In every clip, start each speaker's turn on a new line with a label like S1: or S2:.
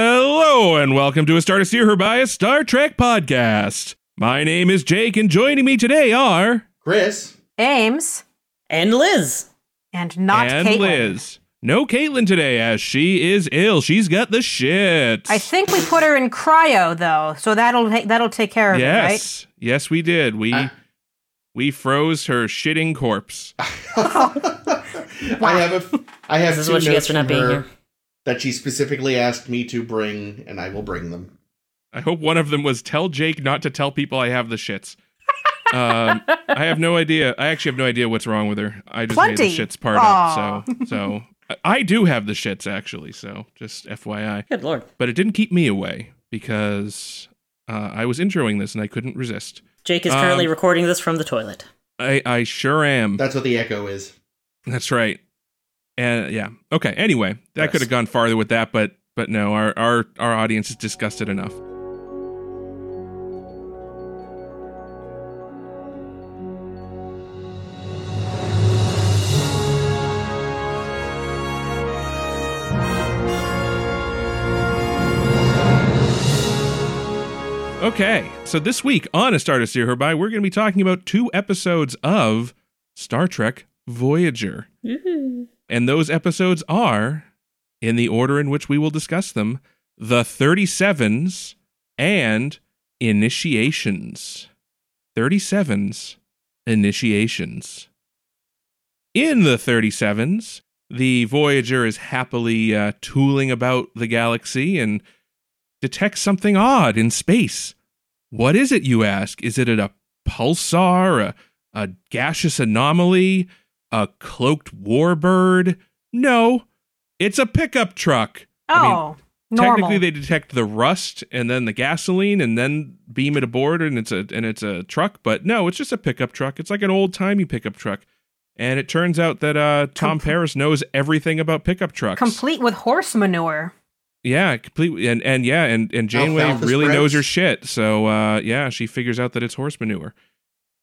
S1: Hello, and welcome to a Star to Steer Her by a Star Trek podcast. My name is Jake, and joining me today are
S2: Chris.
S3: Ames
S4: And Liz.
S3: and not
S1: and
S3: Caitlin.
S1: Liz. No Caitlin today, as she is ill. She's got the shit.
S3: I think we put her in cryo though, so that'll ta- that'll take care of it, right?
S1: yes, yes, we did. We
S2: Ah.
S1: we froze her shitting corpse.
S2: I have a f- I have
S4: This is
S2: two
S4: what she
S2: notes
S4: gets for not
S2: from
S4: being
S2: her
S4: here.
S2: that she specifically asked me to bring, and I will bring them.
S1: I hope one of them was tell Jake not to tell people I have the shits. um, I have no idea. I actually have no idea what's wrong with her. I just made
S3: Plenty.
S1: the shits part
S3: Aw.
S1: up. So, so I- I do have the shits actually. So, just FYI.
S4: Good lord.
S1: but it didn't keep me away because uh, I was introing this and I couldn't resist.
S4: Jake is
S1: Um,
S4: currently recording this from the toilet.
S1: I, I sure am.
S2: That's what the echo is.
S1: That's right. And yeah, okay. Anyway, that
S4: Yes.
S1: could have gone farther with that, but but no, our our our audience is disgusted enough. Okay, so this week on A Star to Steer Her By, we're going to be talking about two episodes of Star Trek Voyager. And those episodes are, in the order in which we will discuss them, the 37s and initiations. 37s, initiations. In the 37s, the Voyager is happily uh, tooling about the galaxy and detects something odd in space. What is it, you ask? Is it a pulsar, a, a gaseous anomaly? a cloaked warbird. No, it's a pickup truck.
S3: Oh,
S1: I mean,
S3: normal.
S1: Technically, they detect the rust and then the gasoline and then beam it aboard, and it's a and it's a truck. But no, it's just a pickup truck. It's like an old timey pickup truck. And it turns out that uh, Tom
S3: Comple-
S1: Paris knows everything about pickup trucks.
S3: Complete with horse manure.
S1: Yeah, completely. And and yeah, and and Janeway
S2: Alfalfa
S1: really
S2: sprouts.
S1: knows her shit. So uh, yeah, she figures out that it's horse manure.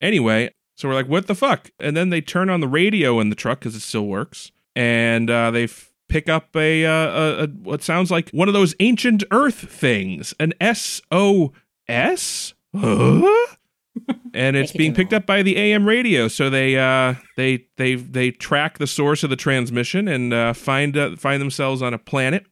S1: Anyway, so we're like, what the fuck? And then they turn on the radio in the truck because it still works, and uh, they f- pick up a, uh, a a what sounds like one of those ancient Earth things, an S O S. Huh? And it's
S4: Make it
S1: being
S4: jingle.
S1: picked up by the AM radio, so they uh, they they they track the source of the transmission and uh, find uh, find themselves on a planet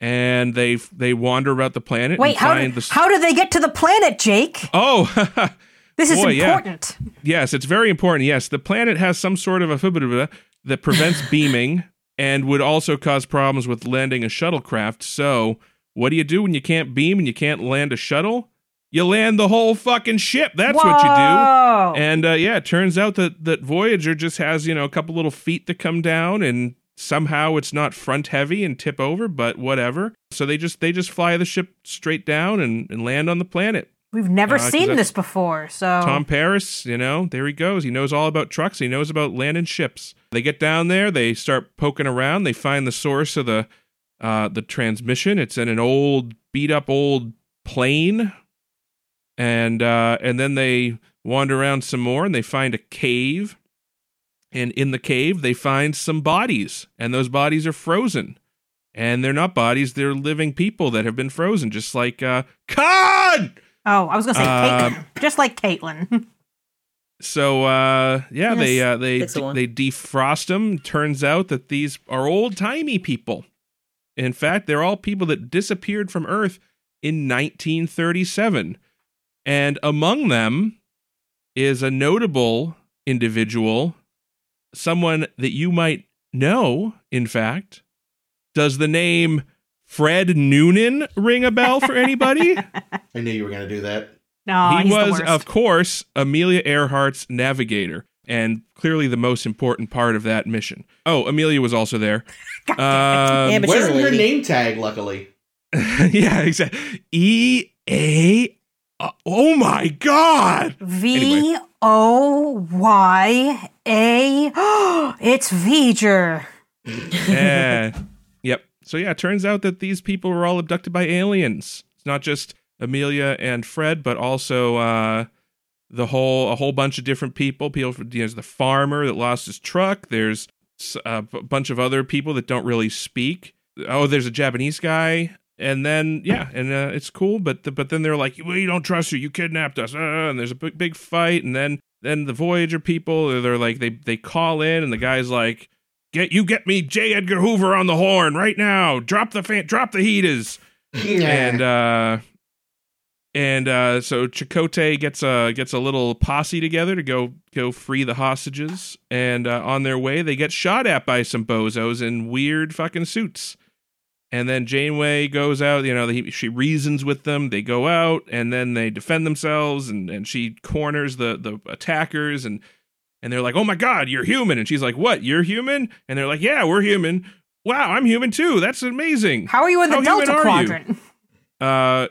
S1: and they they wander about the planet.
S3: Wait,
S1: and
S3: how
S1: find
S3: did,
S1: the
S3: how do they get to the planet, Jake?
S1: oh
S3: This is
S1: boy, yeah.
S3: important.
S1: yes, it's very important. Yes, the planet has some sort of a fibula that prevents beaming and would also cause problems with landing a shuttlecraft. So, what do you do when you can't beam and you can't land a shuttle? You land the whole fucking ship. That's what you do.
S3: Whoa.
S1: And uh, yeah, it turns out that that Voyager just has you know a couple little feet that come down, and somehow it's not front heavy and tip over, but whatever. So they just they just fly the ship straight down and, and land on the planet.
S3: We've never
S1: uh, 'cause
S3: seen
S1: that's-
S3: this before, so
S1: Tom Paris, you know, there he goes. He knows all about trucks. He knows about landing ships. They get down there. They start poking around. They find the source of the uh, the transmission. It's in an old, beat up old plane, and uh, and then they wander around some more and they find a cave. And in the cave, they find some bodies, and those bodies are frozen. And they're not bodies; they're living people that have been frozen, just like uh, Khan.
S3: oh, I was gonna say
S1: Uh,
S3: Caitlin, just like Caitlin.
S1: So uh, yeah, they
S4: Yes,
S1: uh, they
S4: takes a while.
S1: they defrost them. Turns out that these are old timey people. In fact, they're all people that disappeared from Earth in 1937, and among them is a notable individual, someone that you might know. In fact, does the name Fred Noonan ring a bell for anybody?
S2: I knew you were going to do that.
S3: No,
S1: he
S3: he's
S1: was,
S3: the worst.
S1: of course, Amelia Earhart's navigator, and clearly the most important part of that mission. Oh, Amelia was also there. Um,
S4: Yeah,
S1: yeah,
S4: but she's a
S2: Wearing your
S4: lady.
S2: name tag, luckily.
S1: exactly. Um, E A. uh, oh my God!
S3: V O Y A. It's V'ger.
S1: Eh, yep. So yeah, it turns out that these people were all abducted by aliens. It's not just Amelia and Fred, but also uh, the whole a whole bunch of different people. People, from- you know, there's the farmer that lost his truck. There's s- a b- bunch of other people that don't really speak. Oh, there's a Japanese guy. and then yeah, and uh, it's cool. But the, but then they're like, we don't trust you. You kidnapped us. Uh, and there's a big big fight, and then then the Voyager people they're, they're like they they call in, and the guy's like, get you get me J Edgar Hoover on the horn right now. Drop the fan. Drop the heaters. And uh, and uh, so Chakotay gets a gets a little posse together to go go free the hostages. And uh, on their way, they get shot at by some bozos in weird fucking suits. And then Janeway goes out. You know, he, she reasons with them. They go out, and then they defend themselves. And, and she corners the the attackers. And and they're like, "Oh my God, you're human!" And she's like, "What? You're human?" And they're like, "Yeah, we're human. Wow, I'm human too. That's amazing."
S3: How are you in the
S1: How human
S3: Delta
S1: are you?
S3: Quadrant?
S1: Uh,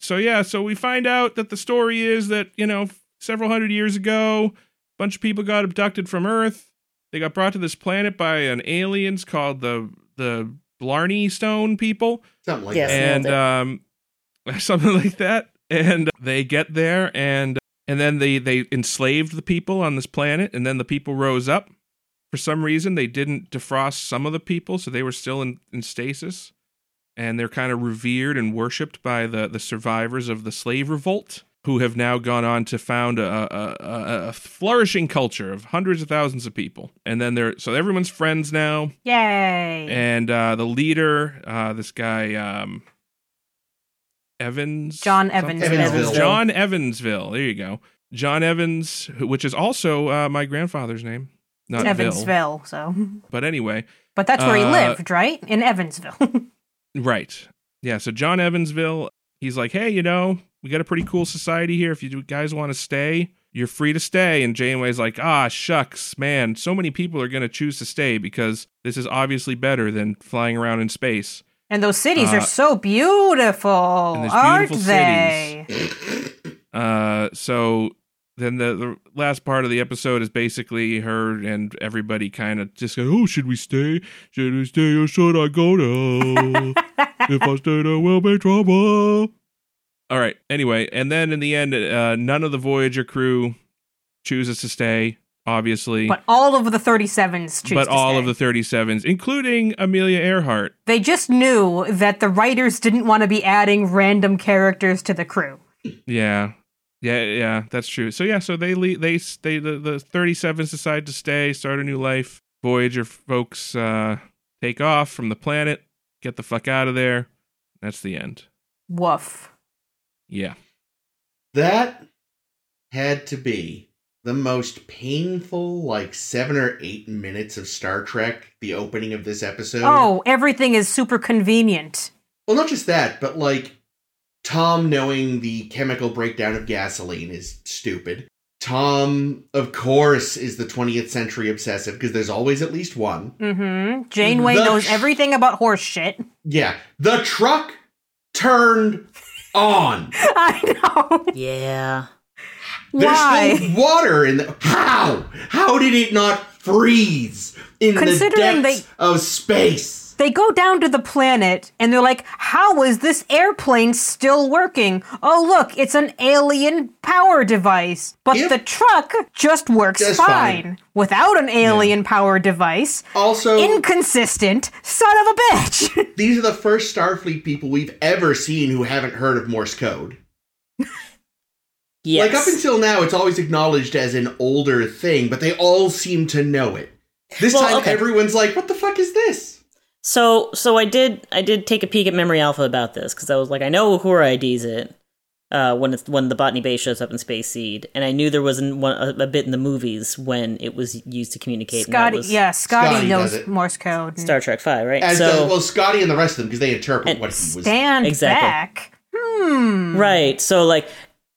S1: so yeah, so we find out that the story is that you know several hundred years ago, a bunch of people got abducted from Earth. They got brought to this planet by an aliens called the the Blarney Stone people,
S2: Something like
S4: Yes.
S2: that.
S1: and um, something like that. And they get there, and and then they they enslaved the people on this planet, and then the people rose up. For some reason, they didn't defrost some of the people, so they were still in, in stasis, and they're kind of revered and worshipped by the the survivors of the slave revolt, who have now gone on to found a a, a, a flourishing culture of hundreds of thousands of people. And then they're so everyone's friends now.
S3: Yay.
S1: And uh, the leader, uh, this guy, um, Evans.
S3: John
S1: something?
S3: Evansville.
S2: Evansville.
S1: John Evansville. There you go. John Evans, who- which is also uh, my grandfather's name. Not
S3: It's
S1: Evansville.
S3: Evansville, so.
S1: But anyway,
S3: But that's where he
S1: Uh,
S3: lived, right? In Evansville.
S1: right. Yeah. So John Evansville, he's like, hey, you know, we got a pretty cool society here. If you do- guys want to stay, you're free to stay. And Janeway's like, ah, shucks, man. So many people are going to choose to stay because this is obviously better than flying around in space.
S3: and those cities
S1: Uh,
S3: are so beautiful,
S1: and there's
S3: aren't
S1: beautiful
S3: they?
S1: Uh, so then the, the last part of the episode is basically her and everybody kind of just go, "Oh, should we stay? Should we stay or should I go now? if I stay, there will be trouble." All right. Anyway, and then in the end, uh, none of the Voyager crew chooses to stay. Obviously.
S3: But all of the 37s choose
S1: but
S3: to
S1: all
S3: stay.
S1: of the 37s, including Amelia Earhart.
S3: They just knew that the writers didn't want to be adding random characters to the crew.
S1: Yeah. Yeah, yeah, that's true. So yeah, so they le- they s- they the, the 37s decide to stay, start a new life. Voyager folks uh take off from the planet, get the fuck out of there. That's the end.
S3: Woof.
S1: Yeah.
S2: That had to be the most painful, like seven or eight minutes of Star Trek, the opening of this episode.
S3: Oh, everything is super convenient.
S2: Well, not just that, but like Tom knowing the chemical breakdown of gasoline is stupid. Tom, of course, is the 20th century obsessive because there's always at least one.
S3: Mm-hmm. Janeway
S2: The
S3: knows
S2: sh-
S3: everything about horse shit.
S2: Yeah. The truck turned on.
S3: I know.
S4: Yeah.
S2: There's
S3: Why?
S2: still water in the How? How did it not freeze in the
S3: Considering
S2: depths of space?
S3: They go down to the planet and they're like, how is this airplane still working? Oh, look, it's an alien power device. But
S2: Yep.
S3: the truck just works
S2: Just
S3: fine.
S2: fine.
S3: without an alien power device.
S2: Also,
S3: Inconsistent son of a bitch.
S2: these are the first Starfleet people we've ever seen who haven't heard of Morse code.
S4: Yes.
S2: Like up until now, it's always acknowledged as an older thing, but they all seem to know it. This
S4: Well,
S2: time,
S4: okay.
S2: everyone's like, "What the fuck is this?"
S4: so so I did I did take a peek at Memory Alpha about this because I was like I know Uhura IDs it uh, when it's when the Botany Bay shows up in Space Seed and I knew there was an, one, a, a bit in the movies when it was used to communicate. and that
S3: Scotty,
S4: was
S3: yeah, Scotty,
S2: Scotty does
S3: knows
S2: it.
S3: Morse code.
S4: Star Trek Five, right?
S2: As
S4: so
S2: the, well, Scotty and the rest of them because they interpret
S4: And
S2: what he was.
S3: Stand
S4: Exactly.
S3: back. Hmm.
S4: right, so like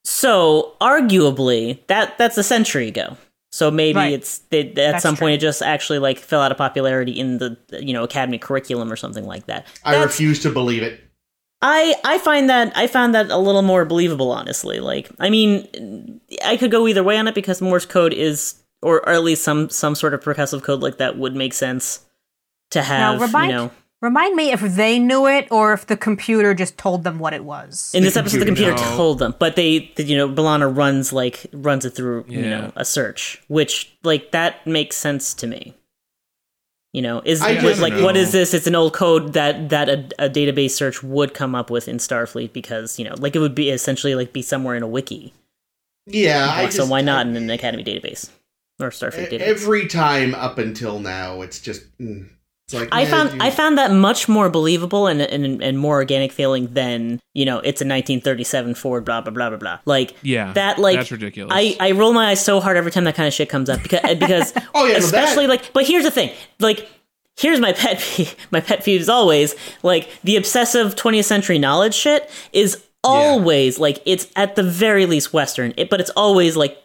S4: so arguably that that's a century ago. So maybe
S3: Right.
S4: it's they, at some
S3: true.
S4: point it just actually like fell out of popularity in the you know academy curriculum or something like that.
S2: I refuse to believe it.
S4: I I find that I found that a little more believable, honestly. Like, I mean, I could go either way on it because Morse code is, or, or at least some some sort of percussive code like that would make sense to have.
S3: remind-
S4: you know,
S3: Remind me if they knew it or if the computer just told them what it was.
S4: in
S2: The
S4: this episode, the
S2: computer,
S4: computer
S1: no.
S4: told them, but they, you know, Belana runs like runs it through, you
S1: Yeah.
S4: know, a search, which like that makes sense to me. You know, is
S2: I
S4: was
S2: don't
S4: like
S1: know.
S4: what is this? It's an old code that that a, a database search would come up with in Starfleet because you know, like it would be essentially like be somewhere in a wiki.
S2: Yeah, I
S4: so
S2: just-
S4: why not in an Academy database or Starfleet
S2: E-
S4: database?
S2: Every time up until now, it's just. mm, It's like
S4: I
S2: eh,
S4: found
S2: you-
S4: I found that much more believable and, and and more organic feeling than you know it's a 1937 Ford blah blah blah blah blah like
S1: Yeah,
S4: that like
S1: that's ridiculous.
S4: I I roll my eyes so hard every time that kind of shit comes up because because
S2: Oh, yeah, no, that-
S4: especially like but here's the thing like here's my pet peeve my pet peeve is always like the obsessive 20th century knowledge shit is always like it's at the very least Western it, but it's always like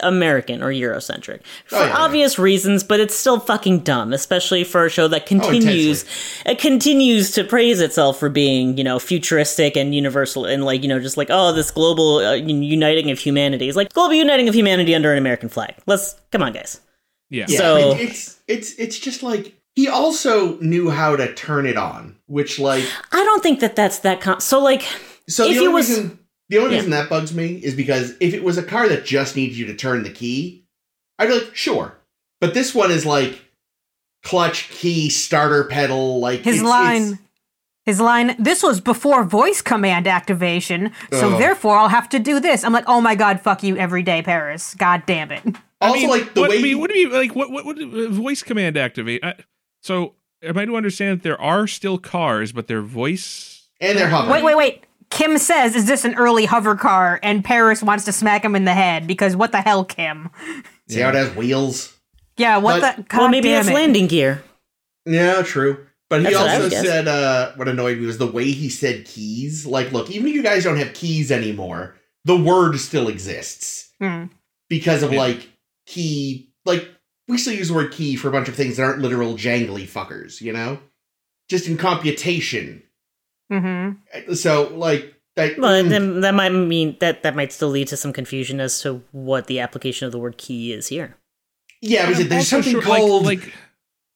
S4: American or Eurocentric for
S2: Oh, yeah.
S4: obvious reasons, but it's still fucking dumb, especially for a show that
S2: Oh,
S4: continues it continues to praise itself for being you know futuristic and universal and like you know just like oh this global uh, un- uniting of humanity is like global uniting of humanity under an American flag. Let's come on, guys.
S1: yeah.
S2: Yeah,
S4: so-
S2: it- it's it's it's just like he also knew how to turn it on, which like
S4: I don't think that that's that com- so like
S2: so.
S4: If
S2: the
S4: he
S2: only
S4: was-
S2: reason the only
S4: yeah.
S2: reason that bugs me is because if it was a car that just needs you to turn the key, I'd be like sure, but this one is like clutch key starter pedal like
S3: His
S2: it's-
S3: line.
S2: it's-
S3: his line, this was before voice command activation, so
S2: Ugh.
S3: therefore I'll have to do this. I'm like, oh my god, fuck you every day, Paris. God damn it.
S2: also
S1: I mean,
S2: like the
S1: what,
S2: way
S1: I mean, what do you like? What what, what uh, voice command activate? I, so am I to understand that there are still cars, but their voice?
S2: and they're hovering.
S3: Wait, wait, wait. Kim says, is this an early hover car? And Paris wants to smack him in the head because what the hell, Kim?
S2: See how it has wheels.
S3: Yeah, what
S2: But-
S3: the. God
S4: well maybe
S3: damn
S4: that's
S3: it.
S4: landing gear.
S2: Yeah, true. But he
S4: That's what I
S2: also
S4: would guess.
S2: said uh, what annoyed me was the way he said keys. Like, look, even if you guys don't have keys anymore, the word still exists
S3: Hmm.
S2: because of
S1: Yeah.
S2: like key. Like we still use the word key for a bunch of things that aren't literal jangly fuckers, you know. Just in computation.
S3: Mm-hmm.
S2: So like that.
S4: Well,
S2: mm,
S4: then that might mean that that might still lead to some confusion as to what the application of the word key is here.
S2: yeah, we
S1: I'm
S2: said there's
S1: also
S2: something
S1: sure, like-
S2: called
S1: like,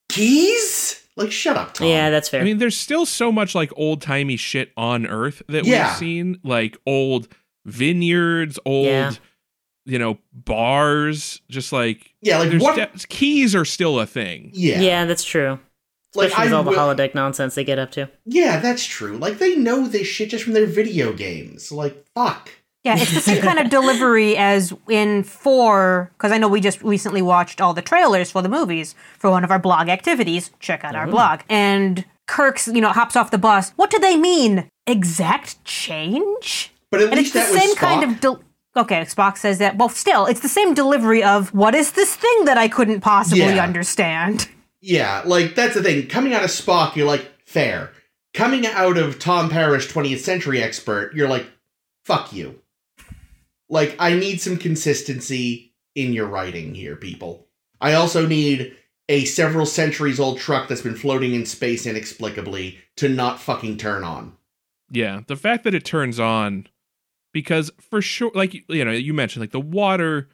S2: keys. Like, shut up, Tom.
S4: Yeah, that's fair.
S1: I mean, there's still so much like old timey shit on Earth that
S2: Yeah.
S1: we've seen, like old vineyards, old
S4: Yeah.
S1: you know bars. Just like
S2: yeah, like
S1: there's
S2: what?
S1: de- keys are still a thing.
S2: yeah,
S4: yeah. that's true.
S2: Like,
S4: Especially with
S2: I
S4: all the
S2: will-
S4: holodeck nonsense they get up to.
S2: Yeah, that's true. Like they know this shit just from their video games. Like fuck.
S3: Yeah, it's the same kind of delivery as in four, because I know we just recently watched all the trailers for the movies for one of our blog activities. Check out
S2: Oh.
S3: our blog. And Kirk's, you know, hops off the bus. What do they mean? Exact change?
S2: But at
S3: And
S2: least
S3: it's the
S2: that was
S3: same
S2: Spock.
S3: kind of. Del- okay, Spock says that. Well, still, it's the same delivery of what is this thing that I couldn't possibly
S2: Yeah.
S3: understand?
S2: yeah. Like that's the thing. Coming out of Spock, you're like fair. Coming out of Tom Parrish, 20th century expert, you're like fuck you. Like I need some consistency in your writing here, people. I also need a several centuries old truck that's been floating in space inexplicably to not fucking turn on.
S1: Yeah, the fact that it turns on because for sure, like you know, you mentioned like the water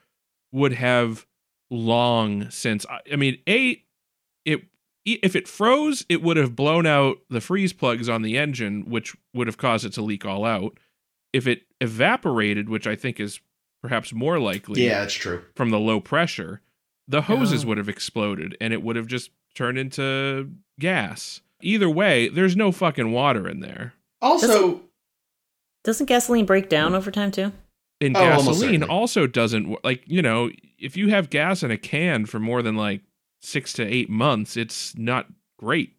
S1: would have long since. I, I mean, a it e, if it froze, it would have blown out the freeze plugs on the engine, which would have caused it to leak all out. If it evaporated, which I think is perhaps more likely,
S2: Yeah, that's true.
S1: from the low pressure, the hoses
S4: Oh.
S1: would have exploded and it would have just turned into gas. Either way, there's no fucking water in there.
S2: Also,
S4: Doesn't gasoline break down over time too?
S1: And
S2: Oh, almost
S1: gasoline
S2: certainly.
S1: also doesn't wo- like you know if you have gas in a can for more than like six to eight months, it's not great.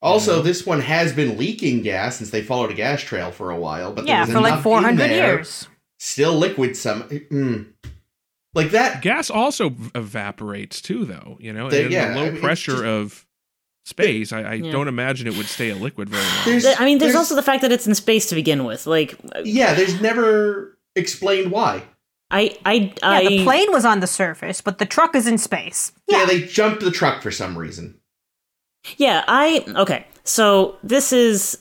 S2: Also,
S1: Yeah.
S2: this one has been leaking gas since they followed a gas trail for a while, but
S3: yeah,
S2: there was
S3: for like
S2: enough in
S3: 400
S2: there,
S3: years.
S2: still liquid some mm. like that.
S1: Gas also v- evaporates too, though. You know, and
S2: There-
S1: in
S2: yeah,
S1: the
S2: I
S1: low
S2: mean, it's
S1: pressure
S2: just-
S1: of space, I, I
S4: Yeah.
S1: don't imagine it would stay a liquid very long.
S2: There's-
S4: I mean, there's, also the fact that it's in space to begin with. Like,
S2: Yeah, there's never explained why.
S4: I, I,
S3: Yeah,
S4: I
S3: the plane was on the surface, but the truck is in space.
S2: Yeah. they jumped the truck for some reason.
S4: yeah, I. Okay, so this is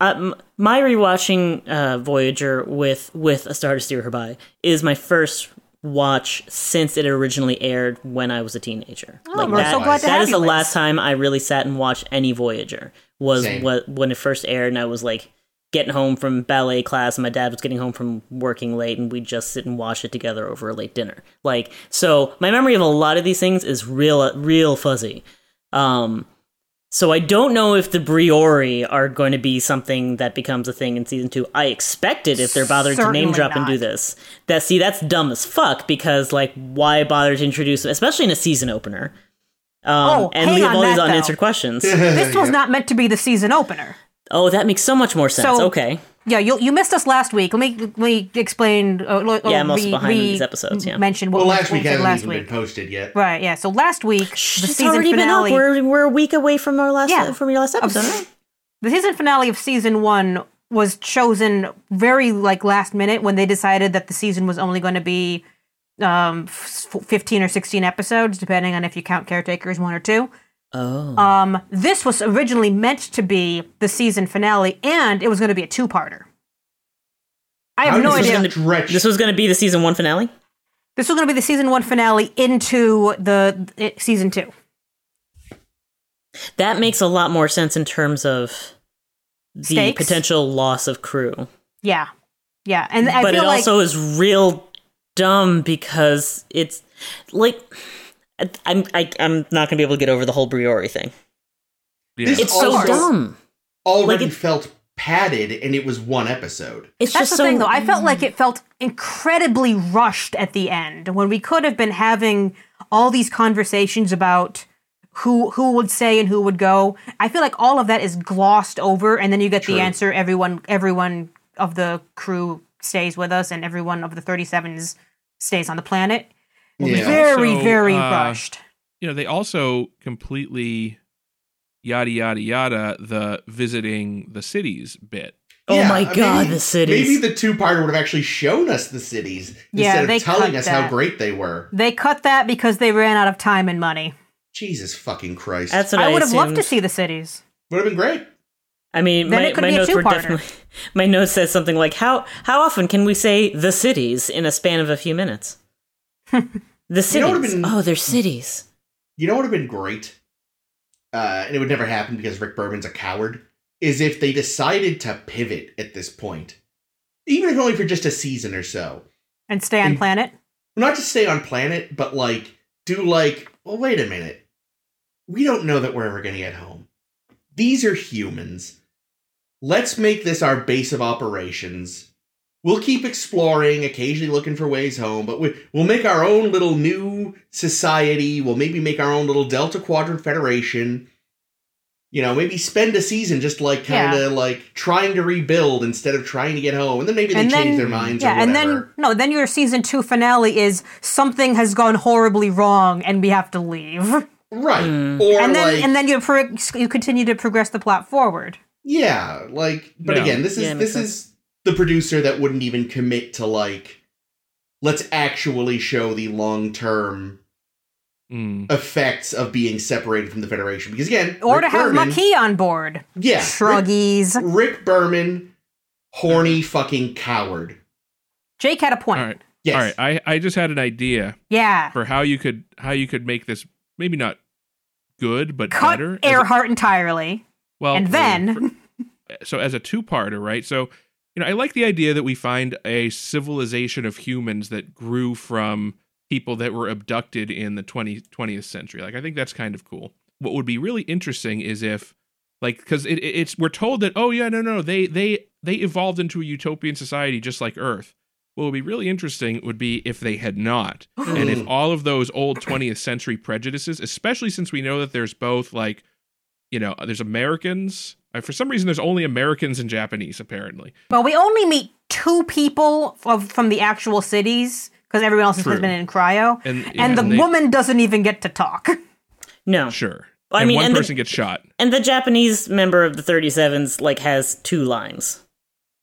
S4: um, my rewatching uh, Voyager with with a Star to steer her by is my first watch since it originally aired when I was a teenager.
S3: Oh, we're
S2: so glad to
S4: that
S3: have
S4: is
S3: you,
S4: the
S3: Liz.
S4: last time I really sat and watched any Voyager was
S2: Same.
S4: what when it first aired, and I was like getting home from ballet class and my dad was getting home from working late and we'd just sit and watch it together over a late dinner like so my memory of a lot of these things is real real fuzzy Um, so I don't know if the Briori are going to be something that becomes a thing in season two. I expect it if they're bothered to name
S3: Certainly
S4: drop and
S3: not.
S4: do this. That see, that's dumb as fuck because like, why bother to introduce, especially in a season opener? Um,
S3: Oh,
S4: and
S3: hang
S4: leave
S3: on
S4: all these
S3: that, though.
S4: unanswered questions.
S3: This was not meant to be the season opener.
S4: oh, that makes so much more sense.
S3: So-
S4: okay,
S3: Yeah, you you missed us last week. Let me let me explain. Uh, lo-
S4: Yeah,
S3: uh,
S4: I'm also
S3: we-
S4: behind on
S3: we
S4: these episodes, yeah.
S3: mentioned what
S2: Well,
S3: we-
S2: last
S3: what we
S2: week
S3: said
S2: hasn't
S3: last
S2: even
S3: week.
S2: been posted yet.
S3: Right. Yeah. So last week the
S4: it's
S3: season
S4: already
S3: finale.
S4: been up. We're, we're a week away from our last uh,
S3: Yeah.
S4: from your last
S3: of-
S4: episode. right?
S3: the season finale of season one was chosen very like last minute when they decided that the season was only going to be um f- 15 or 16 episodes depending on if you count caretakers one or two
S4: Oh,
S3: um this was originally meant to be the season finale and it was going to be a two-parter i have
S2: How
S3: no
S2: does
S3: idea
S2: this stretch-
S4: this was going to be the season one finale.
S3: this was going to be the season one finale into the it, season two
S4: That makes a lot more sense in terms of the
S3: Stakes?
S4: potential loss of crew.
S3: yeah yeah and i
S4: but
S3: feel
S4: it
S3: like
S4: also is real dumb because it's like I- I'm I, I'm not gonna be able to get over the whole Briori thing.
S1: Yeah.
S2: This-
S4: It's so
S2: Also-
S4: dumb.
S2: already
S4: Like it-
S2: felt padded, and it was one episode.
S4: It's
S3: That's
S4: just
S3: the
S4: so
S3: thing, though. I felt like it felt incredibly rushed at the end when we could have been having all these conversations about who who would say and who would go. I feel like all of that is glossed over, and then you get
S2: True.
S3: the answer. Everyone, everyone of the crew stays with us, and everyone of the thirty sevens stays on the planet.
S2: Yeah.
S3: Very,
S1: Also,
S3: very
S1: uh,
S3: rushed.
S1: you know, they also completely yada yada yada the visiting the cities bit.
S4: Oh my
S2: I mean,
S4: God, the cities.
S2: uh, Maybe the two parter would have actually shown us the cities
S3: Yeah,
S2: instead
S3: they
S2: of telling
S3: cut
S2: us how
S3: that.
S2: great they were.
S3: They cut that because they ran out of time and money.
S2: Jesus fucking Christ.
S4: that's what I,
S3: I would have loved to
S4: assumed.
S3: see the cities.
S2: would have been great.
S4: I mean,
S3: Then
S4: my,
S3: it could
S4: my
S3: be a
S4: notes were
S3: two-parter.
S4: definitely. My note says something like how how often can we say the cities in a span of a few minutes? the cities.
S2: know what would've been-
S4: oh, they're cities.
S2: You know what would have been great? Uh, and it would never happen because Rick Berman's a coward. Is if they decided to pivot at this point, even if only for just a season or so.
S3: And stay on
S2: And-
S3: planet.
S2: Not just stay on planet, but like do like, well, wait a minute. We don't know that we're ever going to get home. These are humans. Let's make this our base of operations. We'll keep exploring, occasionally looking for ways home, but we, we'll make our own little new society. We'll maybe make our own little Delta Quadrant Federation. You know, maybe spend a season just like kind of like trying to rebuild instead of trying to get home, and then maybe they
S3: And
S2: change
S3: then-
S2: their minds.
S3: Yeah,
S2: or
S3: and
S2: whatever.
S3: then no, then your season two finale is something has gone horribly wrong and we have to leave,
S2: right,
S4: Mm.
S2: or
S3: and then
S2: like,
S3: and then you pro- you continue to progress the plot forward.
S2: Yeah, like but
S1: No.
S2: again, this is
S4: Yeah, it makes
S2: this is the producer that wouldn't even commit to like let's actually show the long-term
S1: Mm.
S2: effects of being separated from the Federation because again,
S3: Or
S2: Rick
S3: to have
S2: Berman,
S3: Maquis on board,
S2: Yeah. Rick,
S3: shruggies.
S2: Rick Berman horny fucking coward.
S3: Jake had a
S1: All
S3: point.
S1: right.
S2: Yes.
S1: All right. I I just had an idea
S3: Yeah,
S1: for how you could how you could make this maybe not good but
S3: cut
S1: better. as a-
S3: Earhart entirely,
S1: well,
S3: and then
S1: so as a two-parter, right? So, you know, I like the idea that we find a civilization of humans that grew from people that were abducted in the 20, 20th century. Like I think that's kind of cool. What would be really interesting is if like cuz it, it- it's we're told that oh yeah, no no, they they they evolved into a utopian society just like Earth. What would be really interesting would be if they had not. And if all of those old 20th century prejudices, especially since we know that there's both like, you know, there's Americans. uh, For some reason, there's only Americans and Japanese, apparently.
S3: well, we only meet two people of, from the actual cities because everyone else
S1: True.
S3: has been in cryo,
S1: And, yeah,
S3: and the
S1: they-
S3: woman doesn't even get to talk.
S4: No,
S1: Sure.
S4: I
S1: and
S4: mean,
S1: one
S4: and the-
S1: person gets shot.
S4: and the Japanese member of the 37s like has two lines.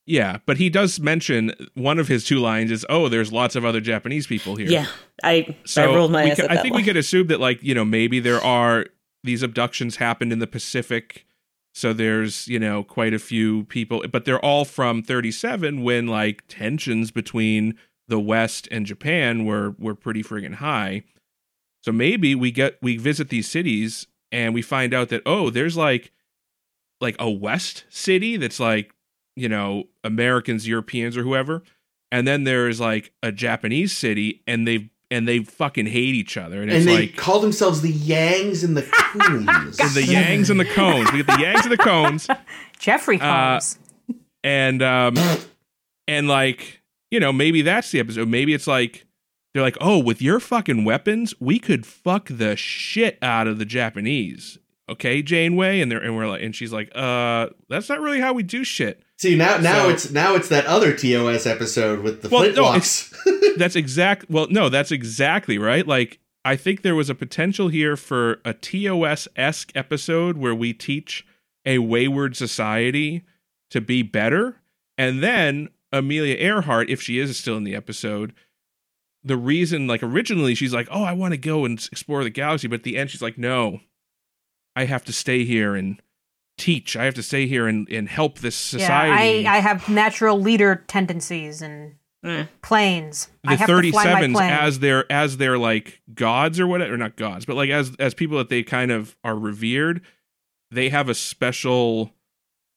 S1: Yeah. But he does mention one of his two lines is, oh, there's lots of other Japanese people here.
S4: Yeah, I
S1: So
S4: I rolled my
S1: we
S4: eyes
S1: could-
S4: at
S1: I
S4: that
S1: think
S4: one.
S1: we could assume that, like, you know, maybe there are these abductions happened in the Pacific. So there's, you know, quite a few people, but they're all from 37 when like tensions between the West and Japan were were pretty friggin' high. So maybe we get we visit these cities and we find out that oh, there's like like a West city that's like, you know, Americans, Europeans or whoever. And then there's like a Japanese city and they've and they fucking hate each other. And it's
S2: and they
S1: like
S2: call themselves the Yangs and the Coombs.
S1: the Yangs and the Cones. We get the Yangs and the Cones.
S3: Jeffrey
S1: Uh,
S3: Holmes.
S1: and um and like you know maybe that's the episode maybe it's like they're like oh with your fucking weapons we could fuck the shit out of the japanese okay janeway and they're and we're like and she's like uh that's not really how we do shit
S2: See now, now
S1: So-
S2: it's now it's that other TOS episode with the
S1: Well, no,
S2: flintlocks.
S1: that's exact well no that's exactly right like i think there was a potential here for a tos-esque episode where we teach a wayward society to be better and then amelia earhart if she is still in the episode the reason like originally she's like oh i want to go and explore the galaxy but at the end she's like no i have to stay here and teach i have to stay here and, and help this society
S3: Yeah, I, I have natural leader tendencies and
S4: Eh.
S3: planes. I
S1: the
S3: have to
S1: thirty
S3: fly my
S1: sevens
S3: plane.
S1: as their as their like gods or whatever, or not gods, but like as as people that they kind of are revered, they have a special,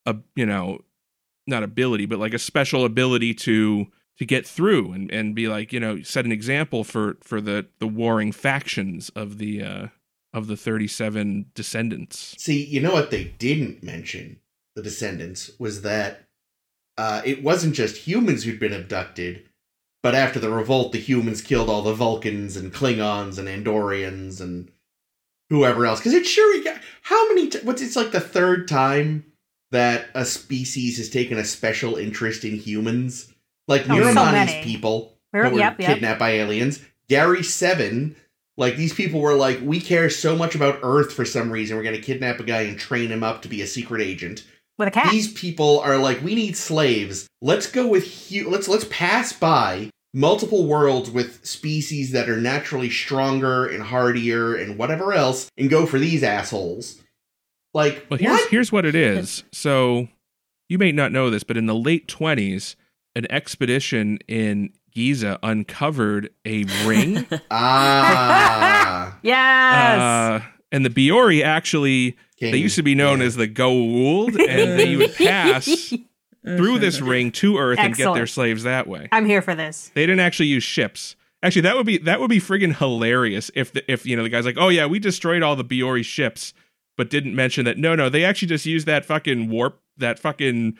S1: uh, you know, not ability, but like a special ability to to get through and and be like you know set an example for for the the warring factions of the uh of the thirty seven descendants.
S2: See, you know what they didn't mention the Descendants was that uh, it wasn't just humans who'd been abducted, but after the revolt, the humans killed all the Vulcans and Klingons and Andorians and whoever else. Because it sure got how many? T- what's it's like the third time that a species has taken a special interest in humans, like
S3: Oh, so
S2: Miramani's
S3: many.
S2: people
S3: Mir-
S2: that were
S3: yep, yep.
S2: kidnapped by aliens. Gary Seven, like these people were like, we care so much about Earth for some reason, we're gonna kidnap a guy and train him up to be a secret agent.
S3: with a cat.
S1: Uh,
S2: These people are like, we need slaves. Let's go with hu- let's let's pass by multiple worlds with species that are naturally stronger and hardier and whatever else, and go for these assholes. Like
S1: Well, here's
S2: what?
S1: here's what it is. So you may not know this, but in the late twenties, an expedition in Giza uncovered a ring.
S2: ah,
S3: yes.
S1: uh, and the Biori actually they used to be known as the Gould, and they would pass
S4: mm-hmm.
S1: through this ring to Earth and get their
S3: Excellent.
S1: slaves that way.
S3: I'm here for this.
S1: They didn't actually use ships. Actually, that would be that would be friggin' hilarious if the, if you know the guy's like, oh yeah, we destroyed all the Biori ships, but didn't mention that no no they actually just used that fucking warp that fucking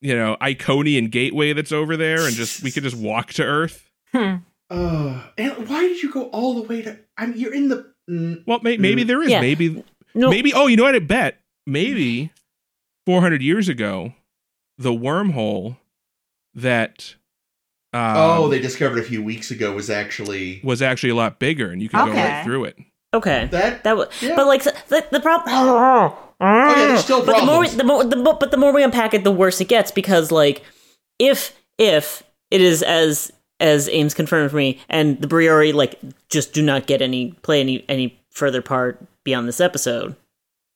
S1: you know Iconian gateway that's over there and just we could just walk to Earth.
S3: Hmm.
S2: Uh, and why did you go all the way to? I mean, you're in the. Mm,
S1: Well, may, maybe there is
S4: Yeah.
S1: maybe
S4: No,
S1: Maybe. Oh, you know what? I bet maybe 400 years ago, the wormhole that um,
S2: oh, they discovered a few weeks ago was actually
S1: was actually a lot bigger, and you could go right
S3: Okay.
S1: through it.
S4: okay.
S2: that.
S4: That was,
S2: Yeah.
S4: but like the, the problem.
S2: okay, there's still
S4: but the more, we-
S2: problems.
S4: the more, the more, but the more we unpack it, the worse it gets because, like, if if it is as as Ames confirmed for me, and the Briori like just do not get any play any any further part beyond this episode.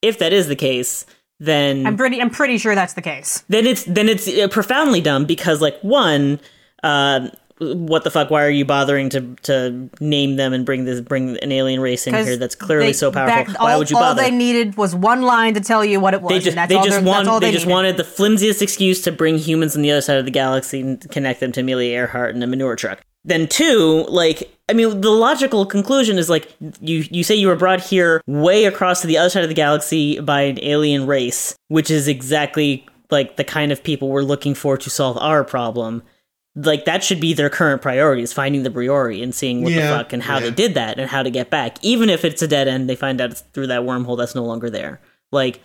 S4: If that is the case, then
S3: I'm pretty. I'm pretty sure that's the case.
S4: then it's then it's uh, profoundly dumb because like one uh, what the fuck why are you bothering to to name them and bring this bring an alien race in
S3: 'Cause
S4: here that's clearly
S3: they-
S4: so powerful
S3: back-
S4: why
S3: all-
S4: would you
S3: All
S4: bother
S3: they needed was one line to tell you what it was.
S4: they
S3: and
S4: just
S3: that's
S4: they
S3: all
S4: just
S3: they're- that's all
S4: wanted
S3: they,
S4: they just
S3: needed.
S4: wanted the flimsiest excuse to bring humans on the other side of the galaxy and connect them to Amelia Earhart in a manure truck. Then two, like I mean, the logical conclusion is like you you say you were brought here way across to the other side of the galaxy by an alien race, which is exactly like the kind of people we're looking for to solve our problem. Like that should be their current priority is finding the Briori and seeing what
S2: Yeah,
S4: the fuck and how
S2: yeah.
S4: they did that and how to get back. Even if it's a dead end, they find out it's through that wormhole that's no longer there. Like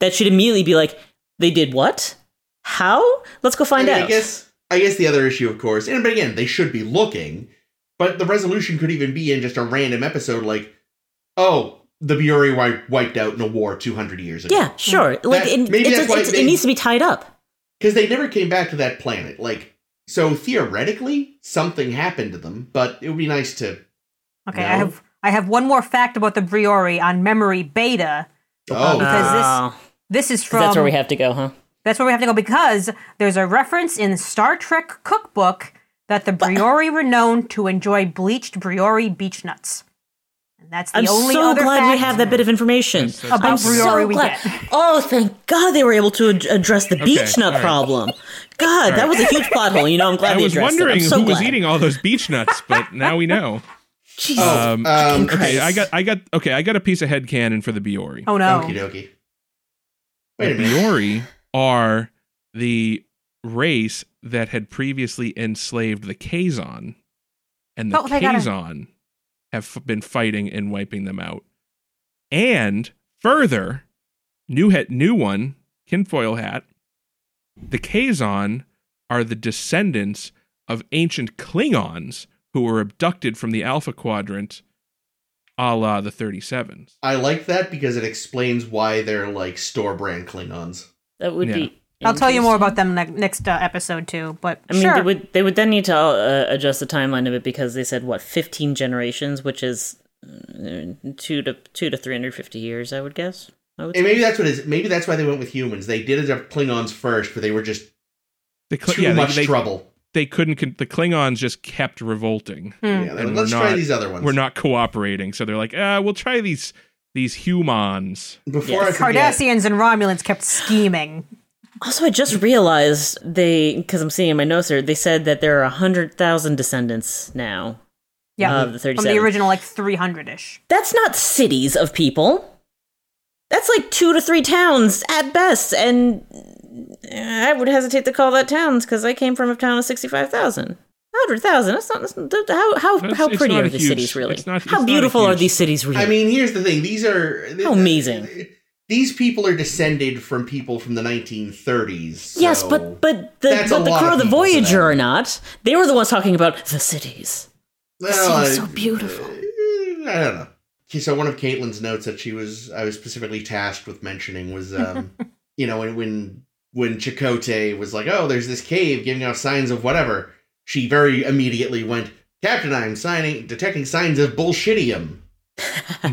S4: that should immediately be like, they did what? How? Let's go find
S2: I mean, I
S4: out.
S2: guess. I guess the other issue, of course, and but again, they should be looking. But the resolution could even be in just a random episode, like, oh, the Buri wi- wiped out in a war two hundred years ago.
S4: yeah, sure. Like it,
S2: Hmm. maybe
S4: it's-
S2: that's why
S4: it's-
S2: they-
S4: it needs to be tied up.
S2: because they never came back to that planet. Like, so theoretically, something happened to them, but it would be nice to.
S3: Okay,
S2: No.
S3: I have. I have one more fact about the Briori on memory beta.
S2: Oh,
S3: Because this-
S4: Oh,
S3: This is from
S4: that's where we have to go, huh?
S3: That's where we have to go because there's a reference in Star Trek cookbook that the Briori were known to enjoy bleached Briori beech nuts. And that's the
S4: I'm
S3: only
S4: so
S3: other
S4: glad
S3: fact
S4: we have that bit of information.
S1: Yes, that's
S3: about
S4: I'm
S3: Briori
S4: so
S3: we
S4: glad.
S3: get.
S4: Oh, thank God they were able to ad- address the beach
S1: all
S4: nut
S1: right.
S4: problem. God, that was a huge plot hole. You know, I'm glad
S1: I
S4: they
S1: was
S4: addressed it.
S1: wondering
S4: I'm so
S1: who
S4: glad.
S1: was eating all those beach nuts, but now we know.
S4: Jesus.
S1: Um,
S2: Um,
S1: okay,
S4: Christ.
S1: I got, I got, okay, I got a piece of head cannon for the Biori.
S3: Oh no.
S2: Okie dokie.
S1: the
S2: Wait a minute.
S1: Biori are the race that had previously enslaved the Kazon, and the
S3: Oh, they gotta-
S1: Kazon have f- been fighting and wiping them out. And further, new hat, new one, tinfoil hat. The Kazon are the descendants of ancient Klingons who were abducted from the Alpha Quadrant, a la the Thirty Sevens.
S2: I like that because it explains why they're like store brand Klingons.
S4: that would
S1: yeah.
S4: be.
S3: I'll tell you
S4: interesting.
S3: more about them ne- next uh, episode too. But
S4: I mean,
S3: sure.
S4: they would they would then need to uh, adjust the timeline of it because they said what 15 generations, which is mm, two to two to 350 years, I would guess. I would
S2: And
S4: say.
S2: maybe that's what it is. Maybe that's why they went with humans. They did adopt Klingons first, but they were just
S1: The Kli-
S2: too
S1: yeah, they-
S2: much
S1: they-
S2: trouble.
S1: they couldn't con- the klingons just kept revolting
S4: Mm.
S3: Hmm.
S2: Yeah, they're
S1: And
S2: like,
S1: we're
S2: let's try
S1: not-
S2: these other ones.
S1: we're not cooperating so they're like uh we'll try these these humans
S2: Before
S4: Yes.
S2: I forget,
S3: Cardassians and Romulans kept scheming.
S4: Also, I just realized they because I'm seeing in my notes here they said that there are hundred thousand descendants now.
S3: Yeah,
S4: Of Uh, the
S3: from the
S4: 37.
S3: original like 300 ish.
S4: That's not cities of people. That's like two to three towns at best, and uh, I would hesitate to call that towns because I came from a town of sixty-five thousand. Hundred thousand. That's not. That's, that- how how
S1: That's-
S4: how
S1: it's
S4: pretty
S1: not
S4: are
S1: a
S4: these
S1: huge-
S4: cities really?
S1: it's not- it's
S4: how
S1: not a
S4: beautiful are
S1: huge-
S4: these cities really?
S2: I mean, here's the thing. These are
S4: How Oh, amazing.
S2: These people are descended from people from the 1930s.
S4: yes,
S2: so-
S4: but but the
S2: That's a
S4: but the
S2: lot
S4: crew
S2: of
S4: of the
S2: people for
S4: Voyager
S2: that.
S4: are not. They were the ones talking about the cities.
S2: Well,
S4: seems so
S2: I-
S4: beautiful.
S2: eh, I don't know. Okay, So one of Caitlin's notes that she was, I was specifically tasked with mentioning was, um, you know, when when when Chakotay was like, "Oh, there's this cave giving off signs of whatever," she very immediately went, "Captain, I'm signing detecting signs of bullshittium,"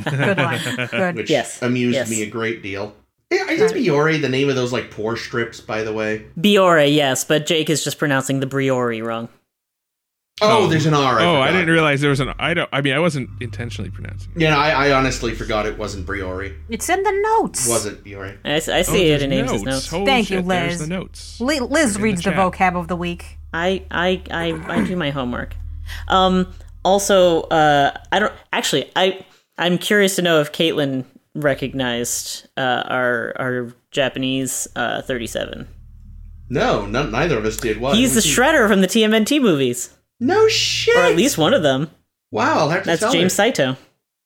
S3: Good one. Good.
S2: which
S4: Yes,
S2: amused
S4: yes.
S2: me a great deal. Yeah, I just Biori, the name of those like pore strips, by the way.
S4: Biore, yes, but Jake is just pronouncing the Briore wrong.
S2: Oh,
S1: Oh.
S2: there's an R. I
S1: oh i
S2: forgot.
S1: didn't realize there was an i don't i mean i wasn't intentionally pronouncing it
S2: Yeah, no, I, I honestly forgot it wasn't Briori.
S3: It's in the notes.
S2: Wasn't Biori.
S4: I, s- I
S1: Oh,
S4: see it
S1: there's
S4: in Ames's notes.
S1: Holy
S3: Thank you,
S1: shit, there's
S3: Liz.
S1: the notes
S3: Li- Liz
S1: in the
S3: reads the,
S1: chat.
S3: vocab of the week.
S4: I I I, I do my homework. Um, also, uh, I don't actually. I I'm curious to know if Caitlin recognized uh, our our Japanese uh, 37.
S2: No, none, neither of us did. What?
S4: He's the
S2: Who's he-
S4: shredder from the TMNT movies,
S2: No shit.
S4: or at least one of them.
S2: wow, I'll have to
S4: That's
S2: tell
S4: James
S2: her.
S4: Saito.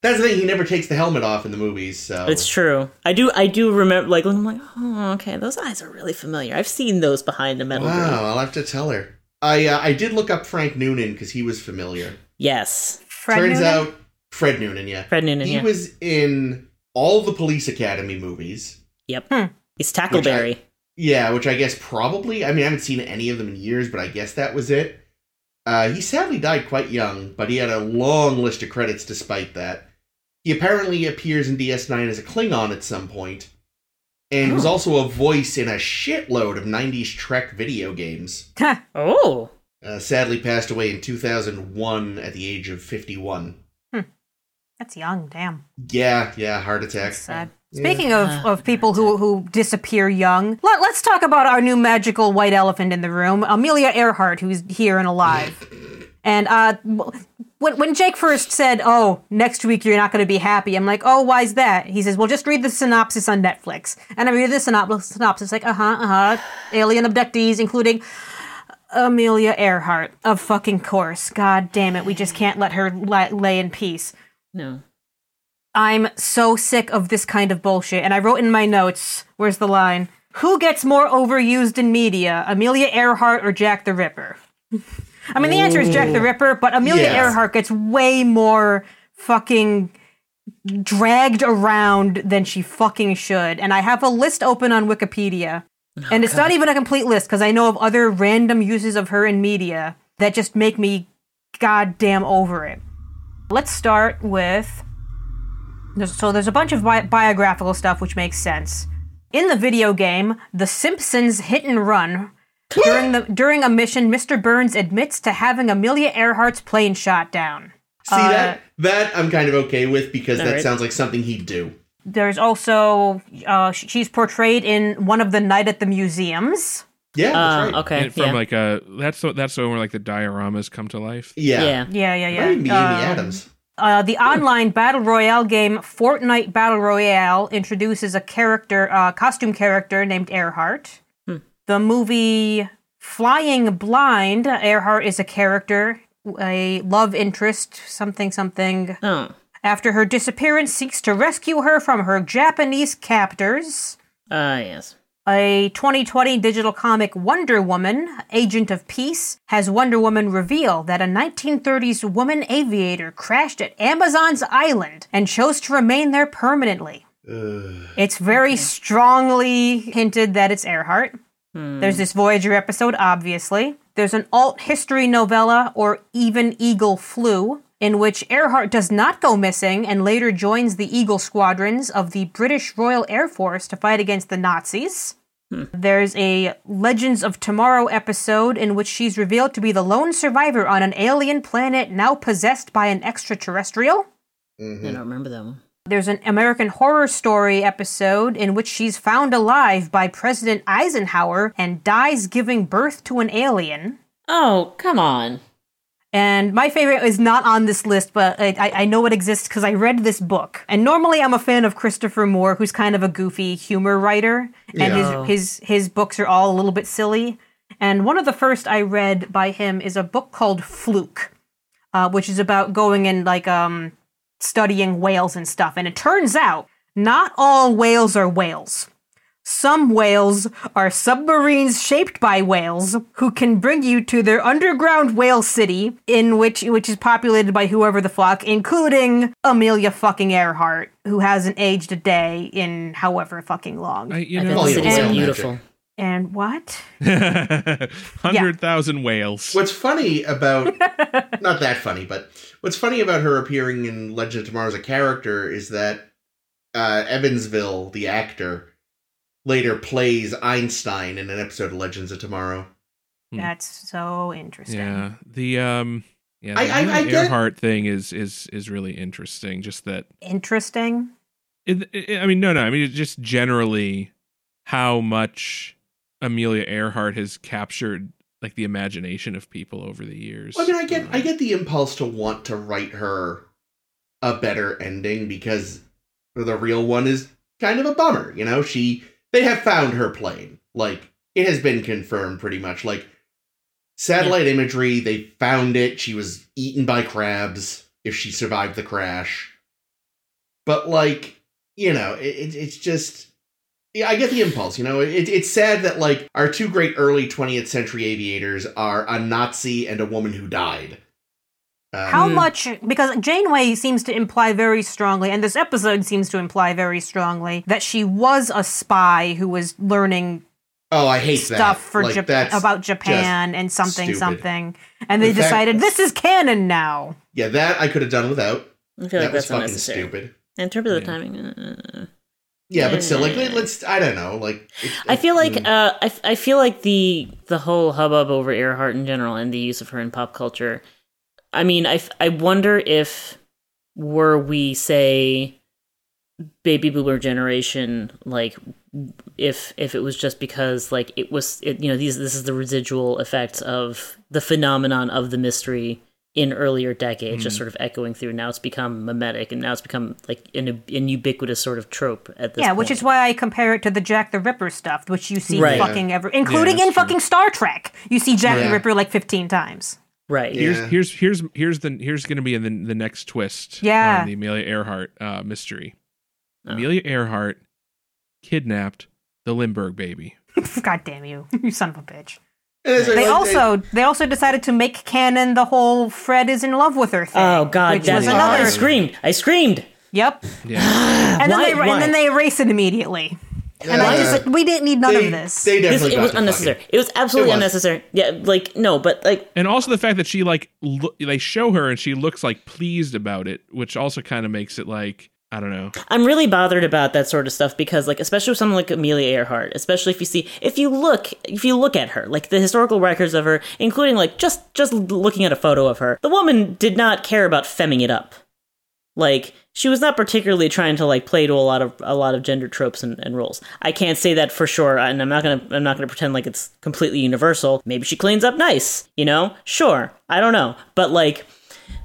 S2: That's the thing. He never takes the helmet off in the movies. So
S4: It's true. I do I do remember. Like I'm like, oh, okay, those eyes are really familiar. I've seen those behind the metal. grill.
S2: wow. I'll have to tell her. I uh, I did look up Frank Noonan because he was familiar.
S4: Yes,
S3: Fred
S2: Turns
S3: Noonan?
S2: out Fred Noonan. Yeah,
S4: Fred Noonan.
S2: he
S4: yeah.
S2: was in all the Police Academy movies.
S4: yep.
S3: Hmm.
S4: He's
S2: Which I-
S4: Tackleberry.
S2: Yeah, which I guess probably. I mean, I haven't seen any of them in years, but I guess that was it. Uh, he sadly died quite young, but he had a long list of credits despite that. He apparently appears in DS9 as a Klingon at some point, and
S4: Oh.
S2: was also a voice in a shitload of 90s Trek video games.
S3: Huh.
S4: Oh.
S2: Uh, sadly passed away in 2001 at the age of 51.
S3: That's young, damn.
S2: Yeah, yeah, heart attack.
S3: Sad.
S2: Yeah.
S3: Speaking of,
S4: Ah,
S3: of people who, who disappear young, let, let's talk about our new magical white elephant in the room, Amelia Earhart, who's here and alive. And uh, w- when, when Jake first said, Oh, next week you're not going to be happy, I'm like, Oh, why's that? He says, Well, just read the synopsis on Netflix. And I read the synop- synopsis, like, Uh huh, uh huh. Alien abductees, including Amelia Earhart. Of fucking course. God damn it. We just can't let her li- lay in peace.
S4: No.
S3: I'm so sick of this kind of bullshit. And I wrote in my notes, where's the line? Who gets more overused in media, Amelia Earhart or Jack the Ripper? I mean, the answer is Jack the Ripper, but Amelia
S2: Yeah.
S3: Earhart gets way more fucking dragged around than she fucking should. And I have a list open on Wikipedia. and it's not even a complete list because I know of other random uses of her in media that just make me goddamn over it. Let's start with. There's, so there's a bunch of bi- biographical stuff which makes sense. In the video game, The Simpsons Hit and Run, during the during a mission, Mr. Burns admits to having Amelia Earhart's plane shot down.
S2: See that? That I'm kind of okay with because that
S4: Uh, Alright.
S2: sounds like something he'd do.
S3: There's also uh, sh- she's portrayed in one of the Night at the Museums.
S2: Yeah, that's
S4: Uh,
S2: right.
S4: okay.
S1: And from
S4: yeah.
S1: like a that's the, that's the one where like the dioramas come to life.
S2: Yeah.
S4: yeah.
S3: Yeah, yeah, yeah.
S2: Might even be Amy
S3: Um,
S2: Adams.
S3: Uh, the online battle royale game Fortnite Battle Royale introduces a character, uh, costume character named Earhart. The movie Flying Blind, Earhart is a character, a love interest, something, something.
S4: Oh.
S3: After her disappearance, seeks to rescue her from her Japanese captors.
S4: Uh, yes.
S3: A 2020 digital comic Wonder Woman, Agent of Peace, has Wonder Woman reveal that a 1930s woman aviator crashed at Amazon's island and chose to remain there permanently. It's very strongly hinted that it's Earhart. There's this Voyager episode, obviously. There's an alt history novella, or Even Eagle Flew, in which Earhart does not go missing and later joins the Eagle squadrons of the British Royal Air Force to fight against the Nazis. There's a Legends of Tomorrow episode in which she's revealed to be the lone survivor on an alien planet now possessed by an extraterrestrial.
S2: Hmm.
S4: I don't remember that one.
S3: There's an American Horror Story episode in which she's found alive by President Eisenhower and dies giving birth to an alien.
S4: Oh, come on.
S3: And my favorite is not on this list, but I, I- I know it exists because I read this book. And normally I'm a fan of Christopher Moore, who's kind of a goofy humor writer, and
S4: Yeah.
S3: his, his his books are all a little bit silly. And one of the first I read by him is a book called Fluke, uh, which is about going and like um studying whales and stuff. And it turns out not all whales are whales. Some whales are submarines shaped by whales who can bring you to their underground whale city, in which which is populated by whoever the fuck, including Amelia fucking Earhart, who hasn't aged a day in however fucking long.
S1: I, you
S4: I bet
S1: know,
S2: Oh,
S4: the
S2: yeah,
S4: city's
S3: whale
S4: beautiful.
S2: magic.
S3: and what?
S1: hundred thousand whales.
S2: What's funny about
S1: Hmm.
S2: not that funny, but what's funny about her appearing in Legend of Tomorrow as a character is that uh, Evansville, the actor, later plays Einstein in an episode of Legends of Tomorrow.
S1: Hmm.
S3: That's so interesting.
S1: Yeah, the um, yeah, the
S2: I- I- I
S1: Amelia
S2: get-
S1: Earhart thing is is is really interesting. Just that
S3: Interesting.
S1: it, it- I mean, no, no. I mean, it's just generally how much Amelia Earhart has captured like the imagination of people over the years.
S2: Well, I mean, I get
S1: Um,
S2: I get the impulse to want to write her a better ending because the real one is kind of a bummer. You know, she they have found her plane. Like it has been confirmed pretty much. Like satellite imagery, they found it. She was eaten by crabs. If she survived the crash, but like you know, it, it, it's just. Yeah, I get the impulse. You know, it, it's sad that like our two great early 20th century aviators are a Nazi and a woman who died. Um,
S3: How
S4: Mm.
S3: much? Because Janeway seems to imply very strongly, and this episode seems to imply very strongly, that she was a spy who was learning
S2: oh, I hate that.
S3: stuff for
S2: Like,
S3: Jap-
S2: that's-
S3: about Japan and something,
S2: stupid.
S3: something. And they
S2: In fact-
S3: decided this is canon now.
S2: Yeah, that I could have done without.
S4: I feel like
S2: that was
S4: that's
S2: fucking
S4: unnecessary.
S2: stupid.
S4: In terms of the
S1: Yeah.
S4: timing, uh,
S2: Yeah, but still, like,
S4: Yeah.
S2: let's. I don't know. Like, it's-
S4: I feel like
S2: mm.
S4: uh, I, f- I feel like the the whole hubbub over Earhart in general and the use of her in pop culture. I mean, I, f- I wonder if were we say baby boomer generation like if if it was just because like it was it, you know these this is the residual effects of the phenomenon of the mystery in earlier decades just sort of echoing through now it's become mimetic and now it's become like an, an ubiquitous sort of trope at this
S3: yeah, which
S4: point.
S3: is why I compare it to the Jack the Ripper stuff, which you see
S4: Right.
S3: fucking every, including
S1: that's
S3: in fucking Star Trek. You see Jack
S2: Yeah.
S3: the Ripper like fifteen times.
S4: right
S2: Yeah.
S1: Here's here's here's here's the here's going to be in the the next twist.
S3: Yeah.
S1: on the Amelia Earhart uh, mystery.
S4: Oh.
S1: Amelia Earhart kidnapped the Lindbergh baby.
S3: God damn you, you son of a bitch.
S2: And it's like,
S3: They
S2: like,
S3: also they also decided to make canon the whole Fred is in love with her thing.
S4: Oh God,
S3: which was
S4: that's
S2: was
S4: I
S3: another.
S2: awesome.
S4: screamed. I screamed.
S3: Yep.
S1: Yeah,
S3: And
S4: Why-
S3: then they
S4: why?
S3: and then they erase it immediately. And I
S2: Yeah.
S3: just we didn't need none
S2: they,
S3: of this.
S2: They
S4: This-
S2: definitely
S4: it
S2: got
S4: was
S2: the fucking-
S4: unnecessary. It was absolutely
S2: It was.
S4: unnecessary. Yeah, like no, but like
S1: and also the fact that she like lo- they show her and she looks like pleased about it, which also kind of makes it like I don't know.
S4: I'm really bothered about that sort of stuff because, like, especially with someone like Amelia Earhart, especially if you see, if you look, if you look at her, like the historical records of her, including like just just looking at a photo of her, the woman did not care about femming it up. Like, she was not particularly trying to like play to a lot of a lot of gender tropes and, and roles. I can't say that for sure, and I'm not gonna I'm not gonna pretend like it's completely universal. Maybe she cleans up nice, you know? Sure, I don't know, but like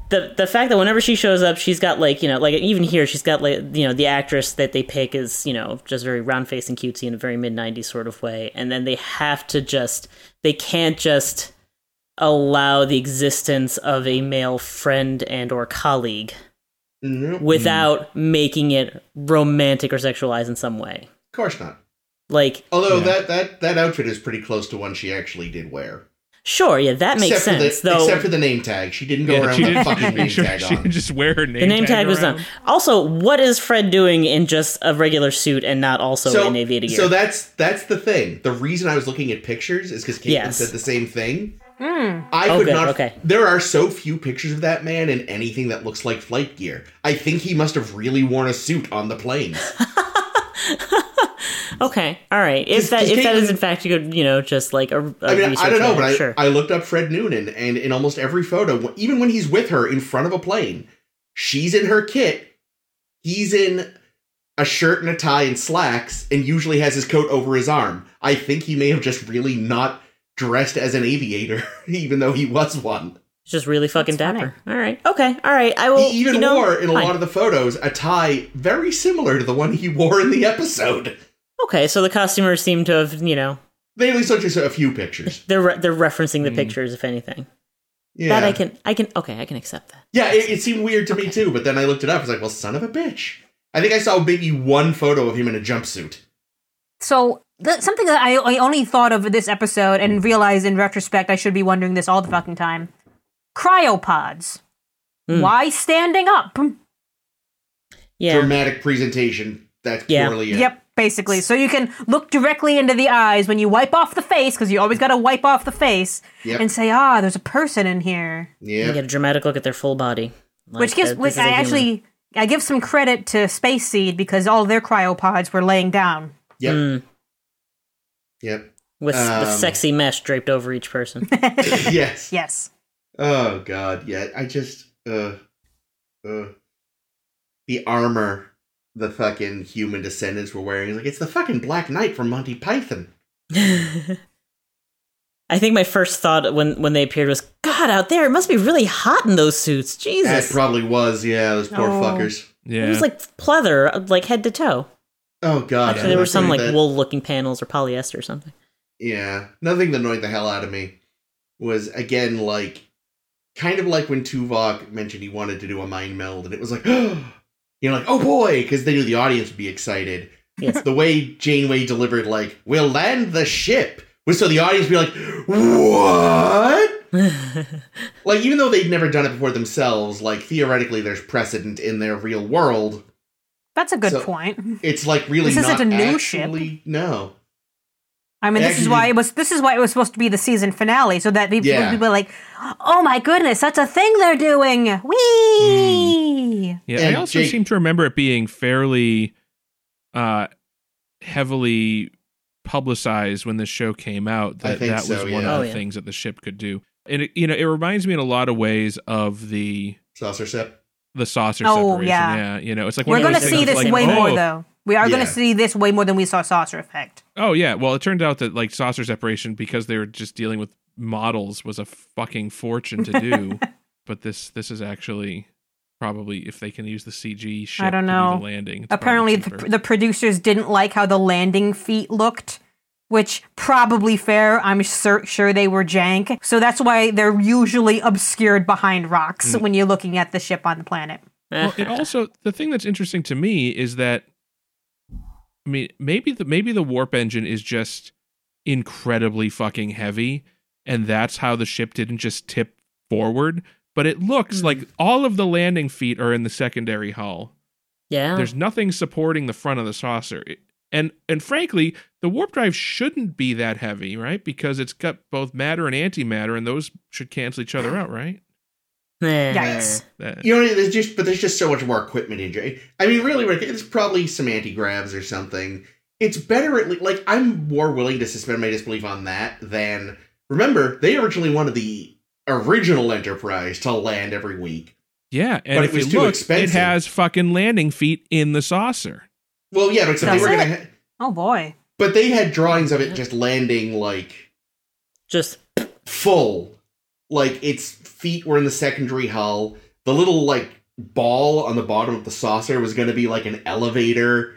S4: the the fact that whenever she shows up, she's got like you know like even here she's got like you know the actress that they pick is you know just very round faced and cutesy in a very mid '90s sort of way, and then they have to just they can't just allow the existence of a male friend and or colleague
S2: Nope. Of
S4: without making it romantic or sexualized in some way.
S2: course not.
S4: Like
S2: Although
S1: Yeah.
S2: that, that that outfit is pretty close to one she actually did wear.
S4: sure, yeah, that makes
S2: except
S4: sense
S2: for the,
S4: though.
S2: Except for the name tag. She didn't go
S1: Yeah,
S2: around
S1: she
S2: with a
S1: didn't-
S2: fucking name
S1: Sure,
S2: tag
S1: she
S2: on.
S1: didn't just wear her name.
S4: the name tag was uh,
S1: around.
S4: done. Also, what is Fred doing in just a regular suit and not also in aviator gear?
S2: so that's that's the thing. The reason I was looking at pictures is because Caitlin
S4: Yes.
S2: said the same thing.
S3: Hmm.
S2: I
S4: Oh,
S2: could
S4: good,
S2: not.
S4: okay.
S2: There are so few pictures of that man in anything that looks like flight gear. I think he must have really worn a suit on the planes.
S4: Okay, all right. If
S2: Just-
S4: that
S2: just
S4: if
S2: take
S4: that is
S2: them-
S4: in fact you could you know just like a, a
S2: I mean, I
S4: research
S2: don't know,
S4: on it,
S2: but I,
S4: sure.
S2: I looked up Fred Noonan, and in almost every photo, even when he's with her in front of a plane, she's in her kit. He's in a shirt and a tie and slacks, and usually has his coat over his arm. I think he may have just really not dressed as an aviator, even though he was one.
S4: It's just really fucking
S3: That's
S4: dapper. All right, okay, all right. I will.
S2: he even
S4: you know,
S2: wore in a
S4: fine.
S2: lot of the photos a tie very similar to the one he wore in the episode.
S4: Okay, so the costumers seem to have you know
S2: They only saw just a few pictures.
S4: they're re- they're referencing the
S1: Mm.
S4: pictures if anything.
S2: Hmm. Yeah,
S4: That I can I can okay I can accept that.
S2: Yeah, it, it seemed weird to me
S4: Okay.
S2: too, but then I looked it up. I was like, well, son of a bitch. I think I saw maybe one photo of him in a jumpsuit.
S3: So th- something that I, I only thought of this episode and realized in retrospect, I should be wondering this all the fucking time. Cryopods.
S4: Mm.
S3: Why standing up?
S4: Yeah,
S2: Dramatic presentation. That's uh,
S4: Yeah.
S2: purely it.
S3: Yep, basically. So you can look directly into the eyes when you wipe off the face, because you always got to wipe off the face,
S2: Yep.
S3: and say, ah, there's a person in here.
S4: you
S2: Yep.
S4: get a dramatic look at their full body, Like,
S3: which gives
S4: that-
S3: which
S4: this is a
S3: I
S4: human.
S3: actually I give some credit to Space Seed because all their cryopods were laying down.
S2: Yep.
S4: Mm,
S2: Yep.
S4: with, with
S2: Um,
S4: sexy mesh draped over each person.
S2: yes.
S3: Yes.
S2: Oh god. Yeah. I just uh, uh, the armor the fucking human descendants were wearing. Like it's the fucking Black Knight from Monty Python.
S4: I think my first thought when when they appeared was, God, out there it must be really hot in those suits. Jesus,
S2: That probably was. Yeah. Those poor
S3: Oh.
S2: fuckers.
S4: it
S1: Yeah.
S4: was like pleather, like head to toe.
S2: Oh god.
S4: Actually, there were some like
S2: That-
S4: wool looking panels or polyester or something.
S2: Yeah. Nothing that annoyed the hell out of me was again like kind of like when Tuvok mentioned he wanted to do a mind meld, and it was like, you know, like, oh boy, because they knew the audience would be excited.
S4: Yes.
S2: the way Janeway delivered, like, we'll land the ship was so the audience would be like, what? Like, even though they'd never done it before themselves, like theoretically there's precedent in their real world.
S3: That's a good
S2: So-
S3: point.
S2: It's like really
S3: This isn't
S2: not
S3: a new ship.
S2: actually, no.
S3: I mean, this is
S2: actually-
S3: why it was. This is why it was supposed to be the season finale, so that people
S2: Yeah.
S3: would be like, "Oh my goodness, that's a thing they're doing!"
S2: Hmm.
S3: Whee!
S1: Yeah, I
S2: And
S1: also
S2: Jake-
S1: seem to remember it being fairly uh heavily publicized when this show came out
S2: I
S1: that
S2: think
S1: that was
S2: so,
S1: one
S2: yeah.
S1: of
S4: Oh,
S1: the
S4: yeah.
S1: things that the ship could do. And it, you know, it reminds me in a lot of ways of the
S2: Saucer sip.
S1: the saucer
S3: Oh,
S1: separation.
S3: yeah.
S1: you know, it's like one
S3: We're
S1: of
S3: going to
S1: those
S3: see
S1: things
S3: this
S1: like,
S3: way
S1: oh,
S3: more, though. We are going
S2: Yeah.
S3: to see this way more than we saw Saucer Effect.
S1: Oh yeah, well it turned out that like saucer separation because they were just dealing with models was a fucking fortune to do, but this this is actually probably if they can use the CG ship
S3: don't
S1: to do
S3: know.
S1: the landing. it's probably
S3: Apparently,
S1: cheaper.
S3: the, the producers didn't like how the landing feet looked, which probably fair. I'm sur- sure they were jank, so that's why they're usually obscured behind rocks
S2: Hmm.
S3: when you're looking at the ship on the planet.
S1: well,
S4: Eh.
S1: it also the thing that's interesting to me is that I mean maybe the maybe the warp engine is just incredibly fucking heavy and that's how the ship didn't just tip forward but it looks like all of the landing feet are in the secondary hull
S4: yeah.
S1: there's nothing supporting the front of the saucer It- and and frankly the warp drive shouldn't be that heavy right because it's got both matter and antimatter and those should cancel each other out right
S4: Eh.
S3: Yikes.
S1: That-
S2: You know, what I mean? there's just but there's just so much more equipment in it. I mean, really, when it- it's probably some anti grabs or something. It's better at least. Like, I'm more willing to suspend my disbelief on that than remember they originally wanted the original Enterprise to land every week.
S1: yeah, and
S2: But
S1: if
S2: it was
S1: you
S2: too
S1: look,
S2: expensive.
S1: it has fucking landing feet in the saucer.
S2: Well, yeah, but except
S3: That's
S2: they were
S3: it. Mm-hmm.
S2: gonna. Ha-
S3: Oh boy.
S2: but they had drawings of it just landing like
S4: Just
S2: full. Like its feet were in the secondary hull. The little like ball on the bottom of the saucer was going to be like an elevator.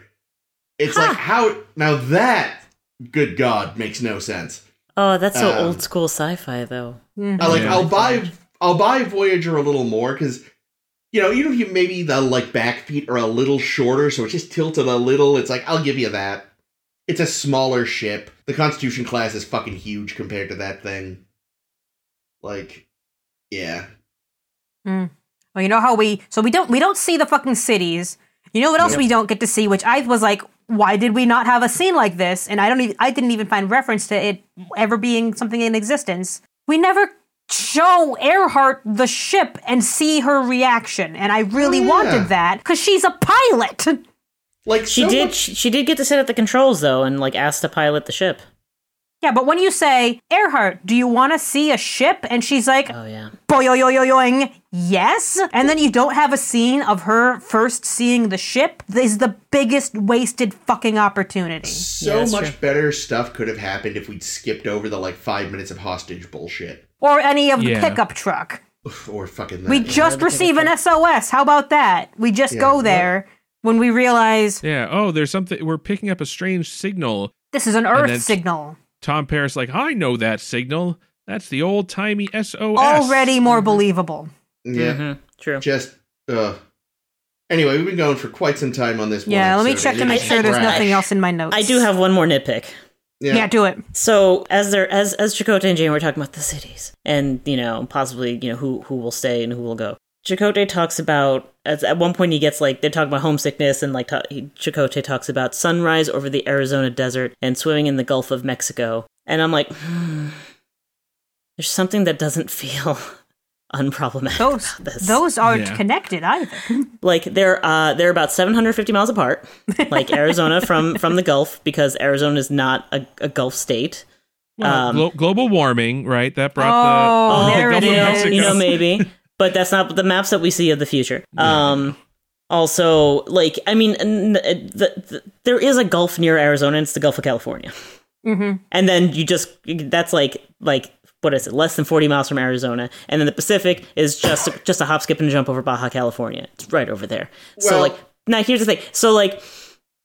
S2: It's
S3: Huh.
S2: like how now that good god makes no sense.
S4: oh, that's so
S2: Um,
S4: old school sci-fi though.
S3: Mhm.
S2: I like
S1: Yeah.
S2: I'll buy I'll buy Voyager a little more cuz you know, even if you maybe the like back feet are a little shorter so it's just tilted a little, it's like I'll give you that. It's a smaller ship. The Constitution class is fucking huge compared to that thing. Like yeah.
S3: Well, you know how we so we don't we don't see the fucking cities. You know what else
S2: Yep.
S3: we don't get to see, which I was like, why did we not have a scene like this? And I don't even I didn't even find reference to it ever being something in existence. We never show Earhart the ship and see her reaction, and I really
S2: Oh, yeah.
S3: wanted that because she's a pilot.
S2: Like
S4: She
S2: so
S4: did.
S2: much-
S4: She, she did get to sit at the controls though, and like asked to pilot the ship.
S3: yeah, but when you say Earhart, do you want to see a ship? And she's like,
S4: Oh yeah.
S3: boing, yes. And then you don't have a scene of her first seeing the ship is the biggest wasted fucking opportunity.
S2: so
S4: that's
S2: much
S4: true.
S2: better stuff could have happened if we'd skipped over the like five minutes of hostage bullshit.
S3: Or any of the
S1: Yeah.
S3: pickup truck.
S2: Or fucking that.
S3: We
S2: yeah.
S3: just receive an SOS. How about that? We just
S2: Yeah,
S3: go
S2: what-
S3: there when we realize
S1: Yeah. Oh, there's something. We're picking up a strange signal.
S3: this is an
S1: then-
S3: Earth signal.
S1: Tom Paris, like, I know that signal. That's the old timey SOS.
S3: Already
S4: Mm-hmm.
S3: more believable.
S2: Yeah.
S3: mm-hmm.
S4: Mhm. True.
S2: Just uh anyway, we've been going for quite some time on this
S3: Yeah,
S2: one.
S3: let me
S2: episode.
S3: check to
S2: It
S3: make
S2: is
S3: sure there's
S2: trash.
S3: nothing else in my notes.
S4: I do have one more nitpick.
S2: Yeah.
S3: Yeah, do it.
S4: So as they're as as Chakotay and Jane were talking about the cities, and you know possibly you know who who will stay and who will go. Chakotay talks about as at one point he gets like they're talking about homesickness and like ta- he, Chakotay talks about sunrise over the Arizona desert and swimming in the Gulf of Mexico, and I'm like, hmm, there's something that doesn't feel unproblematic
S3: Those
S4: about this.
S3: those aren't
S1: Yeah.
S3: connected either.
S4: like they're uh they're about 750 miles apart like arizona from from the gulf because arizona is not a, a gulf state
S1: Well,
S4: Um,
S1: glo- global warming, right? That brought
S3: Oh,
S1: the.
S3: there it
S1: Gulf of
S4: you know,
S3: is.
S1: Mexico.
S4: you know maybe but that's not the maps that we see of the future um also like i mean n- n- the, the, there is a gulf near arizona and it's the gulf of california
S3: hmm
S4: and then you just that's like like what is it less than 40 miles from arizona and then the pacific is just just a hop skip and a jump over baja california it's right over there so
S2: Well-
S4: like now here's the thing so like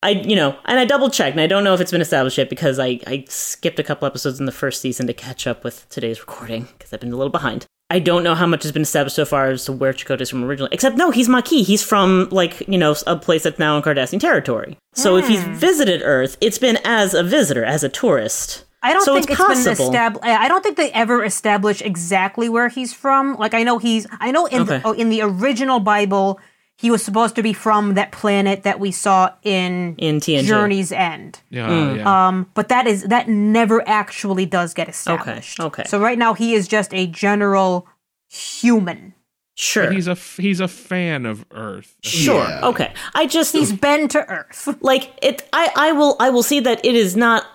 S4: i you know and i double checked and i don't know if it's been established yet because i i skipped a couple episodes in the first season to catch up with today's recording because i've been a little behind I don't know how much has been established so far as to where Chakotay is from originally. Except, no, he's Maquis. He's from like you know a place that's now in Cardassian territory. So if he's
S3: Hmm.
S4: visited Earth, it's been as a visitor, as a tourist.
S3: I don't
S4: So
S3: think it's
S4: it's
S3: been
S4: possible.
S3: established. I don't think they ever establish exactly where he's from. Like I know he's, I know in
S4: Okay.
S3: the, oh, in the original Bible, he was supposed to be from that planet that we saw in,
S4: in TNG.
S3: Journey's End.
S1: Yeah,
S4: Mm.
S1: yeah.
S3: Um, but that is that never actually does get established.
S4: okay.
S3: So right now he is just a general human.
S4: Sure.
S1: He's a f- he's a fan of Earth.
S4: sure.
S2: Yeah.
S4: Okay. I just
S3: He's been to Earth.
S4: like it I I will I will see that it is not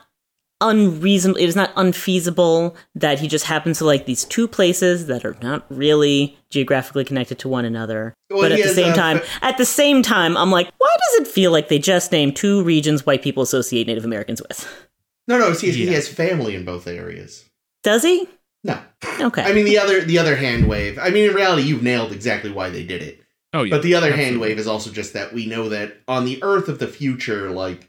S4: unreasonable it is not unfeasible that he just happens to like these two places that are not really geographically connected to one another.
S2: Well,
S4: but at
S2: he
S4: the
S2: has,
S4: same
S2: uh,
S4: time, at the same time I'm like, why does it feel like they just named two regions white people associate Native Americans with?
S2: No, no, see, he
S1: Yeah.
S2: has family in both areas.
S4: Does he?
S2: No.
S4: Okay.
S2: I mean the other the other hand wave. I mean in reality you've nailed exactly why they did it.
S1: Oh yeah.
S2: But the other hand
S1: absolutely.
S2: wave is also just that we know that on the Earth of the future, like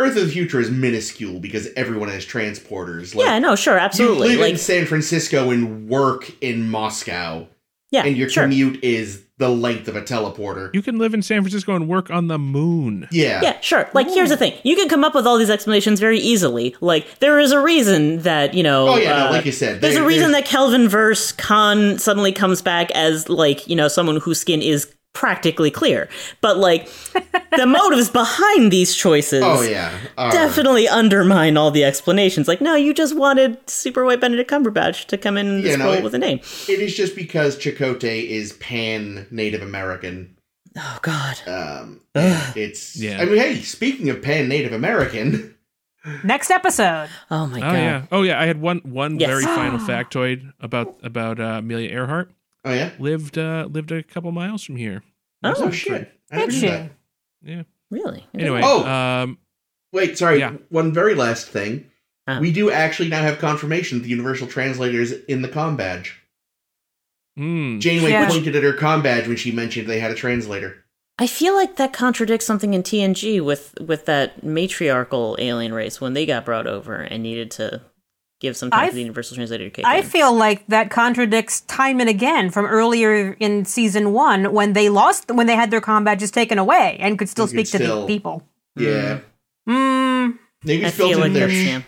S2: Earth of the future is minuscule because everyone has transporters. Like,
S4: yeah, no, sure, absolutely.
S2: You live
S4: like
S2: in San Francisco and work in Moscow,
S4: yeah,
S2: and your
S4: sure.
S2: commute is the length of a teleporter.
S1: You can live in San Francisco and work on the moon.
S2: yeah.
S4: Yeah, sure. Like, here's the thing: you can come up with all these explanations very easily. Like, there is a reason that you know.
S2: Oh yeah,
S4: uh,
S2: no, like you said,
S4: there's
S2: there-
S4: a reason that Kelvin verse Khan suddenly comes back as like you know someone whose skin is practically clear. But like the motives behind these choices
S2: Oh yeah, All right.
S4: definitely undermine all the explanations. Like, no, you just wanted Super White Benedict Cumberbatch to come in
S2: Yeah,
S4: this
S2: no,
S4: role
S2: it-
S4: with a name.
S2: It is just because Chicote is pan Native American.
S4: Oh God.
S2: Um,
S4: Ugh.
S2: it's.
S1: Yeah.
S2: I mean, hey, speaking of pan Native American,
S3: Next episode.
S4: Oh my
S1: Oh
S4: God.
S1: yeah. Oh yeah. I had one one
S4: Yes.
S1: very final factoid about about uh, Amelia Earhart
S2: oh yeah,
S1: lived uh, lived a couple miles from here.
S4: Oh,
S2: oh shit, I
S3: Did
S2: didn't
S3: she?
S2: know that.
S1: Yeah.
S4: really?
S1: Anyway.
S2: Oh.
S1: Um,
S2: Wait, sorry.
S1: Yeah.
S2: One very last thing.
S4: Ah.
S2: We do actually now have confirmation that the Universal Translator is in the com badge.
S1: mm,
S2: Janeway
S3: Yeah.
S2: pointed at her com badge when she mentioned they had a translator.
S4: I feel like that contradicts something in TNG with with that matriarchal alien race when they got brought over and needed to give some time
S3: I
S4: for the
S3: f-
S4: universal translator to kick
S3: I
S4: in.
S3: feel like that contradicts time and again from earlier in season one when they lost, when they had their com badges taken away and could still
S2: You could
S3: speak to
S2: still-
S3: the people.
S2: Yeah,
S3: Mm.
S2: maybe
S4: I
S2: it's built
S4: feel like
S2: in their.
S4: that's
S2: sh-
S4: yeah.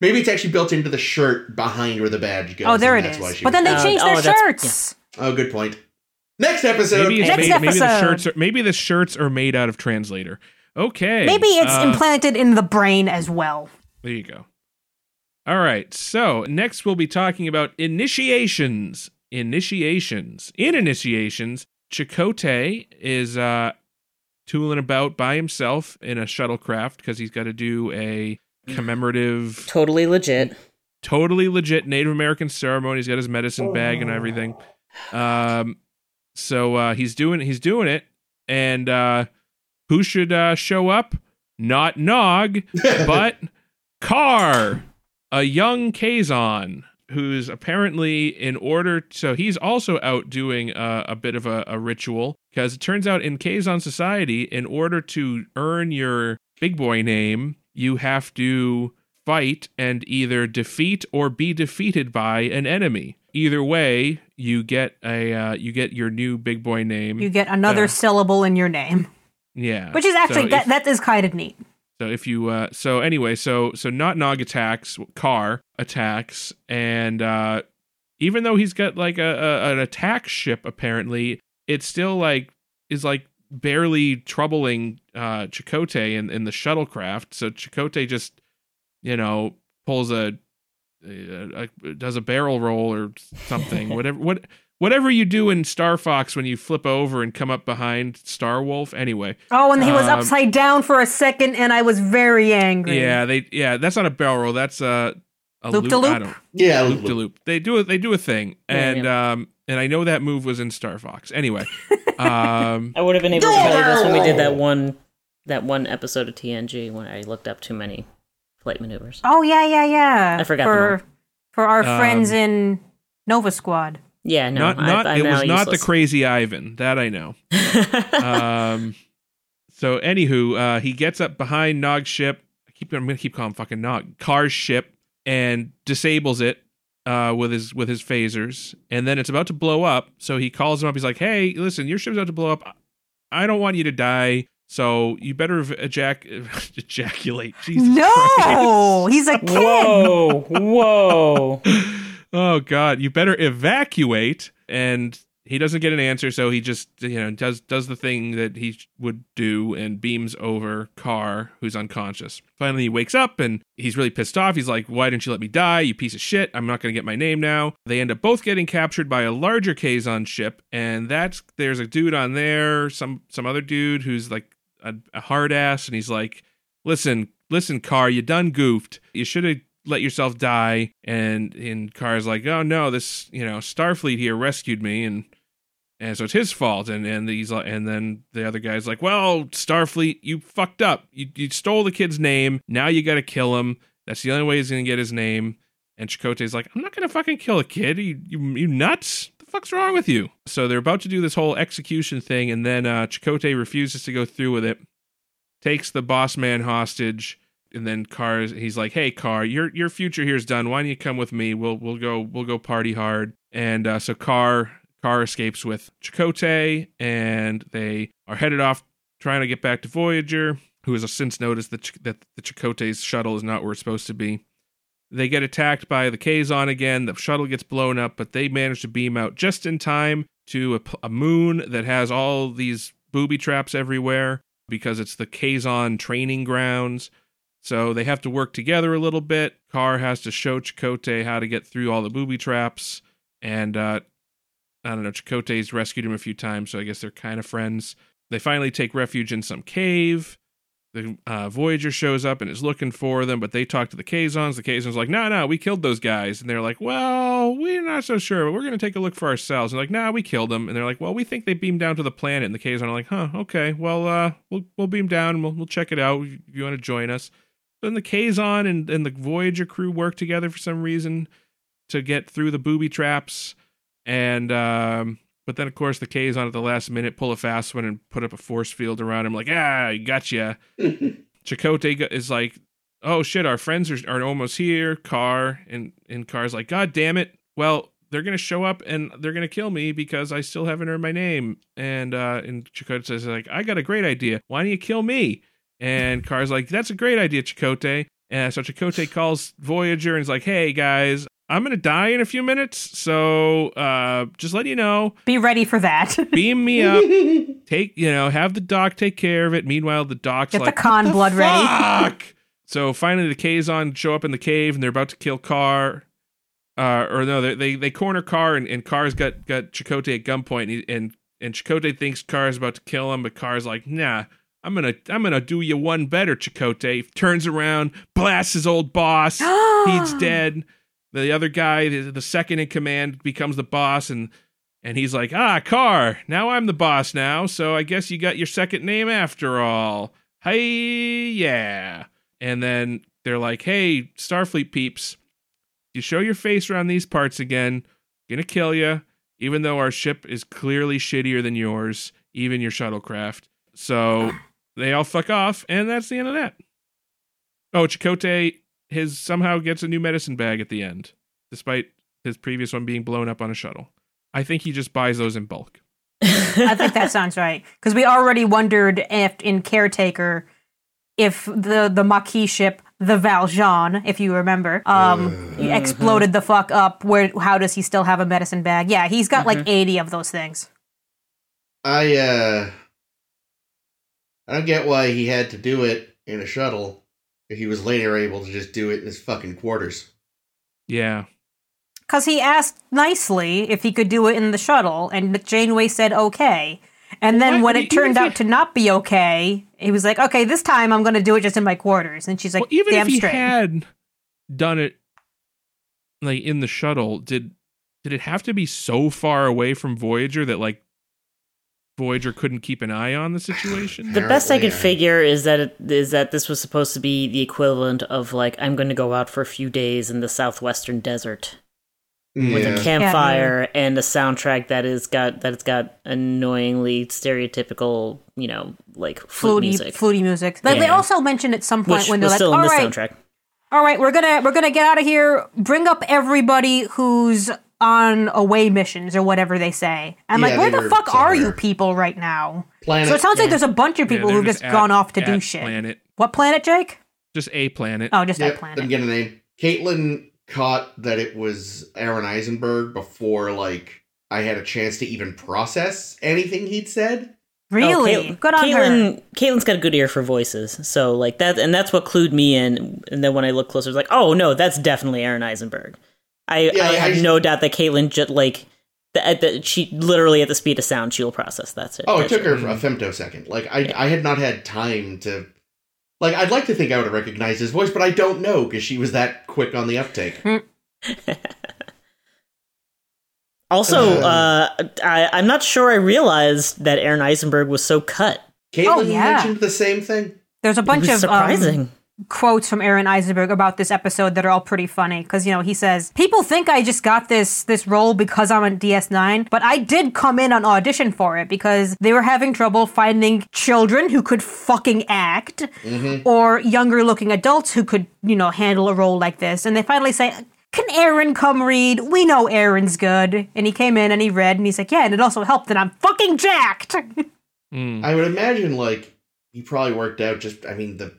S2: Maybe it's actually built into the shirt behind where the badge goes.
S3: Oh, there
S2: and
S3: it
S2: that's why
S3: is.
S2: she
S3: But
S2: was-
S3: then they
S4: Uh,
S3: changed
S4: oh,
S3: their
S4: that's-
S3: shirts.
S2: oh, good point. Next episode.
S1: maybe it's
S3: Next
S1: made, maybe the
S3: episode.
S1: shirts are maybe the shirts are made out of translator. Okay.
S3: Maybe it's
S1: Uh,
S3: implanted in the brain as well.
S1: There you go. All right. So next we'll be talking about initiations. Initiations. In initiations, Chakotay is uh tooling about by himself in a shuttlecraft because he's got to do a commemorative,
S4: Totally legit.
S1: totally legit Native American ceremony. He's got his medicine bag and everything. Um, so uh, he's doing he's doing it, and uh, who should uh, show up? Not Nog, but Carr, a young Kazon, who's apparently in order. So he's also out doing uh, a bit of a, a ritual because it turns out in Kazon society, in order to earn your big boy name, you have to fight and either defeat or be defeated by an enemy. Either way, you get a uh, you get your new big boy name.
S3: You get another
S1: Yeah.
S3: syllable in your name,
S1: yeah,
S3: which is actually
S1: So
S3: that
S1: if-
S3: that is kind of neat.
S1: so if you uh so anyway, so so not Nog attacks, Car attacks, and uh even though he's got like a, a an attack ship apparently, it's still like is like barely troubling uh Chakotay in, in the shuttlecraft. So Chakotay just you know pulls a, a, a does a barrel roll or something. whatever what whatever you do in Star Fox when you flip over and come up behind Star Wolf. Anyway,
S3: Oh, and he was
S1: Um,
S3: upside down for a second, and I was very angry.
S1: Yeah, they yeah, that's not a barrel roll. That's a, a loop,
S3: Loop-de-loop?
S1: I don't
S2: yeah,
S1: loop de loop. They do a, they do a thing,
S4: Yeah,
S1: and um, and I know that move was in Star Fox. Anyway, um,
S4: I would have been able to
S2: Yeah.
S4: tell you this when we did that one that one episode of TNG when I looked up too many flight maneuvers.
S3: Oh yeah, yeah, yeah.
S4: I forgot
S3: for for our
S1: Um,
S3: friends in Nova Squad.
S4: Yeah, no,
S1: not not
S4: I, I'm
S1: it
S4: now
S1: was not the
S4: useless.
S1: crazy Ivan that I know. Um, so anywho, uh, he gets up behind Nog's ship. I keep I'm gonna keep calling him fucking Nog Car's ship and disables it. Uh, with his with his phasers, and then it's about to blow up. So he calls him up. He's like, "Hey, listen, your ship's about to blow up. I don't want you to die, so you better ev- ejac- ejaculate. Jesus
S3: No, he's a kid.
S4: whoa, whoa.
S1: Christ. Oh God, you better evacuate. And he doesn't get an answer, so he just you know does does the thing that he sh- would do and beams over Carr, who's unconscious. Finally, he wakes up and he's really pissed off. He's like, "Why didn't you let me die? You piece of shit! I'm not going to get my name now." They end up both getting captured by a larger Kazon ship, and that's there's a dude on there, some some other dude who's like a, a hard ass, and he's like, listen, listen, Car, you done goofed. You should have let yourself die. And and Car's like, oh no, this you know Starfleet here rescued me, and and so it's his fault. And and he's like, and then the other guy's like, well, Starfleet, you fucked up. You you stole the kid's name. Now you got to kill him. That's the only way he's gonna get his name. And Chakotay's like, I'm not gonna fucking kill a kid. You you, you nuts. The fuck's wrong with you? So they're about to do this whole execution thing, and then uh, Chakotay refuses to go through with it takes the boss man hostage and then Carr he's like, "Hey Carr, your your future here's done. Why don't you come with me? We'll we'll go we'll go party hard." And uh, so Carr Carr escapes with Chakotay and they are headed off trying to get back to Voyager, who has since noticed that Ch- that the Chakotay's shuttle is not where it's supposed to be. They get attacked by the Kazon again. The shuttle gets blown up, but they manage to beam out just in time to a, pl- a moon that has all these booby traps everywhere because it's the Kazon training grounds. So they have to work together a little bit. Carr has to show Chakotay how to get through all the booby traps, and uh, I don't know. Chakotay's rescued him a few times, so I guess they're kind of friends. They finally take refuge in some cave. The uh, Voyager shows up and is looking for them, but they talk to the Kazons. The Kazons are like, "No, no, we killed those guys," and they're like, "Well, we're not so sure, but we're going to take a look for ourselves." And they're like, "No, nah, we killed them," and they're like, "Well, we think they beamed down to the planet." And the Kazon are like, "Huh, okay, well, uh, we'll we'll beam down and we'll we'll check it out if you want to join us." Then the Kazon and and the Voyager crew work together for some reason to get through the booby traps. And um, but then of course the K's on at the last minute pull a fast one and put up a force field around him, like ah, gotcha. Chakotay go- is like, oh shit, our friends are, are almost here. Car and and Car's like, god damn it. Well, they're gonna show up and they're gonna kill me because I still haven't earned my name. And uh, and Chakotay says like, I got a great idea. Why don't you kill me? And Car's like, that's a great idea, Chakotay. And so Chakotay calls Voyager and is like, hey guys, I'm gonna die in a few minutes, so uh, just let you know.
S3: Be ready for that.
S1: Beam me up. Take you know, have the doc take care of it. Meanwhile, the doc's
S3: Get
S1: like,
S3: the con
S1: "What
S3: blood ready."
S1: fuck?" So finally, the Kazon show up in the cave, and they're about to kill Carr. Uh, or no, they they, they corner Carr, and, and Carr's got got Chakotay at gunpoint, and he, and and Chakotay thinks Carr's about to kill him, but Carr's like, nah. I'm gonna, I'm gonna do you one better, Chakotay. Turns around, blasts his old boss.
S3: Ah.
S1: he's dead. The other guy, the, the second in command, becomes the boss, and and he's like, ah, Carr, now I'm the boss now, so I guess you got your second name after all. Hey, yeah. And then they're like, hey, Starfleet peeps, you show your face around these parts again, gonna kill you, even though our ship is clearly shittier than yours, even your shuttlecraft. So they all fuck off, and that's the end of that. Oh, Chakotay his somehow gets a new medicine bag at the end, despite his previous one being blown up on a shuttle. I think he just buys those in bulk.
S3: I think that sounds right because we already wondered if in caretaker if the the Maquis ship the Valjean, if you remember, um,
S2: Uh,
S3: exploded the fuck up. Where how does he still have a medicine bag? Yeah, he's got
S1: Mm-hmm.
S3: like eighty of those things.
S2: I uh I don't get why he had to do it in a shuttle if he was later able to just do it in his fucking quarters.
S1: Yeah.
S3: Because he asked nicely if he could do it in the shuttle, and Janeway said okay. And
S1: Why
S3: then when
S1: would
S3: it
S1: he- even
S3: turned
S1: if
S3: out to not be okay, he was like, "Okay, this time I'm going to do it just in my quarters." And she's like,
S1: well, even
S3: "Damn
S1: if he
S3: straight."
S1: had done it like in the shuttle, did did it have to be so far away from Voyager that like Voyager couldn't keep an eye on the situation?
S4: The best I could
S2: Apparently, I-
S4: figure is that it, is that this was supposed to be the equivalent of like I'm going to go out for a few days in the southwestern desert with a campfire and a soundtrack that is got that it's got annoyingly stereotypical, you know, like flute
S3: Fluty
S4: music,
S3: music. fluty music. Like they
S4: Yeah.
S3: also mentioned at some point
S4: which
S3: when they're
S4: was
S3: like,
S4: still
S3: "All
S4: in the
S3: right,
S4: soundtrack.
S3: all right, we're gonna we're gonna get out of here. Bring up everybody who's on away missions or whatever they say." I'm
S2: Yeah,
S3: like, "Where
S2: they
S3: the
S2: were
S3: fuck are you
S2: somewhere.
S3: people right now?"
S2: Planet.
S3: so it sounds like there's a bunch of
S1: Yeah,
S3: people
S1: they're
S3: who've just,
S1: at-
S3: gone off to do
S1: at
S3: shit.
S1: Planet,
S3: What planet, Jake?
S1: just a planet.
S3: Oh, just
S2: yep,
S3: that
S2: I'm
S3: planet.
S2: getting a name. Caitlin caught that it was Aaron Eisenberg before like I had a chance to even process anything he'd said.
S3: Really?
S4: Oh, Cait-
S3: Good on her.
S4: Caitlin, Caitlin's got a good ear for voices, so like that, and that's what clued me in. And then when I looked closer, I was like, "Oh no, that's definitely Aaron Eisenberg." I,
S2: Yeah,
S4: I
S2: I-
S4: have no doubt that Caitlin just like the, at the, she literally at the speed of sound, she'll process. That's it.
S2: Oh, it
S4: That's
S2: took her
S3: Mm-hmm.
S2: a femtosecond. Like I, I had not had time to. Like I'd like to think I would have recognized his voice, but I don't know because she was that quick on the uptake.
S3: Oh,
S4: Also,
S2: Uh,
S4: uh, I, I'm not sure I realized that Aaron Eisenberg was so cut.
S2: Caitlin
S3: Oh, yeah.
S2: mentioned the same thing.
S3: There's a
S4: it
S3: bunch
S4: was
S3: of
S4: surprising.
S3: um, quotes from Aaron Eisenberg about this episode that are all pretty funny because you know he says people think I just got this this role because I'm on DS9, but I did come in on audition for it because they were having trouble finding children who could fucking act or younger looking adults who could you know handle a role like this, and they finally say. Can Aaron come read? We know Aaron's good. And he came in and he read and he's like, Yeah, and it also helped that I'm fucking jacked.
S1: Mm.
S2: I would imagine like he probably worked out. Just I mean the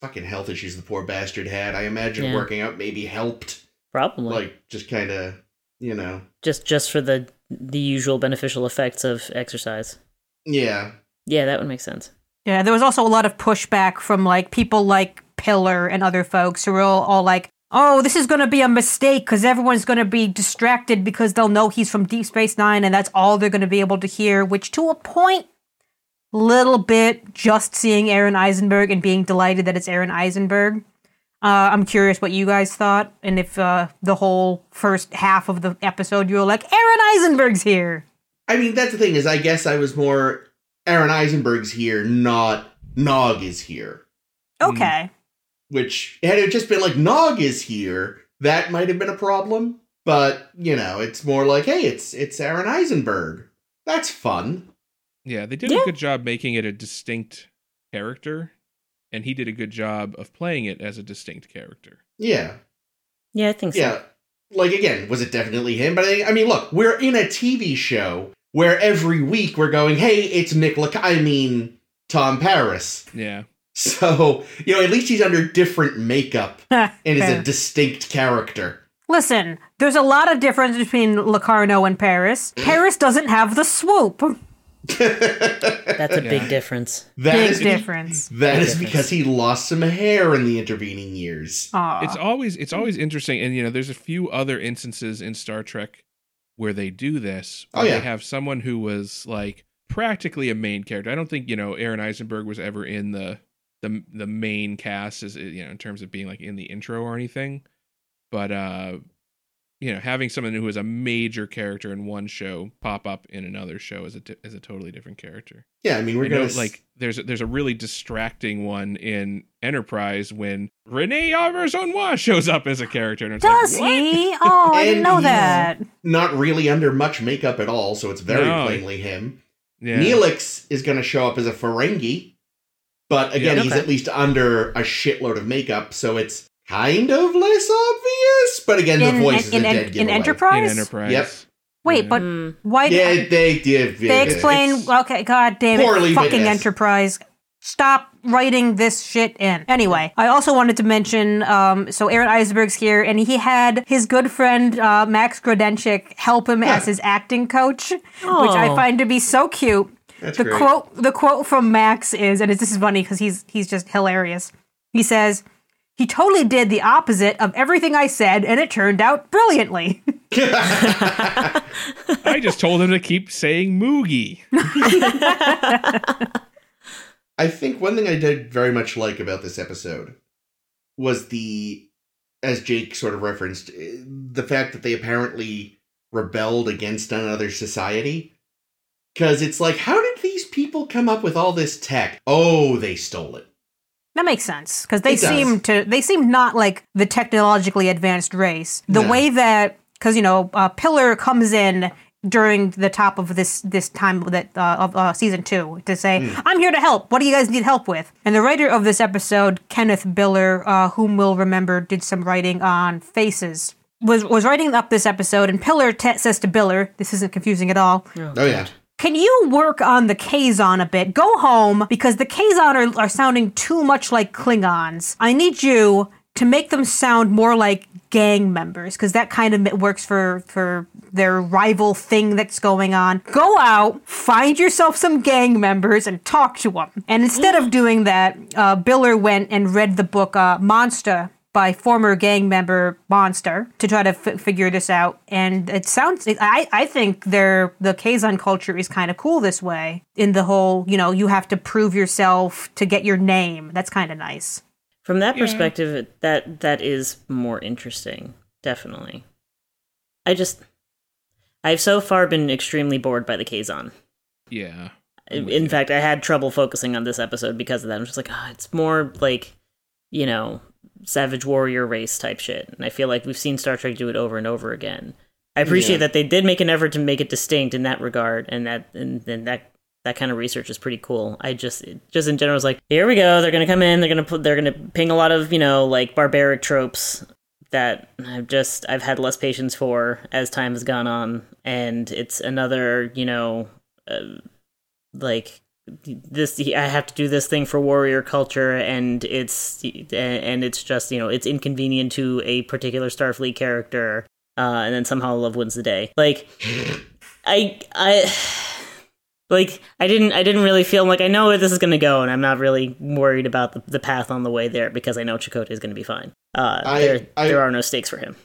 S2: fucking health issues the poor bastard had. I imagine
S4: Yeah.
S2: working out maybe helped.
S4: Probably
S2: Like just kind of you know
S4: just just for the the usual beneficial effects of exercise.
S2: Yeah.
S4: Yeah, that would make sense.
S3: Yeah, there was also a lot of pushback from like people like Pillar and other folks who were all, all like, "Oh, this is going to be a mistake because everyone's going to be distracted because they'll know he's from Deep Space Nine and that's all they're going to be able to hear." Which, to a point, little bit just seeing Aaron Eisenberg and being delighted that it's Aaron Eisenberg. Uh, I'm curious what you guys thought and if uh, the whole first half of the episode you were like, "Aaron Eisenberg's here."
S2: I mean, that's the thing is, I guess I was more Aaron Eisenberg's here, not Nog is here.
S1: Mm.
S3: Okay.
S2: Which had it just been like Nog is here, that might have been a problem. But you know, it's more like, hey, it's it's Aaron Eisenberg. That's fun.
S1: Yeah, they did
S4: Yeah.
S1: a good job making it a distinct character, and he did a good job of playing it as a distinct character.
S2: Yeah.
S4: Yeah, I think so.
S2: Yeah. Like again, was it definitely him? But I, I mean, look, we're in a TV show where every week we're going, "Hey, it's Nick Lac- I mean, Tom Paris."
S1: Yeah.
S2: So, you know, at least he's under different makeup and is
S3: Fair.
S2: a distinct character.
S3: Listen, there's a lot of difference between Locarno and Paris.
S2: Mm.
S3: Paris doesn't have the swoop.
S4: That's a
S1: Yeah.
S4: big difference.
S2: That
S3: Big
S2: is be-
S3: difference.
S2: That
S4: Big
S2: is
S4: difference.
S2: because he lost some hair in the intervening years.
S3: Aw.
S1: It's always
S2: hmm.
S1: it's always interesting and you know, there's a few other instances in Star Trek where they do this.
S2: Oh,
S1: where
S2: yeah.
S1: They have someone who was like practically a main character. I don't think, you know, Aaron Eisenberg was ever in the the the main cast as you know, in terms of being like in the intro or anything. But uh you know, having someone who is a major character in one show pop up in another show is a t- is a totally different character.
S2: Yeah, I mean, we're
S1: I
S2: gonna
S1: know,
S2: s-
S1: like there's there's a really distracting one in Enterprise when Renee Auberjonois shows up as a character, and it's
S3: Does
S1: like, what?
S3: he? Oh, I didn't
S2: And
S3: know
S2: he's-
S3: that.
S2: not really under much makeup at all, so it's very
S1: No.
S2: plainly him.
S1: Yeah.
S2: Neelix is going to show up as a Ferengi, but again,
S4: Yeah.
S2: he's
S4: Okay.
S2: at least under a shitload of makeup, so it's kind of less obvious. But again,
S3: In,
S2: the voice is
S3: in,
S2: a
S3: in,
S2: dead
S3: in
S1: in
S2: giveaway.
S3: Enterprise?
S1: Enterprise.
S2: Yep.
S3: Wait,
S1: Yeah.
S3: but
S4: Mm.
S3: why?
S2: Yeah, they did.
S3: they explain. Okay, god damn it.
S2: Poorly, but
S3: fucking
S2: yes.
S3: Enterprise. Stop writing this shit in. Anyway, I also wanted to mention um, so Aaron Eisberg's here, and he had his good friend uh, Max Grodenchik help him as his acting coach, which I
S4: Aw.
S3: find to be so cute.
S2: That's
S3: the
S2: great.
S3: quote the quote from Max is, and this is funny because he's he's just hilarious. He says, "He totally did the opposite of everything I said, and it turned out brilliantly."
S1: I just told him to keep saying Moogie.
S2: I think one thing I did very much like about this episode was the, as Jake sort of referenced, eh, the fact that they apparently rebelled against another society. Because it's like, how did these people come up with all this tech? Oh, they stole it.
S3: that makes sense because they
S2: It does.
S3: seem to they seem not like the technologically advanced race. The
S2: No.
S3: way that because you know uh, Pillar comes in during the top of this this time that uh, of uh, season two to say,
S2: Hmm.
S3: "I'm here to help. What do you guys need help with?" And the writer of this episode, Kenneth Biller, uh, whom we'll remember, did some writing on Faces. Was, was writing up this episode, and Pillar te- says to Biller, "This isn't confusing at all.
S2: Oh, yeah.
S3: Can you work on the Kazon a bit? Go home because the Kazon are, are sounding too much like Klingons. I need you to make them sound more like gang members because that kind of works for for their rival thing that's going on. Go out, find yourself some gang members, and talk to them. And instead of doing that, uh, Biller went and read the book uh, Monster by former gang member Monster to try to f- figure this out. And it sounds, I, I think their the Kazon culture is kind of cool this way. In the whole, you know, you have to prove yourself to get your name. That's kind of nice.
S4: From that perspective, it- that that is more interesting, definitely. I just, I've so far been extremely bored by the Kazon.
S1: Yeah. I'm with
S4: In
S1: you.
S4: fact, I had trouble focusing on this episode because of that. I'm just like, ah, it's more like, you know, Savage Warrior race type shit. And I feel like we've seen Star Trek do it over and over again. I appreciate
S2: Yeah.
S4: that they did make an effort to make it distinct in that regard, and that and, and that that kind of research is pretty cool. I just it- just in general was like, here we go. They're gonna come in. They're gonna put. They're gonna ping a lot of you know like barbaric tropes that I've just I've had less patience for as time has gone on, and it's another you know uh, like this I have to do this thing for warrior culture, and it's and it's just you know it's inconvenient to a particular Starfleet character, uh, and then somehow love wins the day. Like I I like I didn't I didn't really feel like I know where this is going to go, and I'm not really worried about the, the path on the way there because I know Chakotay is going to be fine. Uh,
S2: I-
S4: there
S2: I-
S4: there are no stakes for him.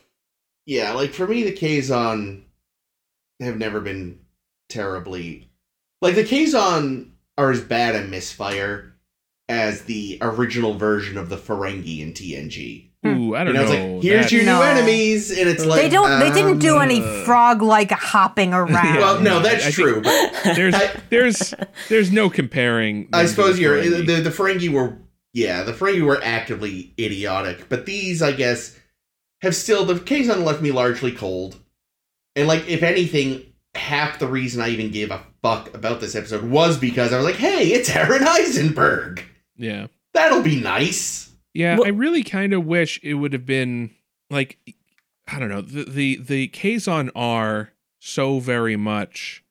S2: Yeah, like for me, the Kazon have never been terribly. Like the Kazon are as bad a misfire as the original version of the Ferengi in TNG.
S3: Hmm.
S1: Ooh, I
S2: You
S1: don't
S2: know, it's
S1: know.
S2: like here's your
S3: No.
S2: new enemies, and it's like
S3: they don't. They didn't do any
S2: uh,
S3: frog-like hopping around.
S2: Well, no, that's
S1: I think-
S2: true. but
S1: there's
S2: I-
S1: there's there's no comparing.
S2: I
S1: them to
S2: suppose
S1: the
S2: you're
S1: Ferengi.
S2: the the Ferengi were yeah the Ferengi were actively idiotic, but these I guess have still the Kazon left me largely cold, and like if anything, half the reason I even gave a fuck about this episode was because I was like, hey, it's Aaron Eisenberg,
S1: yeah.
S2: that'll be nice.
S1: Yeah,
S4: Well-
S1: I really kind of wish it would have been like I don't know. The the the Kazon are so very much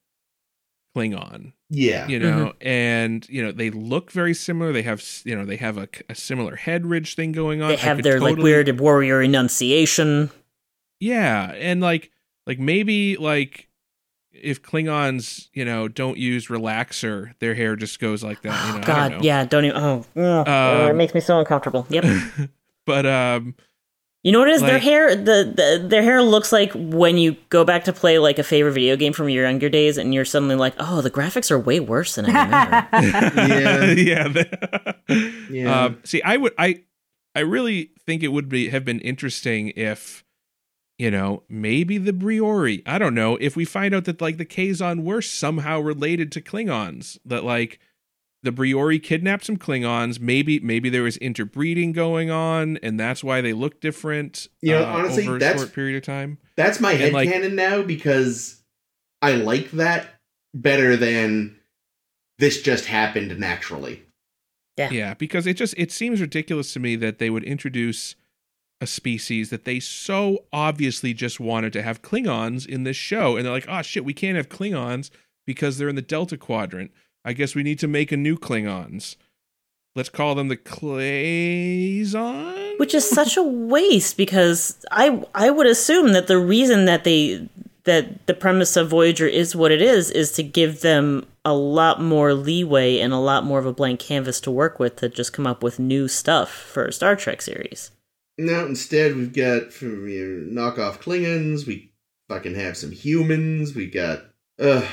S1: Klingon,
S2: Yeah,
S1: you
S4: Mm-hmm.
S1: know, and you know they look very similar. They have s- you know they have a, c- a similar head ridge thing going on.
S4: They
S1: I
S4: have
S1: could
S4: their like
S1: totally-
S4: weird warrior enunciation.
S1: yeah, and like like maybe like if Klingons you know don't use relaxer, their hair just goes like that. You know, I
S4: Oh,
S1: don't know.
S4: God, yeah, don't even. Oh, ugh,
S1: Um,
S4: it makes me so uncomfortable. Yep.
S1: But um,
S4: You know what it is? their
S1: Like-
S4: hair, the, the their hair looks like when you go back to play like a favorite video game from your younger days, and you're suddenly like, oh, the graphics are way worse than I remember.
S2: Yeah.
S1: yeah. the-
S2: Yeah.
S1: Um, see, I would, I, I really think it would be have been interesting if, you know, maybe the Briori. I don't know if we find out that like the Kazon were somehow related to Klingons. That like the Briori kidnapped some Klingons. Maybe, maybe there was interbreeding going on, and that's why they look different. uh,
S2: You know, honestly,
S1: over a
S2: that's-
S1: short period of time.
S2: that's my
S1: And,
S2: headcanon
S1: like-
S2: now because I like that better than this just happened naturally.
S1: Yeah, because it just it seems ridiculous to me that they would introduce a species that they so obviously just wanted to have Klingons in this show, and they're like, "Oh shit, we can't have Klingons because they're in the Delta Quadrant. I guess we need to make a new Klingons. Let's call them the Clazon."
S4: Which is such a waste because I I would assume that the reason that they that the premise of Voyager is what it is is to give them a lot more leeway and a lot more of a blank canvas to work with to just come up with new stuff for a Star Trek series.
S2: No, instead we've got from your knockoff Klingons. We fucking have some humans. We got uh,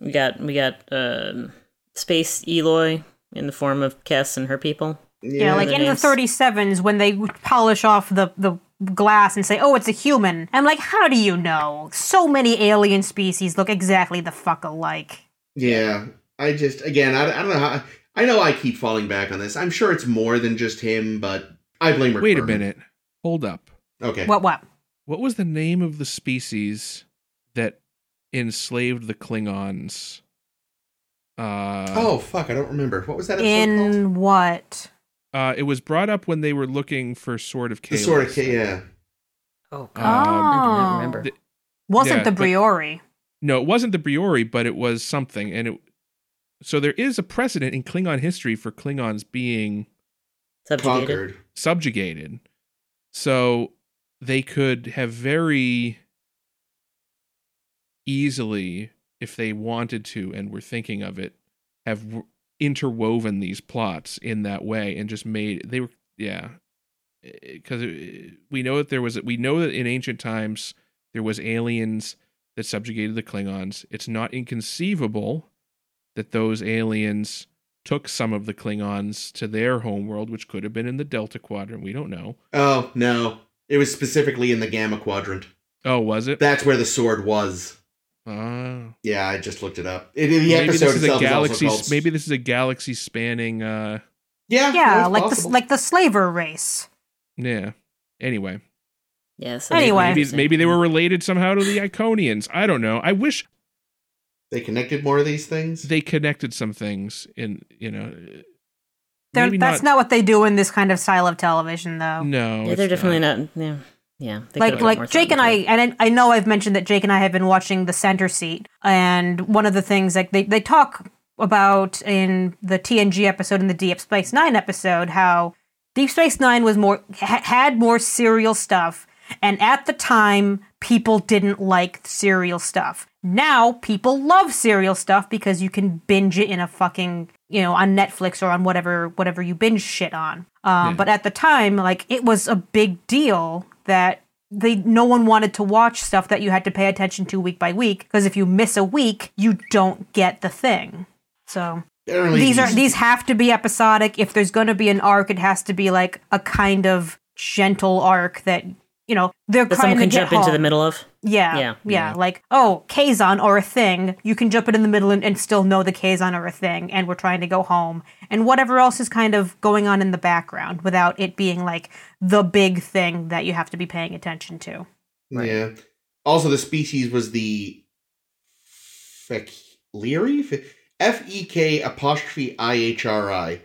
S4: We got we got um space Eloy in the form of Kess and her people.
S2: yeah,
S3: Yeah, like
S4: the
S3: in the
S4: names.
S3: 37s when they polish off the, the glass and say, oh, it's a human. I'm like, how do you know? So many alien species look exactly the fuck alike.
S2: yeah. I just again, I, I don't know how. I know I keep falling back on this. I'm sure it's more than just him, but I blame. Rick
S1: Wait a
S2: Berman.
S1: minute, hold up.
S2: Okay.
S3: What, what?
S1: What was the name of the species that enslaved the Klingons? Uh,
S2: oh fuck! I don't remember. What was that episode called?
S3: In what?
S1: uh, it was brought up when they were looking for Sword of
S2: The
S1: Chaos.
S2: sort of ca- yeah.
S4: Oh
S1: God. Um,
S4: I do
S3: Oh.
S4: not remember.
S1: th-
S3: Wasn't
S1: Yeah,
S3: the
S1: but-
S3: Briori.
S1: No, it wasn't the Briori, but it was something. And it so there is a precedent in Klingon history for Klingons being
S4: Subjugated.
S2: Conquered.
S1: subjugated. So they could have very easily, if they wanted to and were thinking of it, have w- interwoven these plots in that way and just made they were yeah because uh, we know that there was we know that in ancient times there was aliens that subjugated the klingons it's not inconceivable that those aliens took some of the Klingons to their homeworld, which could have been in the Delta Quadrant. We don't know.
S2: Oh no! It was specifically in the Gamma Quadrant.
S1: Oh, was it?
S2: That's where the sword was.
S1: Ah.
S2: Yeah, I just looked it up. It, the
S1: maybe
S2: episode
S1: this is a
S2: itself is also
S1: galaxy.
S2: called-
S1: Maybe this is a galaxy spanning. uh
S2: Yeah, no,
S3: Yeah,
S2: it's
S3: like the,
S2: possible.
S3: like the slaver race.
S1: Yeah. Anyway,
S4: Yeah, so
S3: Anyway.
S4: they-
S1: maybe maybe they were related somehow to the Iconians. I don't know. I wish
S2: they connected more of these things.
S1: they connected some things in. You know, uh,
S3: They're-
S1: maybe Mm,
S3: That's not. what they do in this kind of style of television, though.
S1: No,
S4: Yeah, they're
S1: it's
S4: definitely not. yeah, yeah. they
S3: like
S4: could've put more
S3: like
S4: thought
S3: Jake and I
S4: into it.
S3: and I I know I've mentioned that Jake and I have been watching The Center Seat, and one of the things like they they talk about in the TNG episode and the Deep Space Nine episode how Deep Space Nine was more ha- had more serial stuff, and at the time people didn't like serial stuff. Now people love serial stuff because you can binge it in a fucking you know on Netflix or on whatever whatever you binge shit on. Um,
S1: Yeah.
S3: But at the time, like it was a big deal that they no one wanted to watch stuff that you had to pay attention to week by week because if you miss a week, you don't get the thing. So
S2: Apparently
S3: these are
S2: he's-
S3: these have to be episodic. If there's going to be an arc, it has to be like a kind of gentle arc that you know they're
S4: that
S3: trying
S4: someone
S3: to
S4: can
S3: get
S4: jump into
S3: home.
S4: the middle of.
S3: Yeah,
S4: Yeah,
S3: yeah, Like oh, Kazon or a thing. You can jump it in the middle and, and still know the Kazon or a thing, and we're trying to go home and whatever else is kind of going on in the background without it being like the big thing that you have to be paying attention to.
S2: Yeah. Also, the species was the Fekleri? F E K apostrophe I H R I.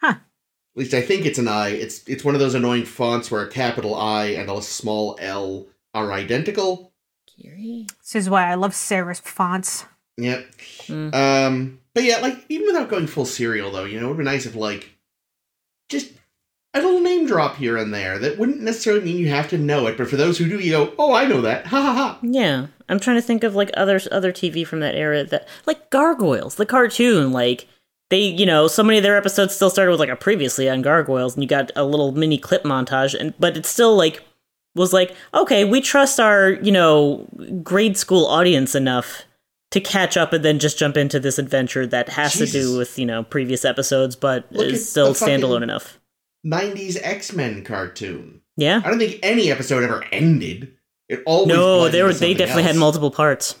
S3: Huh.
S2: At least I think it's an I. It's it's one of those annoying fonts where a capital I and a small L are identical.
S3: This is why I love Sarah's fonts.
S2: Yep.
S3: Hmm.
S4: Mm.
S2: Um. But yeah, like even without going full serial, though, you know, it would be nice if like just a little name drop here and there. That wouldn't necessarily mean you have to know it, but for those who do, you go, oh, I know that. Ha ha ha.
S4: Yeah, I'm trying to think of like other other TV from that era that like Gargoyles, the cartoon. Like they, you know, so many of their episodes still started with like a previously on Gargoyles, and you got a little mini clip montage, and but it's still like was like okay, we trust our you know grade school audience enough to catch up and then just jump into this adventure that has to
S2: Jesus.
S4: do with you know previous episodes, but
S2: Look at
S4: is still
S2: the fucking-
S4: standalone enough.
S2: 90s X-Men cartoon.
S4: Yeah.
S2: I don't think any episode ever ended. It always
S4: No,
S2: bled
S4: they
S2: into
S4: were they
S2: something
S4: definitely had
S2: else,
S4: multiple parts.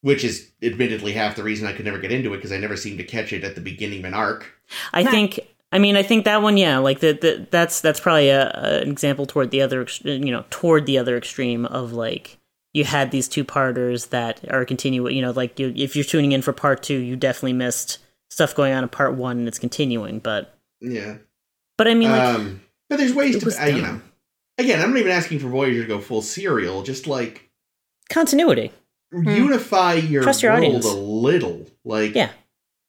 S2: which is admittedly half the reason I could never get into it because I never seemed to catch it at the beginning of an arc.
S4: I
S3: Nah.
S4: think. I mean, I think that one. Yeah, like the, the that's that's probably a, a, an example toward the other. ex- You know, toward the other extreme of like you had these two parters that are continuing. You know, like you, if you're tuning in for part two, you definitely missed stuff going on in part one, and it's continuing. But
S2: Yeah,
S4: but I mean, like
S2: um, but there's ways
S4: it
S2: to
S4: was
S2: uh, you know.
S4: dumb.
S2: Again, I'm not even asking for Voyager to go full serial. Just like
S4: continuity.
S2: unify your
S4: Hmm. Trust your
S2: world
S4: audience.
S2: a little. Like
S4: Yeah.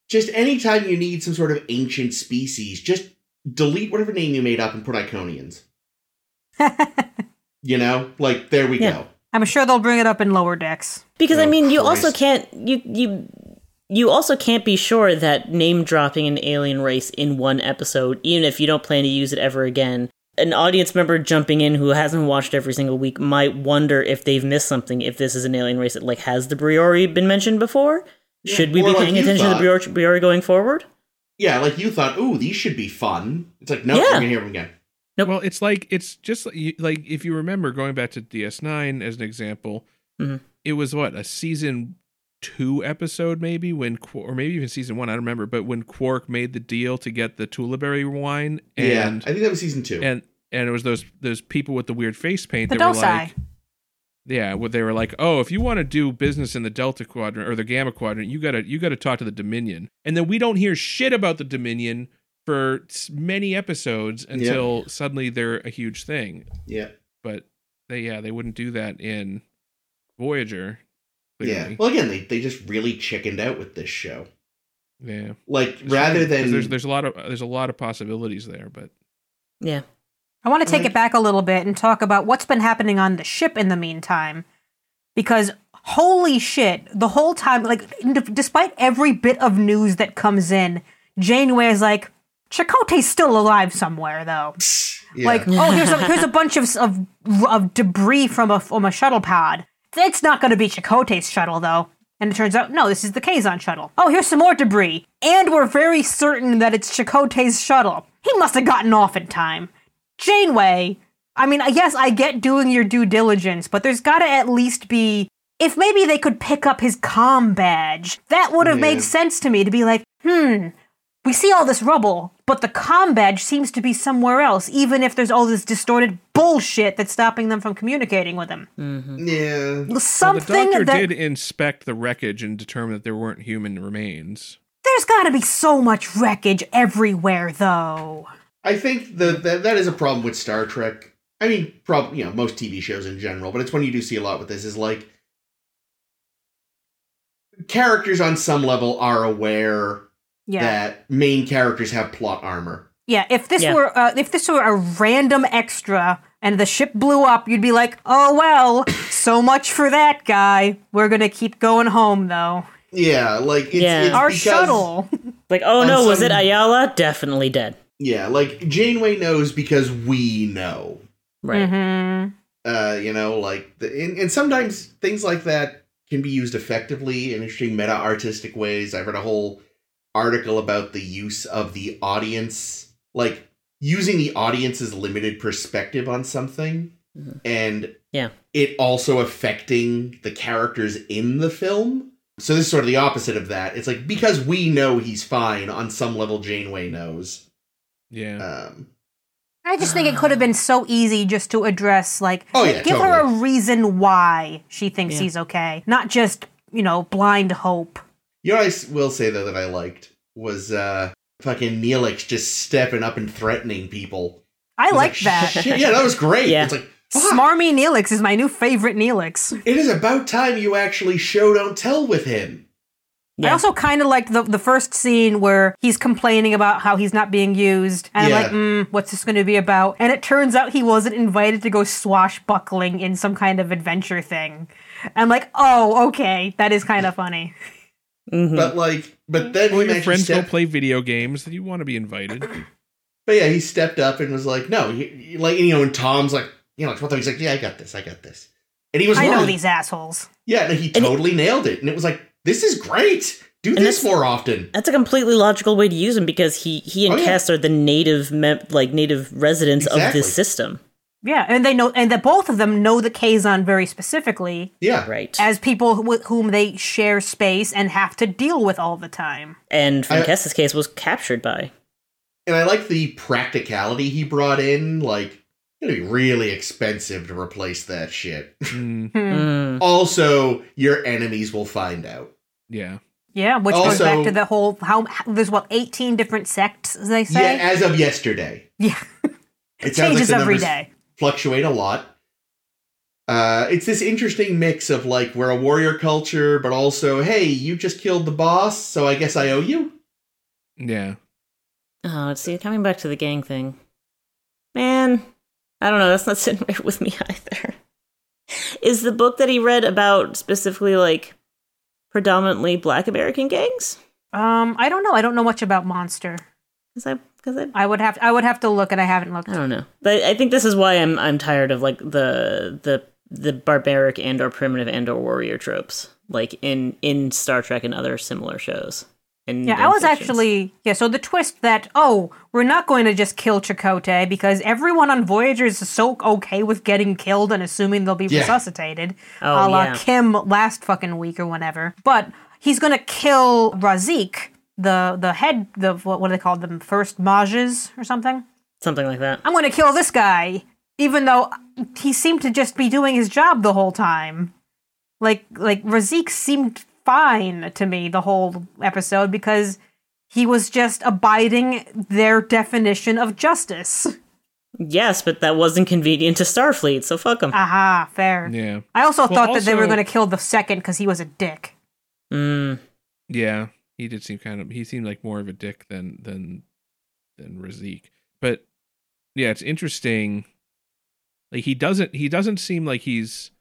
S2: just anytime you need some sort of ancient species, just delete whatever name you made up and put Iconians. You know, like there we
S4: Yeah.
S2: go.
S3: I'm sure they'll bring it up in lower decks.
S4: because I
S2: Oh,
S4: mean, you also
S2: Christ.
S4: can't you you you also can't be sure that name dropping an alien race in one episode, even if you don't plan to use it ever again. An audience member jumping in who hasn't watched every single week might wonder if they've missed something. If this is an alien race, that, like has the Briori been mentioned before?
S2: Yeah,
S4: Should we
S2: or
S4: be
S2: like
S4: paying
S2: you
S4: attention
S2: thought.
S4: to the Briori, Briori going forward?
S2: Yeah, like you thought, ooh, these should be fun. It's like, no,
S4: Yeah.
S2: we're gonna hear them again.
S4: Nope.
S1: Well, it's like it's just like, you, like if you remember going back to DS9 as an example,
S4: Mhm.
S1: it was what a season two episode maybe when Qu- or maybe even season one I don't remember, but when Quark made the deal to get the Tuliberry wine and
S2: yeah, I think that was season two.
S1: and and it was those those people with the weird face paint
S3: The
S1: that were
S3: Dosai.
S1: like yeah well, they were like oh if you want to do business in the delta quadrant or the gamma quadrant you gotta you gotta talk to the dominion and then we don't hear shit about the dominion for s- many episodes until suddenly they're a huge thing
S2: yeah,
S1: but they yeah they wouldn't do that in voyager
S2: yeah.
S1: clearly.
S2: Well, again, they they just really chickened out with this show.
S1: yeah
S2: Like
S1: It's
S2: rather
S1: weird, 'cause
S2: than
S1: there's there's a lot of there's a lot of possibilities there but
S4: Yeah.
S3: I want to take
S2: Like-
S3: it back a little bit and talk about what's been happening on the ship in the meantime. Because holy shit, the whole time, like, d- despite every bit of news that comes in, Janeway is like, Chakotay's still alive somewhere, though.
S2: yeah.
S3: Like, oh, here's a, here's a bunch of, s- of of debris from a from a shuttle pod. It's not going to be Chakotay's shuttle though. And it turns out, no, this is the Kazon shuttle. Oh, here's some more debris, and we're very certain that it's Chakotay's shuttle. He must have gotten off in time. Janeway. I mean, I guess I get doing your due diligence, but there's got to at least be. If maybe they could pick up his com badge, that would have
S2: Yeah.
S3: made sense to me to be like, hmm, we see all this rubble, but the com badge seems to be somewhere else, even if there's all this distorted bullshit that's stopping them from communicating with him.
S2: Mm-hmm. yeah,
S1: Well, the
S3: Something
S1: doctor
S3: that
S1: did inspect the wreckage and determine that there weren't human remains
S3: there's got to be so much wreckage everywhere, though.
S2: I think the, that that is a problem with Star Trek. I mean, prob you know most TV shows in general, but it's one you do see a lot with this is like characters on some level are aware
S3: Yeah,
S2: that main characters have plot armor.
S3: yeah. If this
S4: Yeah.
S3: were uh, if this were a random extra and the ship blew up, you'd be like, oh well, so much for that guy. We're gonna keep going home though.
S2: Yeah, like it's,
S4: Yeah.
S2: it's
S3: Our
S2: because-
S3: shuttle.
S4: Like, oh no, was
S2: some-
S4: it Ayala? Definitely dead.
S2: Yeah, like Janeway knows because we know.
S4: Right.
S3: Mhm.
S2: Uh, you know, like the, and, and sometimes things like that can be used effectively in interesting meta artistic ways. I've read a whole article about the use of the audience, like using the audience's limited perspective on something,
S3: Mm-hmm.
S4: Mhm.
S2: and
S4: Yeah.
S2: it also affecting the characters in the film. So this is sort of the opposite of that. It's like because we know he's fine on some level, Janeway knows.
S1: Yeah.
S2: Um,
S3: I just think it could have been so easy just to address like
S2: Oh, yeah,
S3: give her a
S2: totally.
S3: reason why she thinks
S4: Yeah.
S3: he's okay. Not just, you know, blind hope.
S2: You know what I s- will say though that I liked was uh fucking Neelix just stepping up and threatening people.
S3: I
S2: was
S3: like that.
S2: "Shit, yeah, that was great.
S4: Yeah.
S2: It's like fuck,
S3: Smarmy Neelix is my new favorite Neelix.
S2: it is about time you actually show don't tell with him.
S4: Yeah.
S3: I also kind of liked the the first scene where he's complaining about how he's not being used, and
S2: Yeah.
S3: I'm like, mm, what's this going to be about? And it turns out he wasn't invited to go swashbuckling in some kind of adventure thing. I'm like, oh, okay, that is kind of funny.
S4: Mhm.
S2: But like but then
S1: Well,
S2: he
S1: Hmm. your
S2: actually
S1: friends go
S2: stepped,
S1: play video games. You want to be invited.
S2: But yeah, he stepped up and was like, "No, he, he- like you know." And Tom's like, "You know, what the?" He's like, "Yeah, I got this. I got this." And he was
S3: I
S2: right.
S3: know these assholes.
S2: Yeah, and he
S4: And it-
S2: totally nailed it. And it was like, "This is great. Do
S4: And
S2: this
S4: that's-
S2: more often."
S4: That's a completely logical way to use him because he he and
S2: Oh, yeah.
S4: Cass are the native mem- like native residents of
S2: Exactly.
S4: this system,
S3: Yeah, and they know, and that both of them know the Kazon very specifically
S2: Yeah,
S4: right?
S3: as people who- with whom they share space and have to deal with all the time.
S4: and from
S2: I-
S4: Cass's case, was captured by.
S2: and I like the practicality he brought in. Like, it'd be really expensive to replace that shit.
S1: Mm,
S3: Hmm.
S4: Mm.
S2: also, your enemies will find out.
S1: yeah.
S3: Yeah, which goes
S2: Also-
S3: back to the whole how there's what 18 different sects as they say.
S2: Yeah, as of yesterday,
S3: Yeah.
S2: it sounds
S3: changes
S2: like the
S3: every
S2: numbers
S3: day.
S2: fluctuate a lot. Uh, it's this interesting mix of like we're a warrior culture, but also hey, you just killed the boss, so I guess I owe you.
S1: Yeah.
S4: Oh, see, coming back to the gang thing, man, I don't know. That's not sitting right with me either. Is the book that he read about specifically like predominantly Black American gangs?
S3: Um, I don't know. I don't know much about Monster.
S4: Because I because I
S3: I would have I would have to look, and I haven't looked.
S4: I don't know. But I think this is why I'm I'm tired of like the the the barbaric and or primitive and or warrior tropes like in in Star Trek and other similar shows. And
S3: Yeah,
S4: and
S3: I was
S4: fictions.
S3: actually yeah. So the twist that oh, we're not going to just kill Chakotay because everyone on Voyager is so okay with getting killed and assuming they'll be
S2: Yeah.
S3: resuscitated,
S4: Oh,
S3: a la
S4: yeah.
S3: Kim last fucking week or whenever. But he's gonna kill Razik, the the head, the what, what do they call them? First Mages or something.
S4: something like that.
S3: I'm going to kill this guy, even though he seemed to just be doing his job the whole time. Like, like Razik seemed fine to me the whole episode because he was just abiding their definition of justice.
S4: Yes, but that wasn't convenient to Starfleet, so fuck them.
S3: Aha, fair.
S1: Yeah.
S3: I also
S1: Well,
S3: thought that they were
S1: also-
S3: going to kill the second because he was a dick.
S4: Mm,
S1: Yeah, he did seem kind of he seemed like more of a dick than than than Razik. But yeah, it's interesting. Like he doesn't he doesn't seem like he's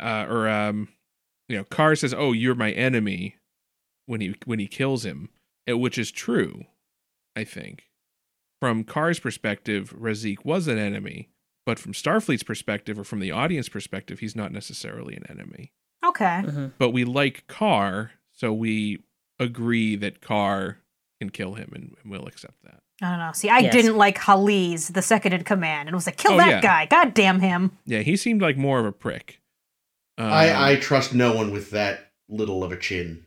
S1: uh, or um you know Carr says, "Oh, you're my enemy," when he when he kills him, eh, which is true, I think. From Carr's perspective, Razik was an enemy, but from Starfleet's perspective or from the audience perspective, he's not necessarily an enemy
S3: Okay.
S4: mhm.
S1: but we like Carr, so we agree that Carr can kill him, and, and we'll accept that.
S3: I don't know. See, I
S4: Yes.
S3: didn't like Haliz, the second in command, and was like, kill
S1: Oh,
S3: that
S1: yeah.
S3: guy. God damn him.
S1: Yeah, he seemed like more of a prick. Um,
S2: I I trust no one with that little of a chin.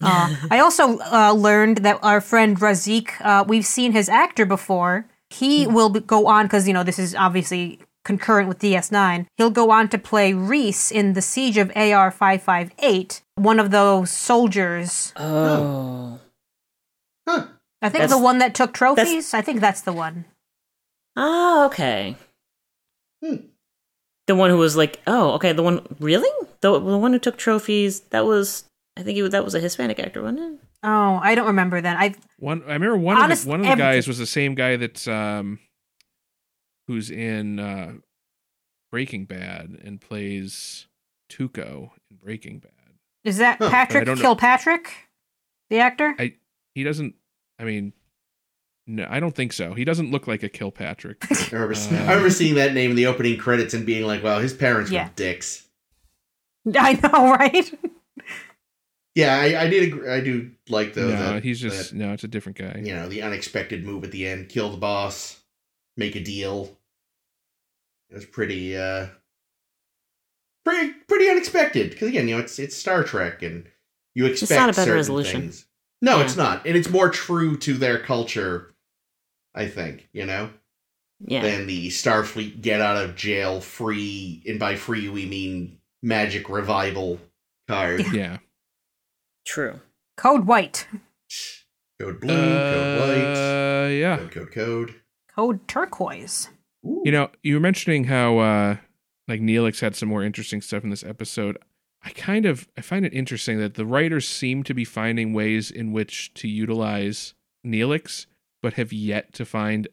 S3: Uh, I also uh, learned that our friend Razik, uh, we've seen his actor before. He will be- go on because you know this is obviously concurrent with DS9. He'll go on to play Reese in the Siege of AR five five eight, one of those soldiers.
S4: Oh.
S2: Huh.
S3: I think
S4: That's-
S3: the one that took trophies. I think that's the one.
S4: Ah, okay.
S2: Hmm.
S4: The one who was like, oh, okay, the one really? The the one who took trophies, that was I think he, was- that was a Hispanic actor, wasn't
S3: Oh, I don't remember then. I
S1: one. I remember one of
S3: Honest-
S1: the, one of the
S3: everything.
S1: guys was the same guy that's um, who's in uh, Breaking Bad and plays Tuco in Breaking Bad.
S3: Is that
S2: Huh,
S1: I
S3: Patrick
S1: don't know.
S3: Kilpatrick, the actor?
S1: I- He doesn't. I mean, no, I don't think so. He doesn't look like a Kilpatrick.
S2: I remember,
S1: Uh.
S2: I remember seeing that name in the opening credits and being like, "Wow, his parents
S3: Yeah.
S2: were dicks."
S3: I know, right?
S2: Yeah, I, I did. Agree, I do like though.
S1: no,
S2: that,
S1: he's just
S2: that,
S1: no. It's a different guy.
S2: you know the unexpected move at the end, kill the boss, make a deal. It was pretty, uh pretty, pretty unexpected because again, you know, it's it's Star Trek and you expect
S4: not a better
S2: certain
S4: resolution.
S2: things. No,
S4: Yeah.
S2: it's not, and it's more true to their culture. I think you know.
S4: Yeah.
S2: than the Starfleet get out of jail free, and by free we mean magic revival card.
S1: Yeah.
S4: True.
S3: Code White,
S2: Code blue, code
S1: Uh, yeah.
S2: white, code, code, code.
S3: Code Turquoise.
S2: Ooh.
S1: You know, you were mentioning how uh like Neelix had some more interesting stuff in this episode. I kind of I find it interesting that the writers seem to be finding ways in which to utilize Neelix, but have yet to find,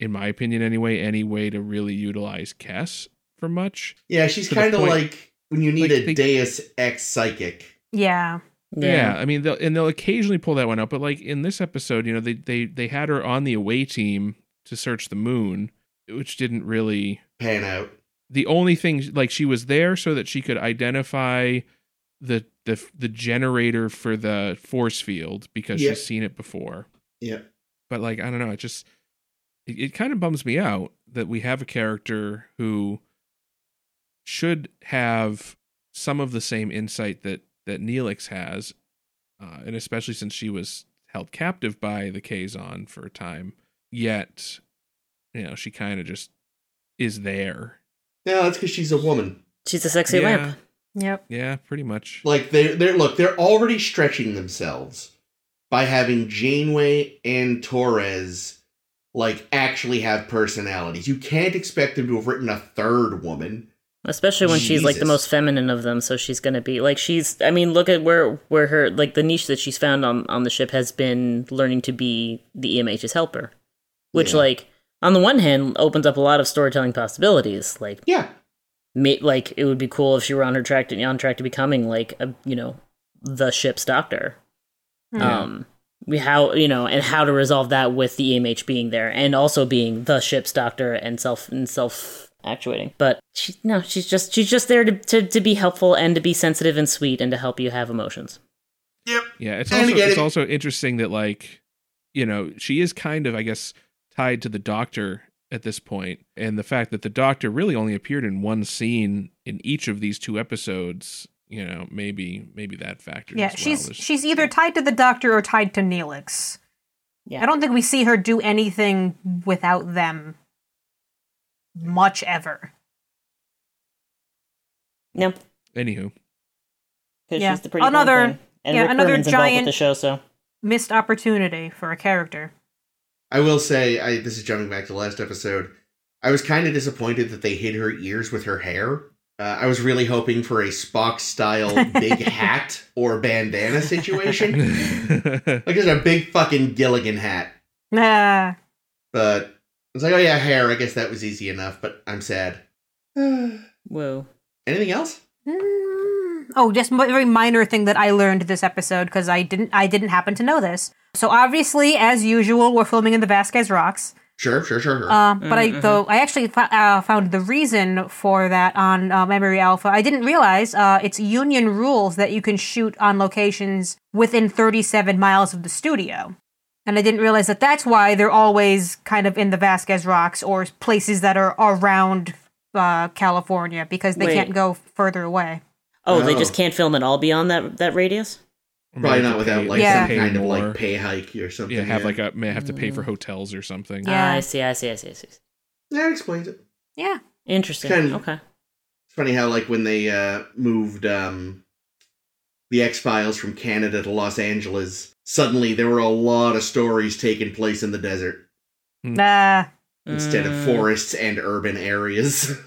S1: in my opinion anyway, any way to really utilize Cass for much.
S2: yeah, she's
S1: to the
S2: kind of
S1: point-
S2: like when you need
S1: like
S2: a
S1: they-
S2: Deus Ex psychic.
S3: Yeah.
S1: Yeah. I mean, they'll, and they'll occasionally pull that one up, but like in this episode, you know, they they they had her on the away team to search the moon, which didn't really
S2: Pan out.
S1: the only thing like she was there so that she could identify the the the generator for the force field because
S2: Yeah.
S1: she's seen it before.
S2: Yeah.
S1: But like I don't know, it just it, it kind of bums me out that we have a character who should have some of the same insight that that Neelix has, uh, and especially since she was held captive by the Kazon for a time. Yet, you know, she kind of just is there
S2: No, that's because she's a woman.
S4: She's a sexy
S1: Yeah.
S4: lamp.
S3: Yep.
S1: Yeah, pretty much.
S2: Like they're they're look, they're already stretching themselves by having Janeway and Torres like actually have personalities. You can't expect them to have written a third woman.
S4: Especially when she's like the
S2: Jesus.
S4: most feminine of them, so she's gonna be like she's I mean, look at where where her like the niche that she's found on on the ship has been learning to be the EMH's helper. Which
S2: Yeah.
S4: like on the one hand opens up a lot of storytelling possibilities. Like
S2: Yeah.
S4: ma- like it would be cool if she were on her track to on track to becoming like a you know, the ship's doctor.
S1: Yeah.
S4: Um we- how you know, and how to resolve that with the EMH being there and also being the ship's doctor and self and self actuating. But she no, she's just she's just there to, to, to be helpful and to be sensitive and sweet and to help you have emotions.
S2: Yep.
S1: Yeah, it's
S2: And
S1: also
S2: again,
S1: it's
S2: it-
S1: also interesting that like, you know, she is kind of I guess tied to the doctor at this point, and the fact that the doctor really only appeared in one scene in each of these two episodes, you know, maybe maybe that factor.
S3: Yeah.
S1: as well.
S3: She's
S1: There's-
S3: she's either tied to the Doctor or tied to Neelix.
S4: Yeah.
S3: I don't think we see her do anything without them much ever.
S4: No.
S1: anywho.
S4: Because
S3: Yeah.
S4: she's the pretty blonde
S3: Another-
S4: thing. And
S3: yeah,
S4: Rick
S3: another
S4: Berman's involved
S3: giant-
S4: with the show, so
S3: Missed opportunity for a character.
S2: I will say, I this is jumping back to the last episode. I was kind of disappointed that they hid her ears with her hair. Uh, I was really hoping for a Spock style big hat or bandana situation, like just a big fucking Gilligan hat.
S3: Nah.
S2: But I was like, oh yeah, hair. I guess that was easy enough. But I'm sad. Anything
S4: whoa.
S2: else?
S3: Mm. Oh, just a very minor thing that I learned this episode because I didn't I didn't happen to know this. So obviously, as usual, we're filming in the Vasquez Rocks.
S2: Sure, sure, sure. sure.
S3: Uh, but I though I actually fo- uh, found the reason for that on uh, Memory Alpha. I didn't realize uh, it's union rules that you can shoot on locations within 37 miles of the studio. And I didn't realize that that's why they're always kind of in the Vasquez Rocks or places that are around uh, California because they
S4: Wait.
S3: can't go further away.
S4: Oh, they
S2: Oh.
S4: just can't film it all beyond that that radius?
S2: Probably
S1: Might have
S2: not
S1: to
S2: without
S1: pay-
S2: like
S3: Yeah.
S2: some
S1: pay
S2: kind of
S1: more.
S2: like pay hike or something.
S1: yeah, have like a may have to pay for hotels or something.
S3: Mm-hmm. Yeah.
S4: Ah, I see, I see, I see, I see.
S2: that explains it.
S3: Yeah.
S4: Interesting.
S2: Kind of-
S4: okay.
S2: It's funny how like when they uh moved um the X Files from Canada to Los Angeles, suddenly there were a lot of stories taking place in the desert
S3: Nah.
S2: instead of
S4: Mm.
S2: forests and urban areas.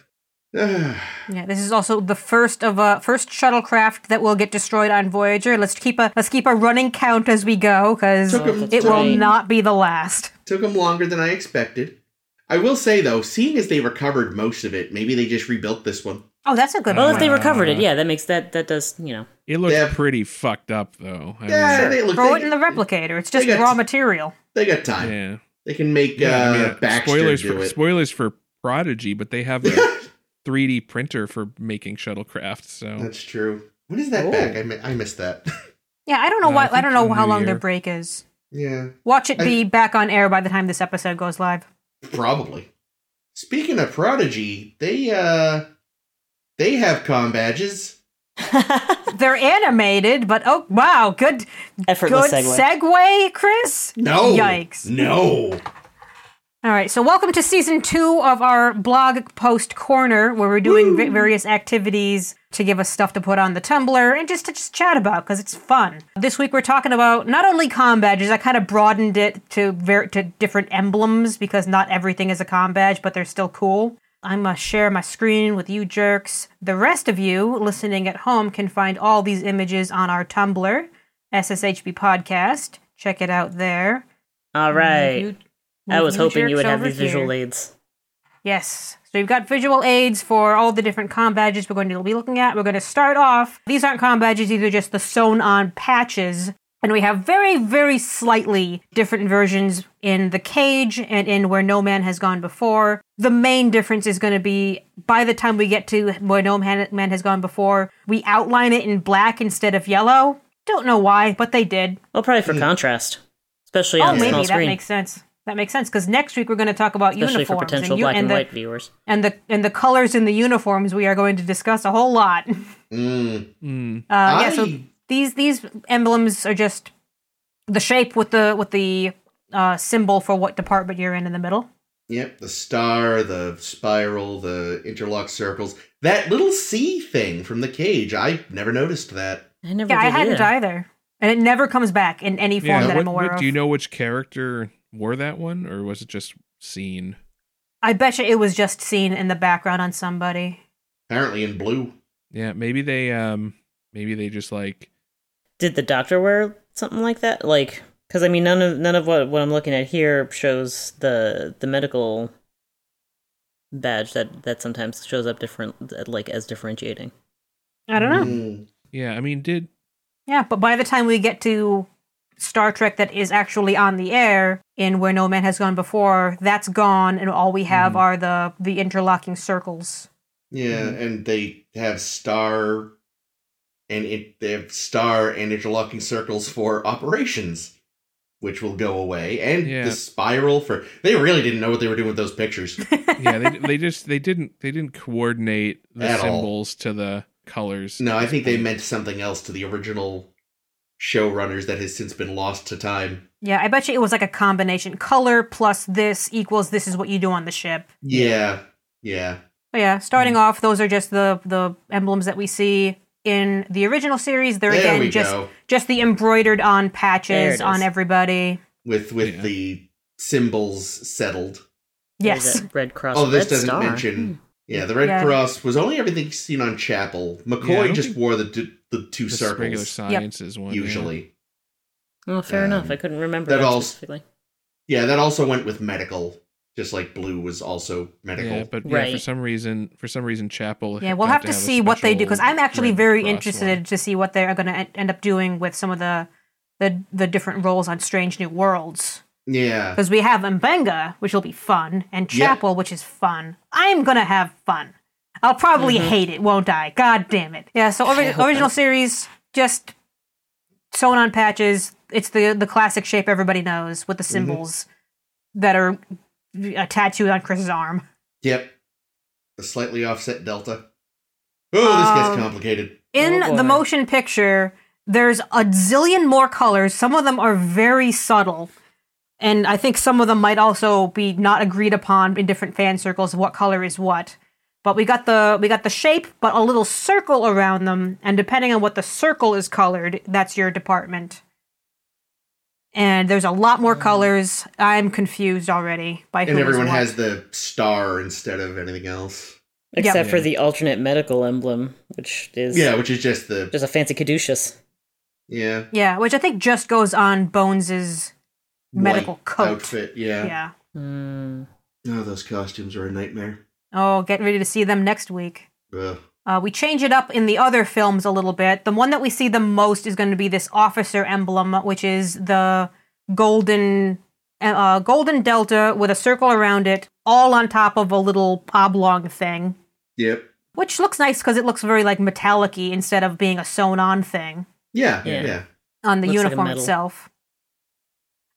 S2: Ah,
S3: Yeah, this is also the first of uh first shuttlecraft that will get destroyed on Voyager. Let's keep a let's keep a running count as we go because
S2: Took 'em
S3: it will
S4: time.
S3: not be the last.
S2: Took them longer than I expected. I I will say though, seeing as they recovered most of it, maybe they just rebuilt this one.
S3: Oh, that's a good
S4: Well,
S3: one.
S4: if they recovered it, yeah, that makes that that does you know.
S1: It looks
S2: Yeah.
S1: pretty fucked up though. I
S2: Yeah, they look.
S3: Throw
S2: they,
S3: it in the replicator. It's just
S2: They got-
S3: raw material.
S2: they got time.
S1: mean, yeah.
S2: They can make
S1: Yeah,
S2: uh,
S1: I mean,
S2: Baxter
S1: spoilers
S2: do
S1: for
S2: it.
S1: spoilers for Prodigy, but they have a 3D printer for making shuttlecraft. So
S2: That's true. When is that
S4: Oh.
S2: back? I, mi- I missed that.
S3: Yeah, I don't know
S1: No, I
S3: why. I,
S1: think
S3: don't know
S1: the
S3: how
S1: new
S3: long
S1: year.
S3: their break is.
S2: yeah,
S3: Watch it
S2: I-
S3: be back on air by the time this episode goes live.
S2: probably. Speaking of Prodigy, they uh they have com badges.
S3: They're animated, but oh wow, good,
S4: Effortless
S3: good
S4: segue.
S3: segue, Chris.
S2: No.
S3: Yikes.
S2: No.
S3: All right, so welcome to season two of our blog post corner, where we're doing va- various activities to give us stuff to put on the Tumblr and just to just chat about because it's fun. This week we're talking about not only com badges. I kind of broadened it to ver- to different emblems because not everything is a com badge, but they're still cool. I must share my screen with you jerks. The rest of you listening at home can find all these images on our Tumblr, SSHB Podcast. Check it out there.
S4: All right,
S3: You-
S4: I was
S3: you
S4: hoping you
S3: jerks
S4: would have
S3: over
S4: these visual
S3: here.
S4: aids.
S3: Yes. So we've got visual aids for all the different com badges we're going to be looking at. We're going to start off. These aren't com badges, these are just the sewn on patches. And we have very, very slightly different versions in the cage and in where no man has gone before. The main difference is going to be by the time we get to where no man Man has gone before, we outline it in black instead of yellow. Don't know why, but they did.
S4: Well, probably
S2: Hmm.
S4: for contrast, especially
S3: Oh,
S4: on the
S3: maybe
S4: small
S3: that
S4: screen,
S3: makes sense. That makes sense because next week we're going to talk about
S4: especially for
S3: uniforms
S4: potential
S3: u-
S4: black and
S3: the-
S4: white viewers.
S3: and the and the colors in the uniforms we are going to discuss a whole lot. Uh,
S2: Mm.
S3: yeah, so
S2: I-
S3: these these emblems are just the shape with the with the uh, symbol for what department you're in in the middle.
S2: Yep, the star, the spiral, the interlocked circles. That little C thing from the cage. I never noticed that.
S4: I never.
S3: Yeah, I
S4: did
S3: hadn't
S4: either.
S3: either, and it never comes back in any form
S1: yeah,
S3: that
S1: what,
S3: I'm aware
S1: what-
S3: of.
S1: do you know which character wore that one, or was it just seen?
S3: I bet you it was just seen in the background on somebody.
S2: Apparently in blue.
S1: Yeah, maybe they um maybe they just like
S4: Did the doctor wear something like that? Like, because I mean, none of none of what what I'm looking at here shows the the medical badge that that sometimes shows up different, like as differentiating.
S3: I don't know.
S2: Mm.
S1: yeah, I mean did
S3: Yeah, but by the time we get to Star Trek that is actually on the air in Where No Man Has Gone Before, that's gone, and all we have are the the interlocking circles.
S2: Yeah, and they have star and it, they have star and interlocking circles for operations, which will go away. And
S1: Yeah.
S2: the spiral for they really didn't know what they were doing with those pictures.
S1: yeah, they they just they didn't they didn't coordinate the
S2: At all.
S1: symbols to the colors.
S2: no, I think they meant something else to the original showrunners that has since been lost to time.
S3: Yeah, I bet you it was like a combination color plus this equals this is what you do on the ship.
S2: Yeah. Yeah.
S3: But yeah, starting off, those are just the the emblems that we see in the original series. They're
S2: There
S3: again
S2: we
S3: just
S2: go.
S3: just the embroidered on
S4: There it is.
S3: patches on everybody.
S2: With with
S1: Yeah.
S2: the symbols settled.
S4: There's
S3: Yes.
S4: that Red Cross.
S2: Oh, this
S4: Red
S2: doesn't
S4: Star. Hmm.
S2: mention Yeah, the Red
S3: Yeah.
S2: Cross was only everything seen on Chapel.
S1: Yeah, I
S2: McCoy
S1: don't
S2: just
S1: think-
S2: wore the d- the two
S1: This regular
S2: circles
S1: sciences one yeah.
S2: usually.
S4: Oh, fair
S2: Um,
S4: enough. I couldn't remember
S2: that
S4: that
S2: all-
S4: specifically.
S2: Yeah, that also went with medical, just like blue was also medical.
S1: Yeah, but yeah, for
S4: Right.
S1: some reason, for some reason, Chapel.
S3: Yeah, we'll have to,
S1: a
S3: see what they do because I'm
S1: special
S3: actually
S1: Red
S3: very
S1: Cross one.
S3: interested to see what they're going to end up doing with some of the the the different roles on Strange New Worlds
S2: yeah,
S3: because we have Mbenga, which will be fun, and
S2: Yeah.
S3: Chapel, which is fun. I'm gonna have fun. I'll probably
S2: Mm-hmm.
S3: hate it, won't I? God damn it! Yeah. So ori- original series, just sewn on patches. It's the the classic shape everybody knows with the
S2: Mm-hmm.
S3: symbols that are uh, tattooed on Chris's arm.
S2: yep. The slightly offset delta. Oh, this
S3: Um,
S2: gets complicated.
S3: in
S4: Oh, boy.
S3: the motion picture there's a zillion more colors some of them are very subtle and i think some of them might also be not agreed upon in different fan circles what color is what but we got the we got the shape but a little circle around them and depending on what the circle is colored that's your department and there's a lot more colors i'm confused already by
S2: Mm.
S3: who
S2: And
S3: is
S2: everyone
S3: what.
S2: has the star instead of anything else.
S4: Except for
S1: Yeah.
S4: the alternate medical emblem, which is
S2: Yeah, which is just the
S4: just a fancy caduceus.
S2: yeah
S3: yeah which i think just goes on bones's medical
S2: white
S3: coat
S2: outfit. Yeah,
S3: yeah
S4: Mm.
S2: Oh, those costumes are a nightmare.
S3: Oh, get ready to see them next week.
S2: Ugh.
S3: Uh, we change it up in the other films a little bit. The one that we see the most is going to be this officer emblem, which is the golden uh, golden delta with a circle around it, all on top of a little oblong thing,
S2: Yep.
S3: which looks nice because it looks very like metallic-y instead of being a sewn-on thing
S2: Yeah, yeah.
S4: Yeah.
S3: on the
S4: Looks like a
S3: uniform
S4: medal.
S3: itself.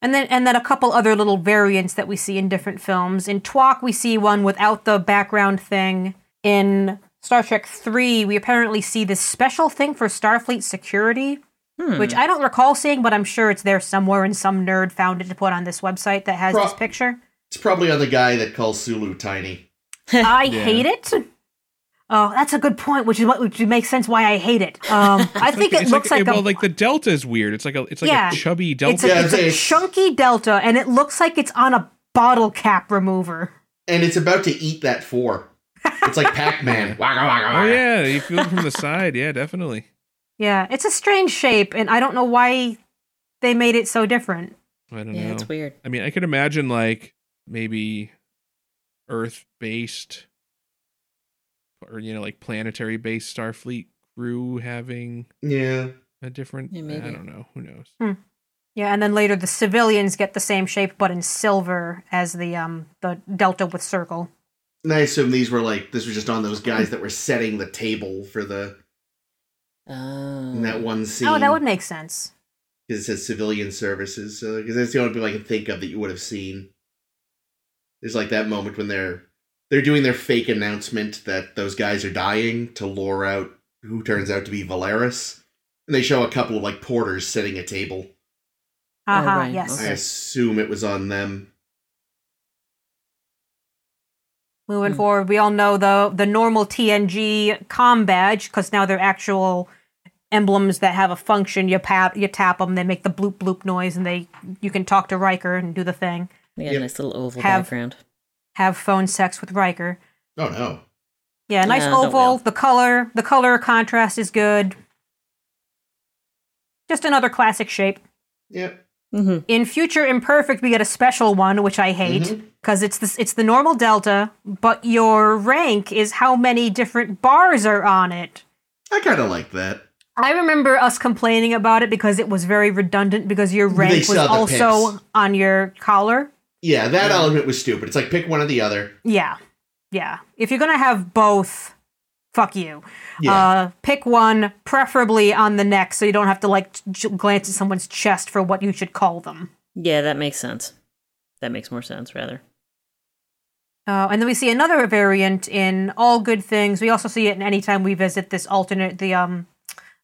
S3: And then and then a couple other little variants that we see in different films. In Twok we see one without the background thing. In Star Trek 3 we apparently see this special thing for Starfleet security,
S4: Hmm.
S3: which I don't recall seeing, but I'm sure it's there somewhere and some nerd found it to put on this website that has
S2: Pro-
S3: this picture.
S2: It's probably on the guy that calls Sulu tiny.
S3: I
S1: Yeah.
S3: hate it. Oh, that's a good point, which is what which makes sense why I hate it. Um, I think it
S1: It's
S3: looks like, a,
S1: well, like the delta is weird. It's like a it's like
S3: Yeah.
S1: a chubby
S3: It's
S1: delta.
S3: a,
S2: Yeah,
S3: it's a
S2: it's-
S3: chunky delta, and it looks like it's on a bottle cap remover.
S2: And it's about to eat that four. It's like Pac Man. Waka waka
S1: oh
S2: waka.
S1: yeah, you feel it from the side. Yeah, definitely.
S3: Yeah, it's a strange shape, and I don't know why they made it so different.
S1: I don't
S4: yeah,
S1: know.
S4: it's weird.
S1: I mean, I could imagine like maybe Earth based or you know like planetary based Starfleet crew having
S2: Yeah.
S1: a different.
S4: Yeah, maybe.
S1: I don't know. Who knows?
S3: Yeah, and then later the civilians get the same shape, but in silver as the um the delta with circle.
S2: And I assume these were like this was just on those guys that were setting the table for the
S4: Oh.
S2: in that one scene.
S3: Oh, that would make sense.
S2: because it says civilian services. So because that's the only people I can think of that you would have seen. There's like that moment when they're they're doing their fake announcement that those guys are dying to lure out who turns out to be Valeris, and they show a couple of like porters setting a table.
S4: Oh,
S3: Aha,
S4: right,
S3: yes.
S2: I
S4: okay.
S2: assume it was on them.
S3: Moving
S4: Hmm.
S3: forward, we all know the the normal TNG com badge because now they're actual emblems that have a function. You pat, you tap them, they make the bloop bloop noise, and they you can talk to Riker and do the thing.
S4: They got
S2: Yep.
S4: a nice little oval
S3: Have-
S4: background.
S3: Have phone sex with Riker.
S2: Oh no!
S3: Yeah, nice
S4: Yeah, don't we all?
S3: oval. The color, the color contrast is good. Just another classic shape.
S2: Yep.
S4: Mm-hmm.
S3: In Future Imperfect, we get a special one, which I hate
S2: Mhm.
S3: because it's this it's the normal delta, but your rank is how many different bars are on it.
S2: I kind of like that.
S3: I remember us complaining about it because it was very redundant because your
S2: They
S3: rank was
S2: sell the
S3: also
S2: pics.
S3: on your collar.
S2: Yeah, that
S4: Yeah.
S2: element was stupid. It's like pick one or the other.
S3: Yeah. Yeah. If you're going to have both, fuck you.
S2: Yeah.
S3: Uh, pick one, preferably on the neck, so you don't have to like j- glance at someone's chest for what you should call them.
S4: Yeah, that makes sense. That makes more sense, rather.
S3: Uh, and then we see another variant in All Good Things. We also see it in anytime we visit this alternate, the um,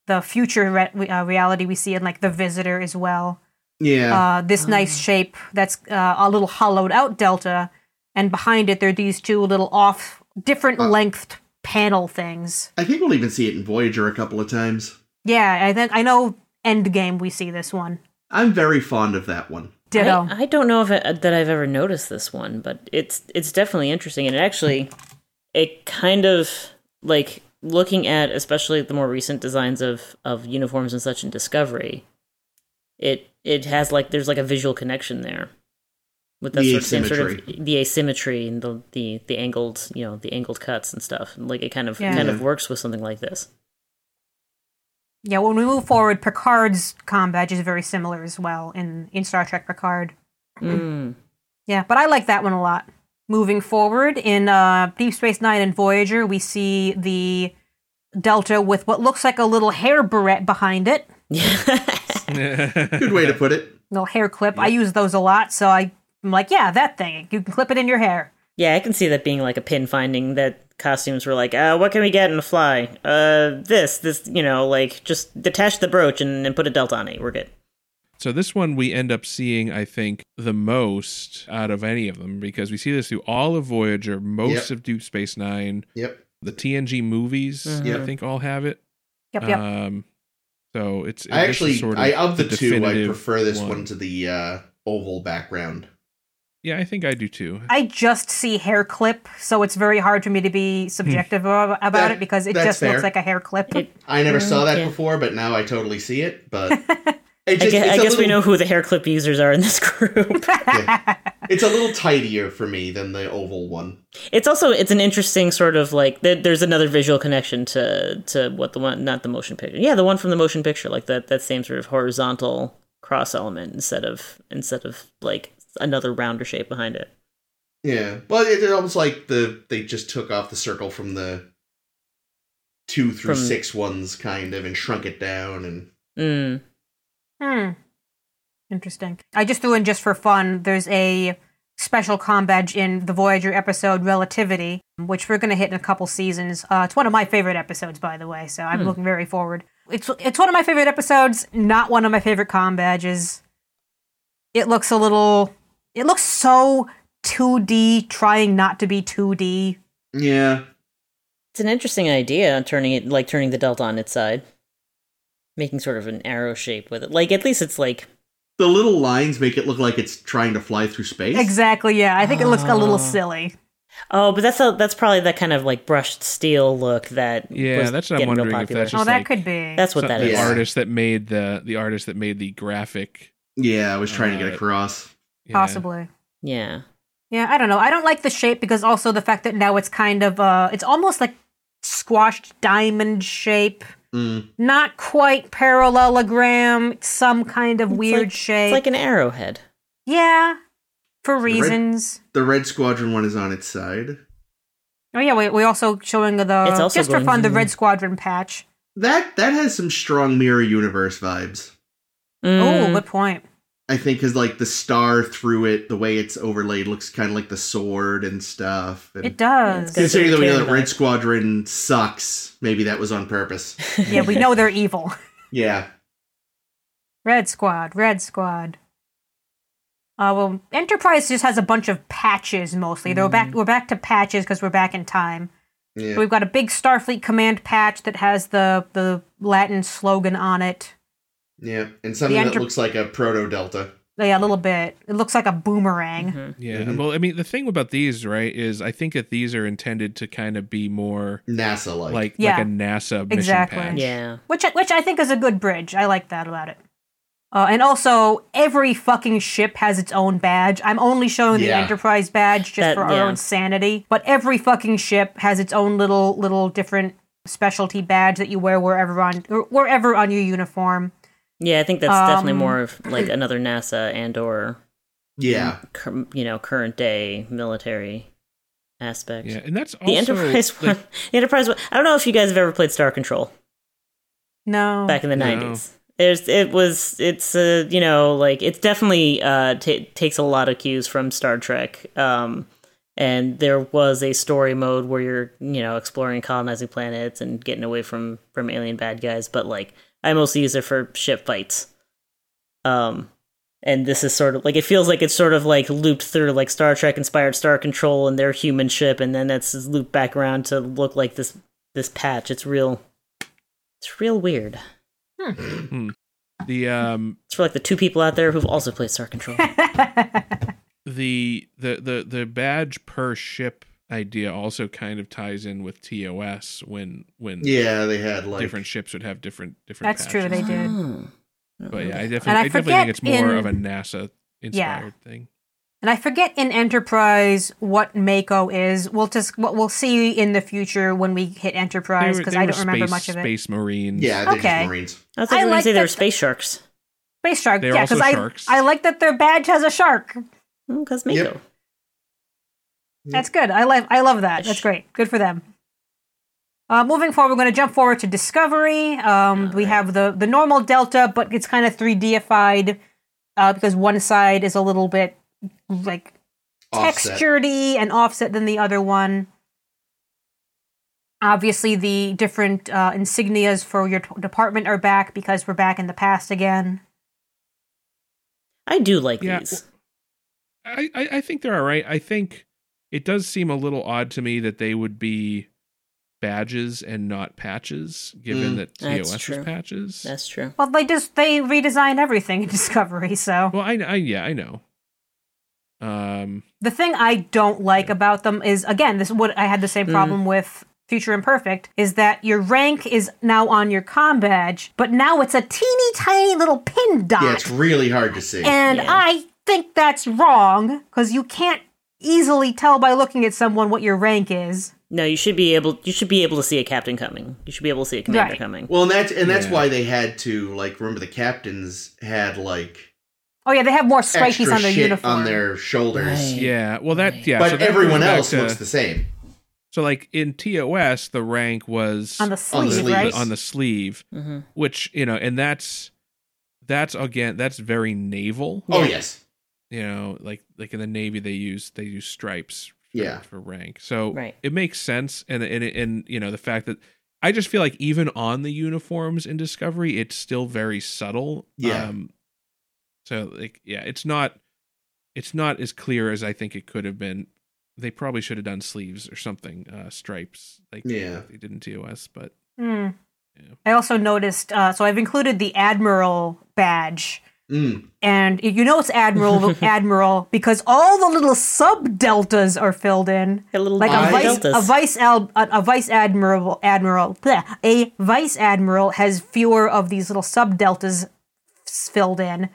S3: the future re- uh, reality. We see in like the Visitor as well.
S2: Oh, yeah.
S3: uh, this nice shape that's uh, a little hollowed out delta, and behind it there are these two little off, different lengthed panel things.
S2: I think we'll even see it in Voyager a couple of times.
S3: Yeah, I think I know. Endgame, we see this one.
S2: I'm very fond of that one.
S3: Ditto.
S4: I, I don't know if it, that I've ever noticed this one, but it's it's definitely interesting, and it actually it kind of like looking at especially the more recent designs of of uniforms and such in Discovery. It it has like there's like a visual connection there with that
S2: The
S4: sort of same sort of the asymmetry and the, the the angled you know the angled cuts and stuff. And, Like it kind of
S3: Yeah.
S4: kind
S2: Yeah.
S4: of works with something like this.
S3: yeah, when we move forward, Picard's com badge is very similar as well in in Star Trek Picard.
S4: Mm.
S3: Yeah, but I like that one a lot. Moving forward in uh, Deep Space Nine and Voyager, we see the Delta with what looks like a little hair barrette behind it.
S2: Good way to put it.
S3: little hair clip. I use those a lot, so I, I'm like, yeah, that thing. You can clip it in your hair.
S4: Yeah, I can see that being like a pin finding that costumes were like, uh, what can we get in a fly? Uh, this, this, you know, like just detach the brooch and, and put a delta on it. We're good.
S1: So this one we end up seeing, I think, the most out of any of them because we see this through all of Voyager, most
S2: Yep.
S1: of Deep Space Nine,
S2: Yep.
S1: the TNG movies.
S4: Mhm.
S2: Mm-hmm.
S1: I think all have it.
S3: Yep, yep.
S1: Um, so it's.
S2: I
S1: this is
S2: actually,
S1: sort
S2: I of the, two, I
S1: definitive
S2: prefer this one, to the uh, oval background.
S1: Yeah, I think I do too.
S3: I just see hair clip, so it's very hard for me to be subjective ab- about
S2: That-
S3: it because it
S2: that's
S3: just
S2: fair.
S3: looks like a hair clip.
S4: It-
S2: I never saw that
S4: Oh, Yeah.
S2: before, but now I totally see it. But It
S4: I
S2: just-
S4: guess,
S2: it's
S4: I
S2: a
S4: guess we
S2: little-
S4: know who the hair clip users are in this group.
S2: It's a little tidier for me than the oval one.
S4: it's also it's an interesting sort of like there, there's another visual connection to to what the one not the motion picture yeah the one from the motion picture like that that same sort of horizontal cross element instead of instead of like another rounder shape behind it.
S2: Yeah, but it- it's almost like the they just took off the circle from the two through
S4: From-
S2: six ones, kind of, and shrunk it down. And
S4: Mm.
S3: Hmm. Interesting. I just threw in just for fun. There's a special com badge in the Voyager episode Relativity, which we're going to hit in a couple seasons. Uh, it's one of my favorite episodes, by the way. So I'm looking very forward. It's it's one of my favorite episodes. Not one of my favorite com badges. It looks a little. It looks so 2D, trying not to be 2D.
S2: yeah,
S4: It's an interesting idea turning it like turning the delta on its side, making sort of an arrow shape with it. Like at least it's like
S2: the little lines make it look like it's trying to fly through space.
S3: Exactly. Yeah, I think it looks a
S4: Ah.
S3: little silly.
S4: oh, but that's a, that's probably that kind of like brushed steel look that
S1: Yeah,
S4: was
S1: that's what I'm
S4: getting real
S1: wondering if
S4: popular.
S1: that's
S3: oh,
S1: just
S3: that
S1: like-
S3: could be.
S4: that's what
S1: So-
S4: that
S1: the
S4: is.
S2: Yeah.
S1: artist that made the the artist that made the graphic.
S2: Yeah, I was trying to get
S1: Uh,
S2: across.
S1: yeah.
S3: Possibly.
S4: Yeah.
S3: Yeah, I don't know. I don't like the shape because also the fact that now it's kind of uh it's almost like squashed diamond shape.
S2: Mm.
S3: Not quite parallelogram, it's some kind of
S4: It's
S3: weird
S4: like-
S3: shape.
S4: It's like an arrowhead.
S3: yeah. For
S2: red-
S3: reasons.
S2: The Red Squadron one is on its side.
S3: Oh yeah, we we also showing the
S4: It's also
S3: just for
S4: going-
S3: fun the Red Squadron patch.
S2: That that has some strong Mirror Universe vibes.
S4: Hmm. Mm-hmm.
S3: Oh, good point.
S2: I think because like the star through it, the way it's overlaid looks kind of like the sword and stuff. And
S3: It does.
S4: good.
S2: Considering that we know that
S4: Karen
S2: Red
S4: died.
S2: Squadron sucks, maybe that was on purpose.
S3: yeah, we know they're evil.
S2: yeah.
S3: Red Squad, Red Squad. Uh, well, Enterprise just has a bunch of patches mostly. They're
S4: Hmm.
S3: back. We're back to patches because we're back in time.
S2: Yeah.
S3: So We've got a big Starfleet command patch that has the the Latin slogan on it.
S2: Yeah. And something
S3: The
S2: that
S3: enter-
S2: looks like a proto delta.
S3: Oh, Yeah, a little bit. It looks like a boomerang.
S4: Mhm.
S1: Yeah.
S2: Mhm.
S1: Well, I mean, the thing about these, right, is I think that these are intended to kind of be more
S2: NASA like.
S1: like
S3: Yeah.
S1: like a NASA mission
S3: Exactly.
S1: patch.
S4: Yeah.
S3: which I, which I think is a good bridge. I like that about it. Uh, and also, every fucking ship has its own badge. I'm only showing
S2: Yeah.
S3: the Enterprise badge just
S4: That-
S3: for our
S4: yeah.
S3: own sanity. But every fucking ship has its own little little different specialty badge that you wear wherever on or wherever on your uniform.
S4: Yeah, I think that's definitely
S3: Um,
S4: more of like another NASA and or
S2: yeah.
S4: cur- you know current day military aspect.
S1: Yeah, and that's also
S4: The Enterprise
S1: like,
S4: one. The Enterprise one. I don't know if you guys have ever played Star Control
S3: No,
S4: back in the
S1: No.
S4: nineties. There's it was it's uh, you know like it's definitely uh ta takes a lot of cues from Star Trek. Um, and there was a story mode where you're you know exploring colonizing planets and getting away from from alien bad guys. But like I mostly use it for ship fights. Um, and this is sort of like it feels like it's sort of like looped through like Star Trek inspired Star Control and their human ship, and then that's looped back around to look like this this patch. It's real. It's real weird.
S1: the um
S4: It's for like the two people out there who've also played Star Control.
S1: the the the the badge per ship idea also kind of ties in with TOS when when
S2: Yeah, they had like
S1: mm, different ships would have different different.
S3: That's true,
S1: patches.
S3: they do. did.
S4: Oh.
S1: But yeah, I definitely,
S3: I
S1: I definitely think
S3: forget
S1: it's more
S3: in-
S1: of a NASA inspired thing.
S3: And I forget in Enterprise what Mako is. We'll just what we'll see in the future when we hit
S1: They
S3: Enterprise
S1: were-
S3: because
S1: they
S3: I
S1: were
S3: don't remember
S1: space-
S3: much of it. Space,
S1: Space Marines.
S2: Yeah, they're
S3: Okay.
S2: just Marines.
S4: I thought
S3: I
S4: you were going
S3: like
S4: to say they
S3: that
S4: were
S3: th-
S4: space sharks.
S3: shark,
S1: They were
S3: yeah, because
S1: also
S3: I
S1: sharks.
S3: I like that their badge has a shark.
S4: Because Mako.
S2: Yep.
S3: That's good. I love I love that. That's great. Good for them. Uh, moving forward, we're going to jump forward to Discovery. Um, we have the the normal Delta, but it's kind of three Dified uh, because one side is a little bit like
S2: Offset.
S3: texturedy and offset than the other one. Obviously, the different uh, insignias for your t- department are back because we're back in the past again.
S4: I do like
S1: Yeah,
S4: these.
S1: I, I I think they're all right. I think it does seem a little odd to me that they would be badges and not patches, given
S2: Mm.
S1: that
S4: That's
S1: TOS was
S4: true.
S1: patches.
S4: That's true.
S3: Well, they just they redesigned everything in Discovery, so
S1: well, I, I yeah, I know. Um,
S2: Mm.
S3: The thing I don't like about them is again this what I had the same problem with Future Imperfect, is that your rank is now on your com badge, but now it's a teeny tiny little pin dot.
S2: Yeah, it's really hard to see.
S3: And
S4: Yeah.
S3: I think that's wrong because you can't easily tell by looking at someone what your rank is.
S4: No, you should be able. You should be able to see a captain coming. You should be able to see a commander
S3: Right.
S4: coming.
S2: Well, and that's and that's
S1: Yeah.
S2: why they had to like remember the captains had like
S3: Oh yeah, they have more
S2: extra
S3: strikies on their
S2: shit
S3: uniform.
S2: on their shoulders,
S4: Right.
S1: Yeah. Well, that yeah.
S2: but
S1: so that
S2: everyone
S1: goes back
S2: else
S1: to-
S2: looks the same.
S1: So like in TOS, the rank was
S3: on the
S2: on the
S3: sleeve,
S2: sleeves.
S3: right?
S1: on the sleeve,
S2: Mm-hmm.
S4: hmm
S1: which you know, and that's that's again that's very naval.
S2: Oh
S4: Yeah.
S2: yes,
S1: You know, like like in the Navy, they use they use stripes
S2: yeah.
S1: for rank. So
S4: Right.
S1: it makes sense, and and and you know the fact that I just feel like even on the uniforms in Discovery, it's still very subtle.
S2: Yeah.
S1: Um, so like yeah, it's not it's not as clear as I think it could have been. They probably should have done sleeves or something, uh, stripes like
S2: Yeah.
S1: they did in TOS. But
S3: Hmm.
S1: Yeah.
S3: I also noticed. Uh, so I've included the admiral badge,
S2: Mm.
S3: and you know it's admiral admiral because all the little sub deltas are filled in.
S4: A little
S3: Like
S2: I-
S3: a vice,
S4: deltas.
S3: a vice, al- a, a vice admiral, admiral, bleh, a vice admiral has fewer of these little sub deltas filled in,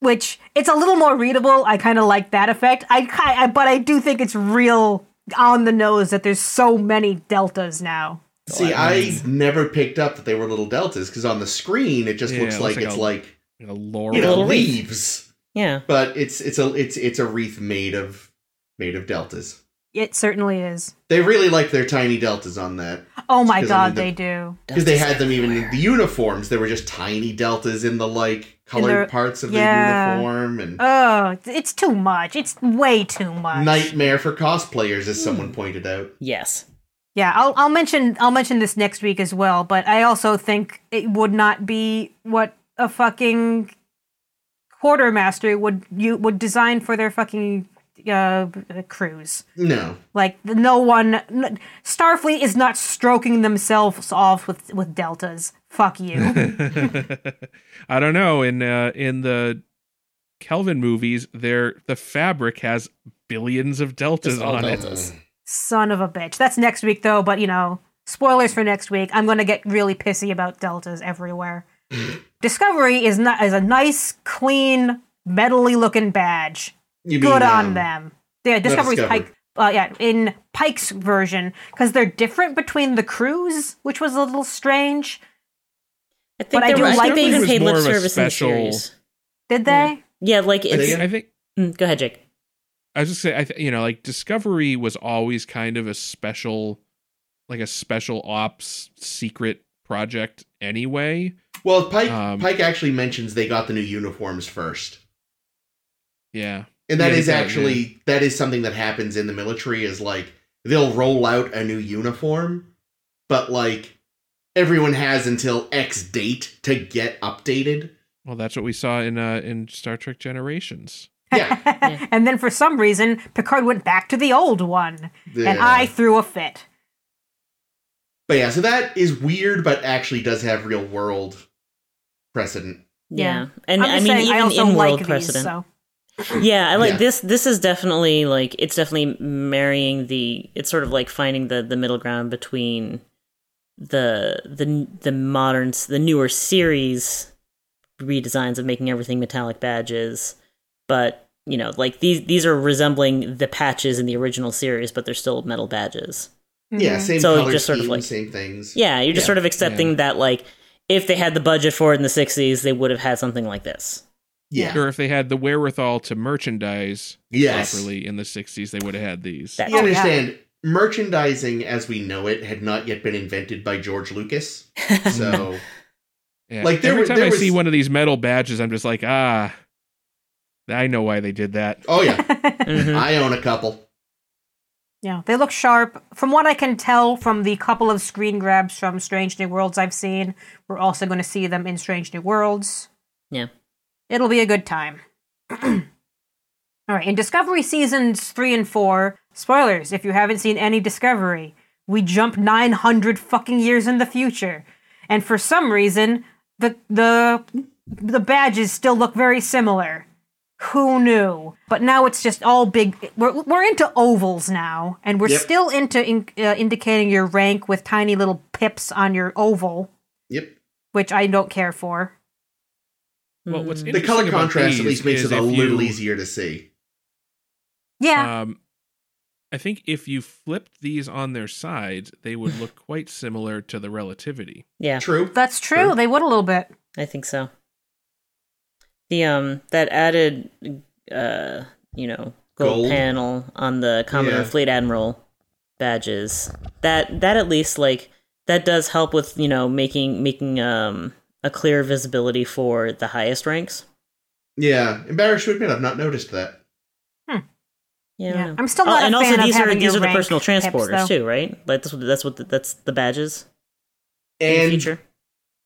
S3: which it's a little more readable. I kind of like that effect. I, ki- I, but I do think it's real on the nose that there's so many deltas now.
S1: Oh,
S2: See,
S4: I
S2: I never picked up that they were little deltas because on the screen it just
S1: Yeah,
S2: looks,
S1: it looks
S2: like,
S1: like
S2: it's
S1: a-
S2: like
S1: you know, Laurel,
S2: you know
S4: Little wreath.
S2: leaves,
S4: Yeah.
S2: but it's it's a it's it's a wreath made of made of deltas.
S3: It certainly is.
S2: They really like their tiny deltas on that
S3: Oh my
S2: 'cause, I
S3: god,
S2: mean, the-
S3: they do.
S2: because they had them even in the uniforms. There were just tiny deltas in the like colored
S3: their-
S2: parts of
S3: yeah.
S2: the uniform and.
S3: Oh, it's too much. It's way too much.
S2: Nightmare for cosplayers,
S3: Hmm.
S2: as someone pointed out.
S4: Yes.
S3: Yeah, I'll, I'll mention I'll mention this next week as well. But I also think it would not be what a fucking quartermaster would you would design for their fucking uh, crews.
S2: No,
S3: Like no one, n Starfleet is not stroking themselves off with with deltas. Fuck you.
S1: I don't know. In uh, in the Kelvin movies, there the fabric has billions of deltas
S4: Just all
S1: on it.
S4: deltas.
S3: Son of a bitch. That's next week though. But you know, spoilers for next week. I'm gonna get really pissy about deltas everywhere. Discovery is not is a nice, clean, metally looking badge.
S2: you mean,
S3: good on
S2: um,
S3: them. Yeah, Discovery's
S2: Discovery.
S3: Pike. Uh, yeah, in Pike's version, because they're different between the crews, which was a little strange.
S4: I think
S3: But I
S4: they
S3: do
S4: were- I
S3: like-
S4: think they
S3: It
S4: even
S3: was
S4: paid lip
S1: more of a
S4: service in the
S1: special-
S4: series.
S3: Did they?
S4: Yeah, like
S1: I
S4: it's.
S1: think, I think
S4: Mm, go ahead, Jake.
S1: I was just say I th- you know like Discovery was always kind of a special, like a special ops secret project anyway.
S2: Well, Pike
S1: Um,
S2: Pike actually mentions they got the new uniforms first,
S1: Yeah,
S2: and that
S1: Yeah,
S2: is
S1: he does,
S2: actually that is something that happens in the military. Is like they'll roll out a new uniform, but like everyone has until X date to get updated.
S1: well that's what we saw in uh in Star Trek Generations.
S2: Yeah,
S4: Yeah.
S3: and then for some reason, Picard went back to the old one, and
S2: Yeah.
S3: I threw a fit.
S2: But yeah, so that is weird, but actually does have real world precedent.
S3: Yeah.
S4: Yeah, and
S3: I'm
S4: I
S3: just
S4: mean,
S3: saying,
S4: even
S3: I also
S4: in
S3: like
S4: world
S3: these,
S4: precedent.
S3: so
S4: Yeah, I like
S2: Yeah.
S4: this. This is definitely like it's definitely marrying the. It's sort of like finding the the middle ground between the the the modern the newer series redesigns of making everything metallic badges, but you know, like these these are resembling the patches in the original series, but they're still metal badges.
S2: Yeah,
S3: mhm.
S2: same
S4: So it
S2: color
S4: just sort
S2: scheme,
S4: of like-
S2: same things.
S4: Yeah, you're just
S2: Yeah.
S4: sort of accepting that like if they had the budget for it in the '60s, they would have had something like this.
S2: yeah.
S1: Or if they had the wherewithal to merchandise
S2: Yes.
S1: properly in the '60s, they would have had these.
S4: That-
S2: You
S3: Oh, yeah.
S2: understand, merchandising as we know it had not yet been invented by George Lucas. So
S1: Yeah.
S2: Like, there
S1: every
S2: were-
S1: time
S2: there
S1: I
S2: was-
S1: see one of these metal badges, I'm just like, ah, I know why they did that.
S2: Oh yeah.
S3: Mm-hmm.
S4: Mhm.
S2: I own a couple.
S3: Yeah, they look sharp. From what I can tell from the couple of screen grabs from Strange New Worlds I've seen, we're also going to see them in Strange New Worlds.
S4: Yeah.
S3: It'll be a good time. All right, in Discovery seasons 3 and 4, spoilers if you haven't seen any Discovery, we jump 900 fucking years in the future. And for some reason, the the the badges still look very similar. Who knew? But now it's just all big. We're, we're into ovals now, and we're
S2: Yep.
S3: still into in, uh, indicating your rank with tiny little pips on your oval,
S2: Yep.
S3: which I don't care for.
S1: Well, what's
S4: Mm.
S2: The color
S1: Interesting about
S2: contrast at
S1: these
S2: least makes
S1: is
S2: it a
S1: if
S2: little
S1: you-
S2: easier to see.
S3: Yeah,
S1: Um, I think if you flipped these on their sides, they would look quite similar to the relativity.
S4: yeah,
S2: True.
S3: that's true.
S2: Uh, sure.
S3: They would a little bit.
S4: I think so. The um that added uh you know gold,
S2: Gold.
S4: panel on the Commodore
S2: Yeah.
S4: Fleet Admiral badges that that at least like that does help with you know making making um a clear visibility for the highest ranks.
S2: Yeah. Embarrassed to admit, I've not noticed that.
S4: Yeah, I don't
S3: Yeah.
S4: know.
S3: I'm still
S4: Oh,
S3: not a
S4: and also
S3: fan of
S4: these are
S3: having
S4: these
S3: your
S4: are the
S3: rank
S4: personal
S3: pips,
S4: transporters
S3: though.
S4: too, right? Like that's what that's what the, that's the badges in the
S2: And
S4: future.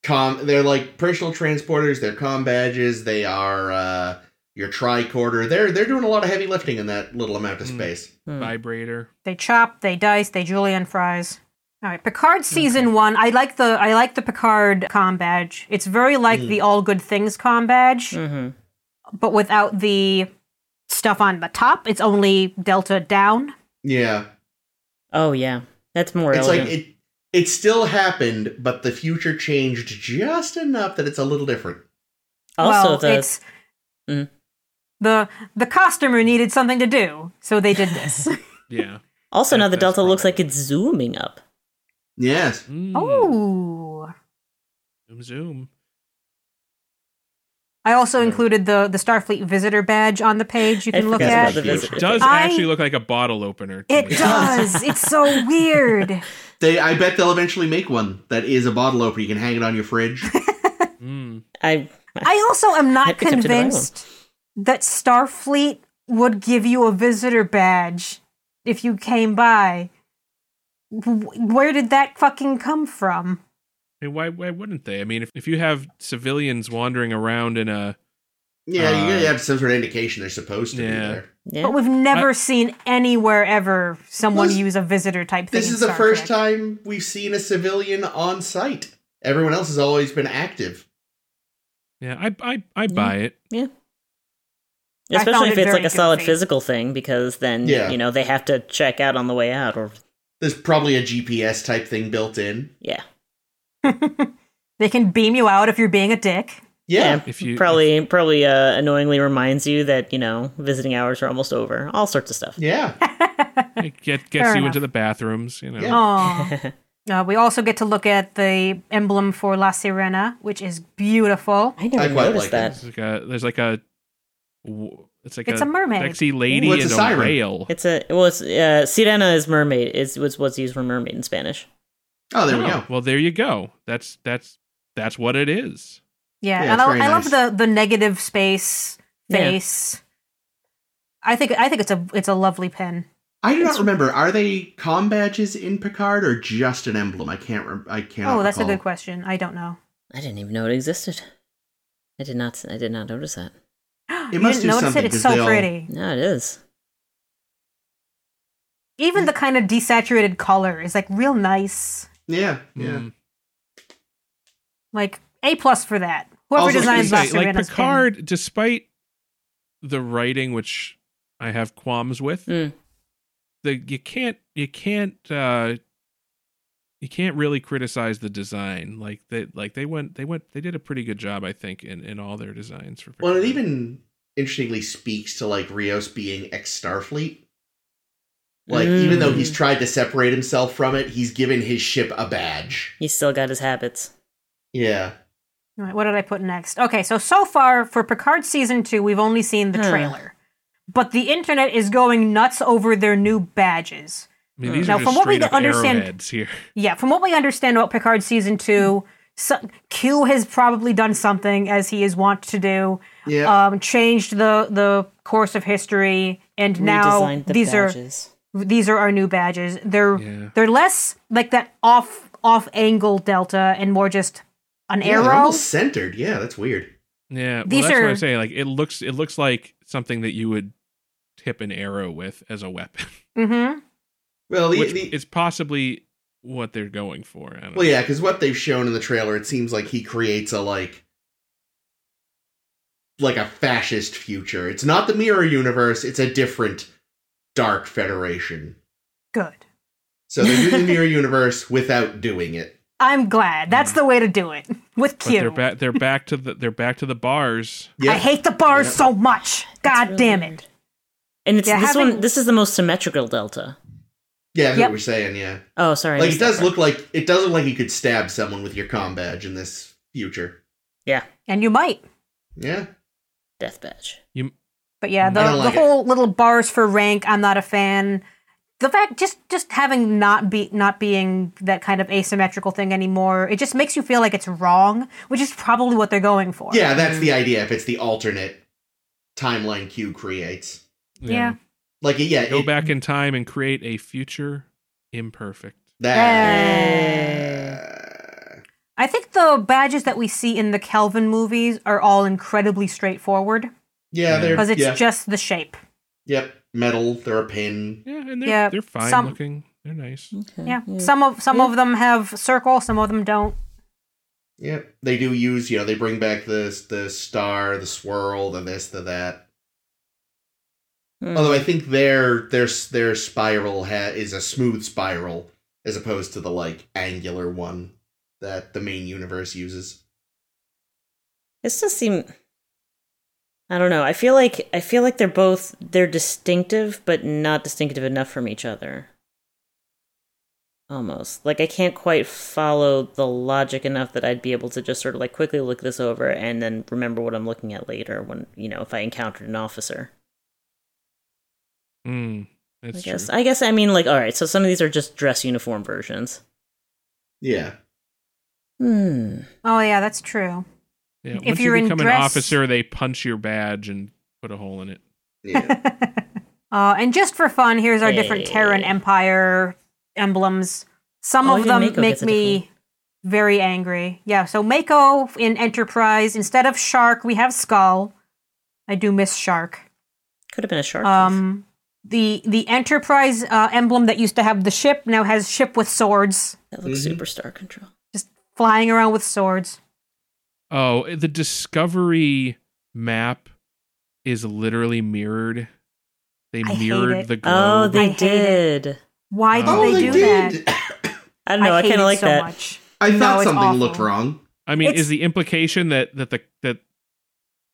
S2: com, they're like personal transporters. They're com badges. They are uh, your tricorder. They're they're doing a lot of heavy lifting in that little amount of
S1: Mm.
S2: space.
S4: Hmm.
S1: Vibrator.
S3: They chop, they dice, they julienne fries. All right, Picard season one. I like the I like the Picard com badge. It's very
S4: Hmm.
S3: like the All Good Things com badge,
S4: Mhm.
S3: but without the stuff on the top. It's only Delta down.
S2: Yeah.
S4: Oh yeah, that's more
S2: it's
S4: elegant.
S2: like it. It still happened, but the future changed just enough that it's a little different.
S4: also
S3: well,
S4: the
S3: it's
S4: Mm.
S3: the the costumer needed something to do, so they did this.
S4: Hmm.
S1: Yeah.
S4: also
S1: that-
S4: now the
S1: that's
S4: Delta looks
S1: probably-
S4: like it's zooming up.
S2: Yes.
S1: Mm.
S3: oh,
S1: Zoom, zoom.
S3: I also included the the Starfleet visitor badge on the page. You
S4: Hmm. I
S3: can look
S4: forgot
S3: at.
S4: about the
S1: Which
S4: visitor.
S1: does
S3: I-
S1: actually look like a bottle opener. to
S3: It
S1: me.
S3: does. it's so weird.
S2: They. I bet they'll eventually make one that is a bottle opener. You can hang it on your fridge.
S1: Mm.
S4: I
S3: I also am
S4: I
S3: not
S4: picked up to the right
S3: convinced that Starfleet would give you a visitor badge if you came by. W- Where did that fucking come from?
S1: I mean, why, why wouldn't they? I mean, if, if you have civilians wandering around in a.
S2: yeah,
S1: Uh,
S2: you gotta have some sort of indication they're supposed to be
S1: yeah.
S2: there.
S4: yeah.
S3: But we've never seen anywhere ever someone
S2: This-
S3: use a visitor type thing.
S2: This
S3: in
S2: is the
S3: Star
S2: first
S3: Trek.
S2: time we've seen a civilian on site. Everyone else has always been active.
S1: Yeah, I, I, I buy it.
S3: I found
S4: Especially
S3: it
S4: if it's
S3: very
S4: like a solid
S3: goofy.
S4: physical thing, because then
S2: Yeah.
S4: you know they have to check out on the way out, or
S2: There's probably a GPS type thing built in.
S4: yeah,
S3: They can beam you out if you're being a dick.
S2: Yeah.
S1: If you
S4: probably probably uh, annoyingly reminds you that you know visiting hours are almost over, all sorts of stuff.
S2: Yeah.
S1: it get, gets
S3: Fair
S1: you
S3: enough.
S1: into the bathrooms, you know.
S2: Yeah.
S3: Aw. Uh, we also get to look at the emblem for La Sirena, which is beautiful.
S4: I never
S2: I quite
S4: noticed
S2: like
S4: that.
S1: There's like a. There's like a w- it's like
S3: It's a mermaid.
S1: sexy lady
S2: Ooh, it's a
S1: and a,
S2: siren.
S1: whale.
S4: It's a well, it's, uh, sirena is mermaid. Is was what's used for mermaid in Spanish.
S2: Oh, there we
S1: Oh,
S2: go.
S1: Well, there you go. That's that's that's what it is.
S3: Yeah,
S2: Yeah,
S3: and
S2: it's
S3: I,
S2: very
S3: I
S2: nice.
S3: love the the negative space
S4: Yeah.
S3: face. I think I think it's a it's a lovely pin.
S2: I do not remember. Are they com badges in Picard or just an emblem? I can't. Rem- I can't.
S3: oh, that's a good question. I don't know.
S4: I didn't even know it existed. I did not. I did not notice that.
S2: It must
S3: you didn't
S2: do
S3: notice
S2: something,
S3: it. It's
S2: 'cause
S3: so
S2: they all-
S3: pretty.
S4: No, it is.
S3: Even the kind of desaturated color is like real nice.
S2: Yeah. Yeah.
S1: Mm.
S3: Like a plus for that.
S2: Also,
S3: Whoever
S1: I was
S3: designed
S1: gonna
S3: La
S1: say, like
S3: Serena's pin.
S1: Picard, despite the writing, which I have qualms with,
S4: Mm.
S1: the you can't you can't uh you can't really criticize the design. Like they like they went they went they did a pretty good job, I think, in in all their designs for.
S2: Well, it
S1: Picard.
S2: even interestingly speaks to like Rios being ex Starfleet. Like, even though he's
S3: Hmm.
S4: Mm.
S2: tried to separate himself from it, he's given his ship a badge.
S4: He's still got his habits.
S2: Yeah.
S3: All right, what did I put next? Okay, so so far for Picard season two, we've only seen the
S4: Huh.
S3: trailer, but the internet is going nuts over their new badges.
S1: I mean, these
S3: Now,
S1: are just
S3: from what we
S1: straight up
S3: understand-
S1: arrowheads here.
S3: Yeah, from what we understand about Picard season two, so, Q has probably done something as he is wont to do,
S2: Yeah.
S3: um, changed the the course of history, and now
S4: Redesigned the
S3: these
S4: badges.
S3: are these are our new badges. They're
S1: Yeah.
S3: they're less like that off off angle delta and more just an
S2: Yeah, they're
S3: arrow.
S2: almost centered. Yeah, that's weird.
S1: Yeah, well,
S3: These
S1: that's what
S3: are-
S1: I'm saying. Like it looks, it looks like something that you would tip an arrow with as a weapon,
S3: Mm-hmm.
S2: Well, the,
S1: which
S2: the,
S1: is possibly what they're going for. I don't
S2: well,
S1: know.
S2: yeah, because what they've shown in the trailer, it seems like he creates a like like a fascist future. It's not the mirror universe, it's a different dark federation.
S3: Good.
S2: So they do the mirror universe without doing it.
S3: I'm glad.
S2: Mm.
S3: That's the way to do it. With
S1: But they're
S3: Q.
S1: back. They're back to the. They're back to the bars.
S2: Yeah.
S3: I hate the bars
S2: Yep.
S3: so much. God
S4: really
S3: damn
S4: weird.
S3: it.
S4: And it's
S3: Yeah,
S4: this
S3: having-
S4: one. This is the most symmetrical delta.
S2: Yeah, that's
S3: Yep.
S2: what we're saying, yeah.
S4: Oh, sorry. I
S2: Like it
S4: missed that
S2: does
S4: part.
S2: look like it does look like you could stab someone with your com badge in this future.
S4: Yeah,
S3: And you might.
S2: Yeah.
S4: death badge.
S1: You
S3: But yeah, the,
S2: Mm, I don't like
S3: the
S2: it.
S3: whole little bars for rank, I'm not a fan. The fact just just having not be not being that kind of asymmetrical thing anymore, it just makes you feel like it's wrong, which is probably what they're going for.
S2: Yeah, that's the idea if it's the alternate timeline Q creates.
S3: Yeah.
S2: Like yeah,
S1: Go
S2: it-
S1: back in time and create a future imperfect.
S2: That.
S3: I think the badges that we see in the Kelvin movies are all incredibly straightforward
S2: Yeah, they're
S3: because it's
S2: yeah,
S3: just the shape.
S2: yep, metal, they're a pin.
S1: Yeah, and they're
S3: Yeah,
S1: they're fine
S3: some-
S1: looking. They're nice.
S4: Okay.
S3: Mm, Yeah. Some of some of them have circle, some of them don't.
S2: Yep. They do use, you know, they bring back the the star, the swirl, the this, the that.
S3: Hmm.
S4: Mm.
S2: Although I think their their their spiral ha- is a smooth spiral as opposed to the like angular one that the main universe uses.
S4: This does seem. I don't know. I feel like I feel like they're both they're distinctive, but not distinctive enough from each other. Almost like I can't quite follow the logic enough that I'd be able to just sort of like quickly look this over and then remember what I'm looking at later when you know if I encountered an officer.
S1: Mm, that's
S4: I guess
S1: true.
S4: I guess I mean like all right. So some of these are just dress uniform versions.
S2: Yeah.
S4: Hmm.
S3: Oh yeah, that's true.
S1: yeah.
S3: if
S1: Once
S3: you're
S1: you
S3: in
S1: become an
S3: dress-
S1: officer, they punch your badge and put a hole in it.
S2: Yeah.
S3: Uh, and just for fun, here's our different
S4: Hey.
S3: Terran Empire emblems. Some
S4: Oh,
S3: of
S4: even
S3: them
S4: Mako
S3: make
S4: gets a
S3: me
S4: different
S3: very angry. Yeah, so Mako in Enterprise, instead of Shark, we have Skull. I do miss Shark.
S4: Could have been a shark. thief.
S3: Um, the the Enterprise uh, emblem that used to have the ship now has ship with swords,
S4: that looks
S2: mhm.
S4: superstar control.
S3: just flying around with swords.
S1: Oh, the Discovery map is literally mirrored. They
S3: I hate
S1: mirrored
S3: it.
S1: the globe.
S4: Oh, they
S3: I hate it.
S4: did.
S3: Why did
S1: Oh,
S3: they,
S1: they
S3: do that?
S4: I don't know. I,
S3: hate it
S4: kind of like
S3: so
S4: that.
S3: Much.
S2: I
S3: No,
S2: thought
S3: it's
S2: something
S3: awful.
S2: looked wrong.
S1: I mean,
S3: It's-
S1: is the implication that that the that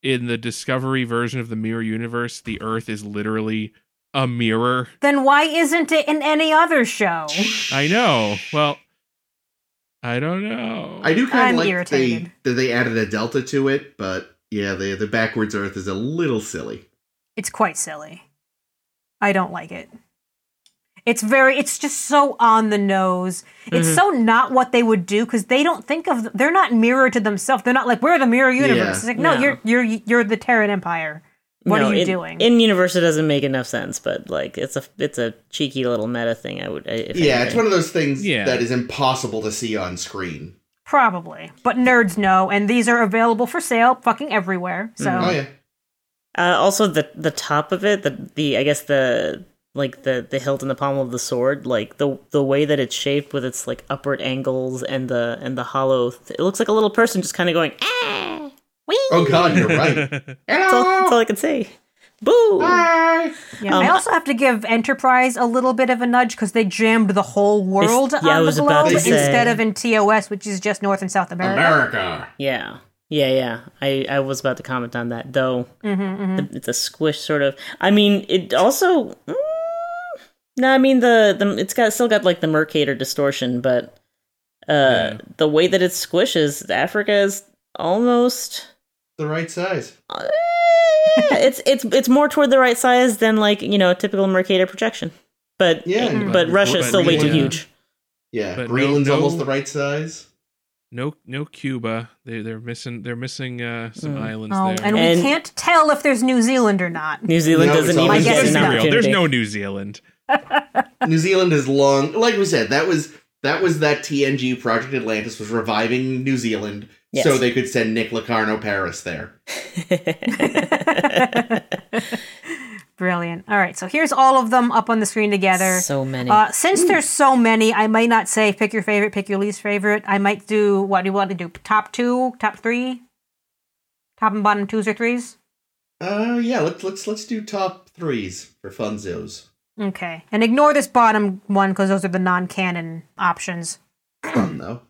S1: in the Discovery version of the mirror universe, the Earth is literally a mirror?
S3: Then why isn't it in any other show?
S1: I know. Well, I don't know.
S2: I do kind
S3: I'm
S2: of like that they
S3: irritated.
S2: that they added a delta to it, but yeah, the the backwards Earth is a little silly.
S3: It's quite silly. I don't like it. It's very it's just so on the nose. It's
S4: Mm-hmm.
S3: so not what they would do cuz they don't think of they're not mirror to themselves. They're not like we're the mirror universe.
S2: Yeah.
S3: It's like no,
S4: No.
S3: you're you're you're the Terran empire. What
S4: No,
S3: are you
S4: in-
S3: doing?
S4: In universe, it doesn't make enough sense, but like it's a it's a cheeky little meta thing. I would. I- If
S2: yeah,
S4: anything.
S2: it's one of those things
S1: Yeah.
S2: that is impossible to see on screen.
S3: Probably. But nerds know and these are available for sale fucking everywhere. So
S4: Mm-hmm.
S2: Oh yeah.
S4: Uh, also, the the top of it, the the I guess the like the the hilt and the palm of the sword, like the the way that it's shaped with its like upward angles and the and the hollow. Th- it looks like a little person just kind of going. Ah, wee.
S2: Oh god, you're right.
S4: That's all, that's all I can say. Boo.
S2: Bye.
S3: yeah.
S4: Um,
S3: I also have to give Enterprise a little bit of a nudge because they jammed the whole world
S4: yeah, I
S3: on the
S4: was about
S3: globe
S2: to say.
S3: instead of in TOS, which is just North and South
S2: America.
S4: Yeah. Yeah, yeah. I, I was about to comment on that, though.
S3: Mm-hmm,
S2: Mm.
S4: The- it's a squish sort of. I mean, it also. Mm, no, I mean the the it's got still got like the Mercator distortion, but uh
S1: Yeah.
S4: the way that it squishes, Africa is almost.
S2: The right size.
S4: uh, it's it's it's more toward the right size than like you know a typical Mercator projection, but
S2: Yeah.
S3: Mm.
S2: but-
S4: but Russia is still way too
S1: Yeah.
S4: huge.
S2: Yeah.
S1: But
S2: Greenland's
S1: no-
S2: almost
S1: no-
S2: the right size.
S1: no, no Cuba. They they're missing they're missing uh, some
S4: Mm.
S1: islands
S3: Oh,
S1: there.
S3: and we
S4: And-
S3: can't tell if there's New Zealand or not.
S4: New Zealand
S2: No, it's
S4: doesn't
S2: all-
S4: even
S3: I
S4: get
S3: guess
S1: Let's
S4: an
S1: be
S3: not.
S1: real.
S4: opportunity.
S1: There's no New Zealand.
S2: New Zealand is long like we said, that was that was that TNG Project Atlantis was reviving New Zealand
S4: Yes.
S2: so they could send Nick Locarno Paris there.
S3: Brilliant. All right, so here's all of them up on the screen together.
S4: so many.
S3: Uh, since there's so many, I might not say pick your favorite, pick your least favorite. I might do what do you want to do? Top two, top three? Top and bottom twos or threes?
S2: Uh, yeah. Let's let's let's do top threes for funzos.
S3: Okay. And ignore this bottom one because those are the non canon options.
S2: Fun though.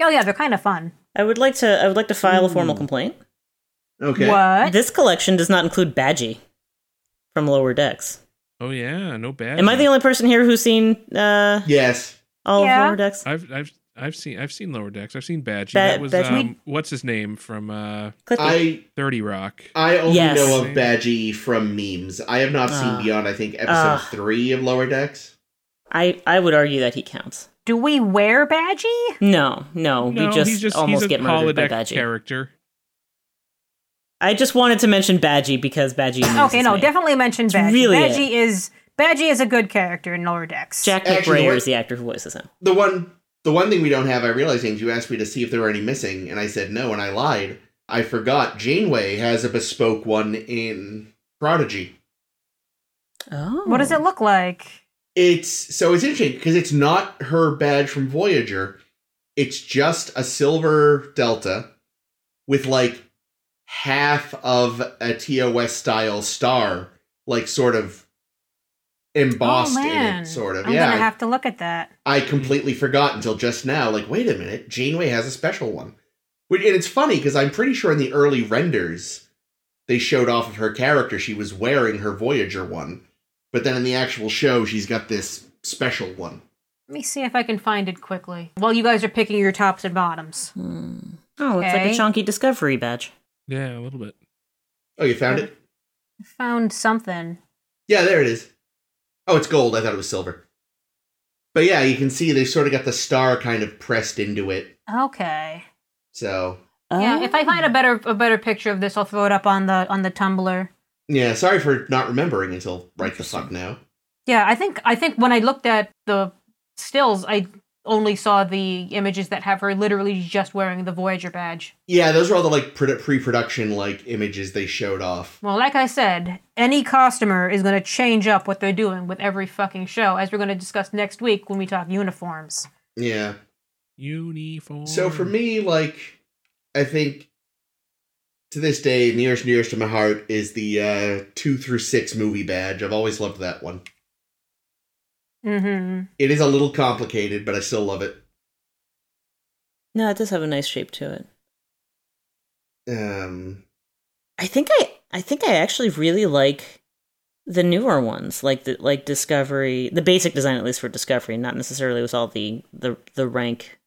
S3: Oh, yeah, they're kind of fun.
S4: I would like to. I would like to file a
S3: Hmm.
S4: formal complaint.
S2: Okay.
S3: What?
S4: This collection does not include Badgie from Lower Decks.
S1: Oh yeah, no bad.
S4: Am I the only person here who's seen uh,
S2: Yes.
S4: all
S3: Yeah.
S4: of Lower Decks?
S1: I've I've I've seen I've seen lower decks. I've seen Badgie.
S4: Ba-
S1: that was
S4: Badgie.
S1: um, what's his name from uh,
S4: Clippy.
S2: I
S1: Thirty Rock.
S2: I only
S4: Yes.
S2: know of Badgie from memes. I have not seen
S4: Ah.
S2: beyond. I think episode
S4: Ah.
S2: three of Lower Decks.
S4: I I would argue that he counts.
S3: Do we wear Badgie?
S4: No, no,
S1: No,
S4: we Oh, just,
S1: he's just
S4: almost
S1: he's a
S4: get murdered by
S1: holodeck
S4: Badgie.
S1: character.
S4: I just wanted to mention Badgie because Badgie. means
S3: Okay,
S4: his
S3: no,
S4: name.
S3: definitely mention Badgie.
S4: really it.
S3: Badgie is Badgie is a good character in lower decks.
S4: Jack
S2: Actually,
S4: McBrayer
S2: what-
S4: is the actor who voices him.
S2: The one the one thing we don't have. I realized James, you asked me to see if there were any missing, and I said no, and I lied. I forgot. Janeway has a bespoke one in Prodigy.
S4: Oh,
S3: What does it look like?
S2: It's so it's interesting because it's not her badge from Voyager. It's just a silver delta with like half of a TOS style star, like sort of embossed
S3: oh,
S2: in
S3: man.
S2: it, sort of.
S3: I'm
S2: yeah.
S3: gonna have to look at that.
S2: I completely forgot until just now. Like, wait a minute, Janeway has a special one. Which, and it's funny because I'm pretty sure in the early renders they showed off of her character she was wearing her Voyager one, but then in the actual show she's got this special one.
S3: Let me see if I can find it quickly. While you guys are picking your tops and bottoms.
S4: Oh, it's like
S3: Okay.
S4: a chunky Discovery badge.
S1: Yeah, a little bit.
S2: Oh, you found it?
S3: I found something.
S2: Yeah, there it is. Oh, it's gold. I thought it was silver. But yeah, you can see they sort of got the star kind of pressed into it.
S3: Okay.
S2: So
S3: Yeah, if I find a better a better picture of this, I'll throw it up on the on the Tumblr.
S2: yeah, sorry for not remembering until right the fuck now.
S3: Yeah, I think I think when I looked at the stills, I only saw the images that have her literally just wearing the Voyager badge.
S2: Yeah, those were all the like pre production like images they showed off.
S3: Well, like I said, any customer is going to change up what they're doing with every fucking show, as we're going to discuss next week when we talk uniforms.
S2: Yeah.
S1: Uniform.
S3: Mm.
S2: So for me, like, I think to this day, nearest nearest to my heart is the uh two through six movie badge. I've always loved that one.
S3: Mm-hmm.
S2: It is a little complicated, but I still love it.
S4: No, it does have a nice shape to it.
S2: Um
S4: I think I I think I actually really like the newer ones, like the like Discovery, the basic design at least for Discovery, not necessarily with all the the the rank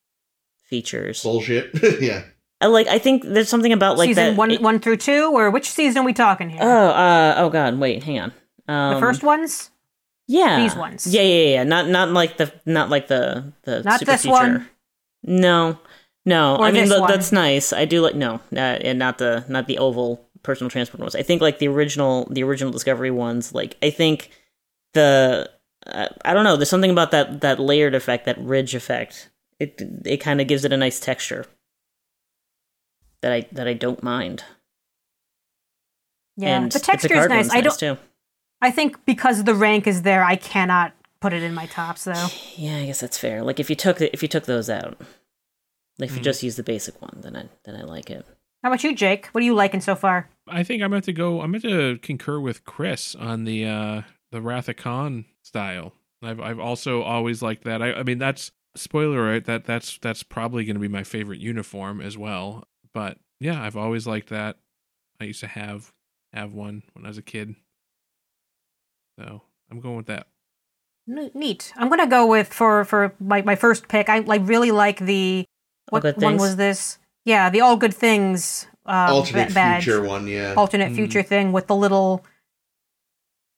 S4: features.
S2: bullshit.
S3: Um,
S2: yeah.
S4: I like I think there's something about like
S3: season
S4: that.
S3: one, one through two, or which season are we talking here?
S4: Oh, uh, oh God! Wait, hang on. Um,
S3: the first ones,
S4: yeah,
S3: these ones.
S4: Yeah, yeah, yeah. Not not like the not like the the
S3: Not
S4: super
S3: this
S4: feature.
S3: one.
S4: No, no.
S3: Or
S4: I mean,
S3: this
S4: look,
S3: one.
S4: that's nice. I do like no, uh, and not the not the oval personal transport ones. I think like the original the original Discovery ones. Like I think the uh, I don't know. There's something about that that layered effect, that ridge effect. It it kind of gives it a nice texture that I that I don't mind.
S3: yeah.
S4: and
S3: the texture is
S4: Picard
S3: nice.
S4: one's
S3: I don't.
S4: too.
S3: I think because the rank is there, I cannot put it in my tops though.
S4: Yeah, I guess that's fair. Like if you took if you took those out, like
S3: Mm-hmm.
S4: if you
S1: Mhm.
S4: just use the basic one, then I then I like it.
S3: How about you, Jake? What are you liking so far?
S1: I think I'm going to go. I'm going to concur with Chris on the uh the Wrath of Khan style. I've I've also always liked that. I I mean that's spoiler right that that's that's probably going to be my favorite uniform as well. But yeah, I've always liked that. I used to have have one when I was a kid. So I'm going with that.
S3: Ne- Neat. I'm gonna go with for for my, my first pick. I like really like the
S4: All
S3: what
S4: Good
S3: one
S4: Things?
S3: was this? Yeah, the all good things um,
S2: Alternate
S3: ba- badge. Oh.
S2: future one, yeah.
S3: alternate
S4: Hmm.
S1: Mm.
S3: future thing with the little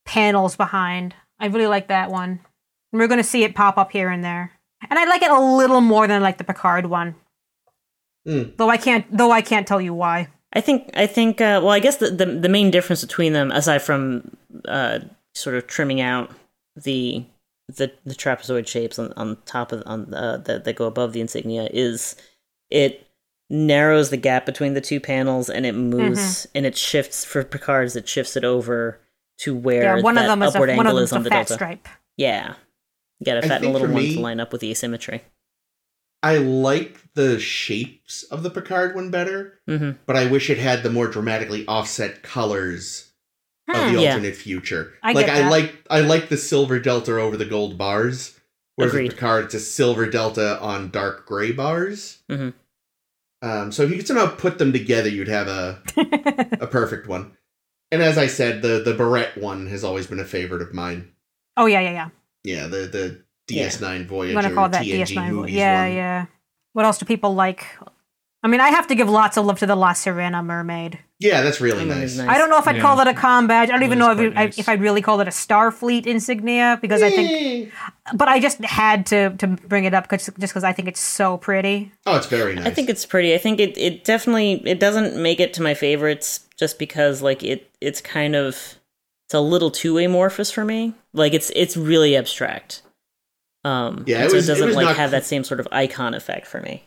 S3: panels behind. I really like that one. And we're gonna see it pop up here and there. And I like it a little more than I like the Picard one.
S2: Mm.
S3: Though I can't though I can't tell you why.
S4: I think I think uh, well, I guess the, the the main difference between them, aside from uh, sort of trimming out the the, the trapezoid shapes on, on top of on uh, that that go above the insignia, is it narrows the gap between the two panels and it moves
S3: Mm-hmm.
S4: and it shifts for Picard's. It shifts it over to where
S3: Yeah, one of
S4: that
S3: them is a
S4: upward
S3: one of
S4: angle
S3: them
S4: is
S3: is a
S4: on the
S3: fat
S4: delta.
S3: stripe.
S4: Yeah, you got
S2: I
S4: to fatten a
S2: think
S4: little
S2: for
S4: one
S2: me-
S4: to line up with the asymmetry.
S2: I like the shapes of the Picard one better,
S4: Mhm.
S2: but I wish it had the more dramatically offset colors of
S3: Hmm.
S2: the
S4: Yeah.
S2: alternate future.
S3: I
S2: like
S3: get
S2: I
S3: that.
S2: like I like the silver delta over the gold bars. Whereas with
S4: Agreed.
S2: Picard, it's a silver delta on dark gray bars.
S4: Mhm.
S2: Um, so if you could somehow put them together, you'd have a a perfect one. And as I said, the the barrette one has always been a favorite of mine.
S3: oh yeah, yeah, yeah.
S2: Yeah, the the
S4: Yeah.
S2: DS9 Voyager
S3: You want to call that
S2: TNG
S3: DS9?
S2: movies
S3: yeah,
S2: one.
S3: yeah. What else do people like? I mean, I have to give lots of love to the La Serena Mermaid.
S2: Yeah, that's really
S4: That one is
S2: nice.
S3: I don't know if I'd
S1: Yeah.
S3: call that a com badge. I don't
S1: That
S3: even
S1: is
S3: know if,
S1: quite
S3: it- I-
S1: nice.
S3: if I'd really call it a Starfleet insignia because I think,
S2: Eh.
S3: but I just had to to bring it up 'cause- just because I think it's so pretty.
S2: Oh, it's very nice.
S4: I think it's pretty. I think it, it definitely it doesn't make it to my favorites just because like it it's kind of it's a little too amorphous for me. Like it's it's really abstract. Um
S2: Yeah,
S4: and
S2: it
S4: so
S2: was- it
S4: it doesn't
S2: was
S4: like
S2: not-
S4: have that same sort of icon effect for me.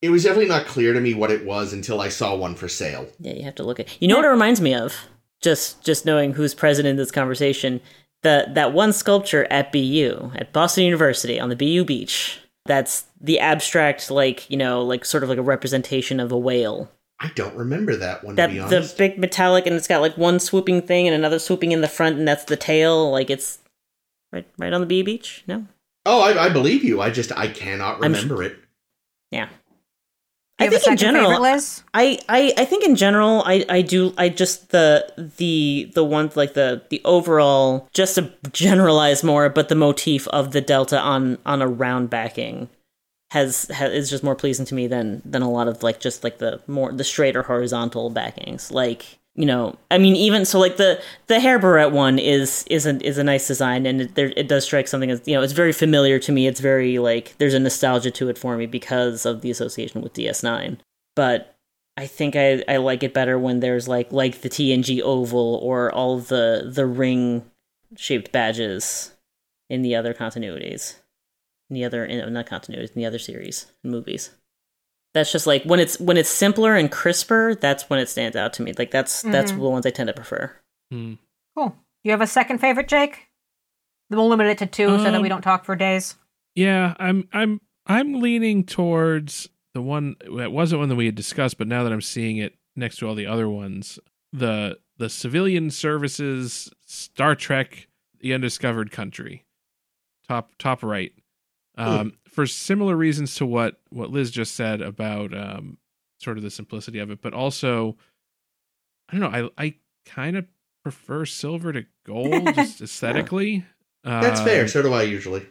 S2: it was definitely not clear to me what it was until I saw one for sale.
S4: Yeah, you have to look at. You know what it reminds me of? Just just knowing who's present in this conversation. That that one sculpture at BU at Boston University on the BU beach. That's the abstract, like you know, like sort of like a representation of a whale.
S2: I don't remember that one.
S4: That
S2: to be
S4: the
S2: honest.
S4: big metallic, and it's got like one swooping thing and another swooping in the front, and that's the tail. Like it's right right on the BU beach. No,
S2: oh, I, I believe you. I just I cannot
S4: I'm sh-
S2: remember it.
S4: yeah.
S3: Do you have
S4: I
S3: a
S4: think in
S3: second
S4: general,
S3: favorite, Liz?
S4: I, I I think in general I I do I just the the the one like the the overall just to generalize more but the motif of the delta on on a round backing has, has is just more pleasing to me than than a lot of like just like the more the straight or horizontal backings like you know I mean even so like the the hair barrette one is is a, is a nice design and it, there, it does strike something as you know it's very familiar to me it's very like there's a nostalgia to it for me because of the association with DS9 but I think I, I like it better when there's like like the TNG oval or all of the the ring shaped badges in the other continuities, in the other in, not continuities in the other series and movies. That's just like when it's when it's simpler and crisper. That's when it stands out to me. Like that's that's the
S3: Mhm.
S4: ones I tend to prefer.
S1: Hmm.
S3: Cool. Do you have a second favorite, Jake? We'll limit it to two so that
S1: Um,
S4: Mm.
S3: we don't talk for days.
S1: Yeah, I'm I'm I'm leaning towards the one that wasn't one that we had discussed, but now that I'm seeing it next to all the other ones, the the civilian services Star Trek The Undiscovered Country. Top top right.
S2: Hmm.
S1: Um for similar reasons to what what Liz just said about um sort of the simplicity of it, but also I don't know, I I kind of prefer silver to gold just aesthetically.
S2: That's fair.
S1: Um,
S2: So do I usually.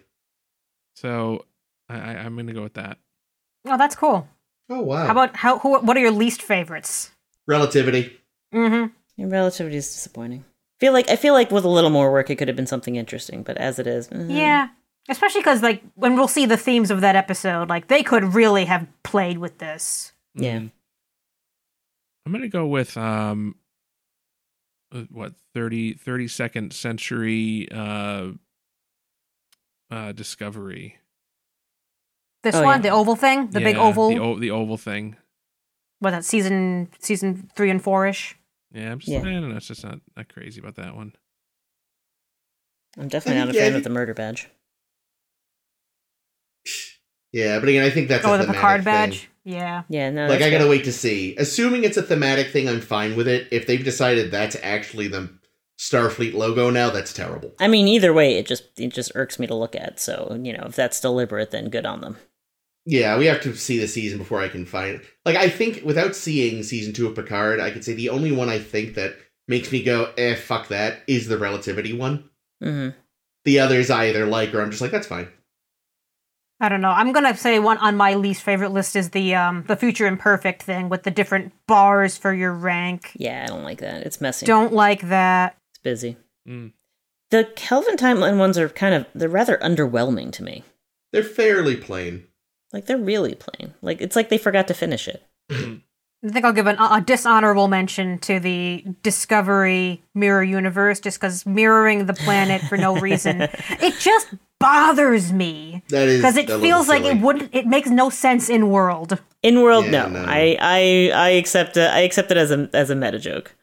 S1: so I, I, I'm going to go with that.
S3: Oh, that's cool.
S2: Oh wow.
S3: How about how? Who? What are your least favorites?
S2: relativity?
S3: Mm-hmm.
S4: And relativity is disappointing. feel like I feel like with a little more work it could have been something interesting, but as it is, eh.
S3: Yeah, especially because like when we'll see the themes of that episode, like they could really have played with this.
S4: Yeah.
S1: Mm. I'm going to go with um uh, what 30 32nd century uh uh discovery.
S3: This
S4: Oh,
S3: one, the
S4: yeah.
S3: oval thing, the big
S1: Yeah,
S3: oval.
S1: the, o- the oval thing.
S3: was that season season three and four ish?
S1: Yeah, I'm just,
S4: Yeah.
S1: I don't know, it's just not not crazy about that one.
S4: I'm definitely not a
S2: Yeah,
S4: fan
S2: you-
S4: of the murder badge.
S2: Yeah, but again, I think that's
S3: Oh,
S2: a
S3: the
S2: thematic
S3: Picard
S2: thing.
S3: badge. Yeah.
S4: Yeah, no,
S2: like
S4: that's
S2: I
S4: fair.
S2: gotta wait to see. Assuming it's a thematic thing, I'm fine with it. If they've decided that's actually the Starfleet logo now, that's terrible.
S4: I mean, either way, it just it just irks me to look at. So you know, if that's deliberate, then good on them.
S2: Yeah, we have to see the season before I can find. Like I think without seeing season two of Picard, I could say the only one I think that makes me go eh fuck that is the relativity one.
S4: hmm
S2: The others I either like or I'm just like that's fine.
S3: I don't know. I'm gonna say one on my least favorite list is the um the future imperfect thing with the different bars for your rank.
S4: Yeah, I don't like that. It's messy.
S3: Don't like that.
S4: It's busy.
S1: Mm.
S4: The Kelvin timeline ones are kind of they're rather underwhelming to me.
S2: They're fairly plain.
S4: Like they're really plain. Like it's like they forgot to finish it.
S3: I think I'll give an, a dishonorable mention to the Discovery Mirror Universe just because mirroring the planet for no reason. it just bothers me
S2: That is
S3: because it
S2: a little
S3: feels like
S2: silly.
S3: it wouldn't. It makes no sense in world.
S4: In world,
S2: Yeah,
S4: no.
S2: no.
S4: I I I accept it. I accept it as a as a meta joke,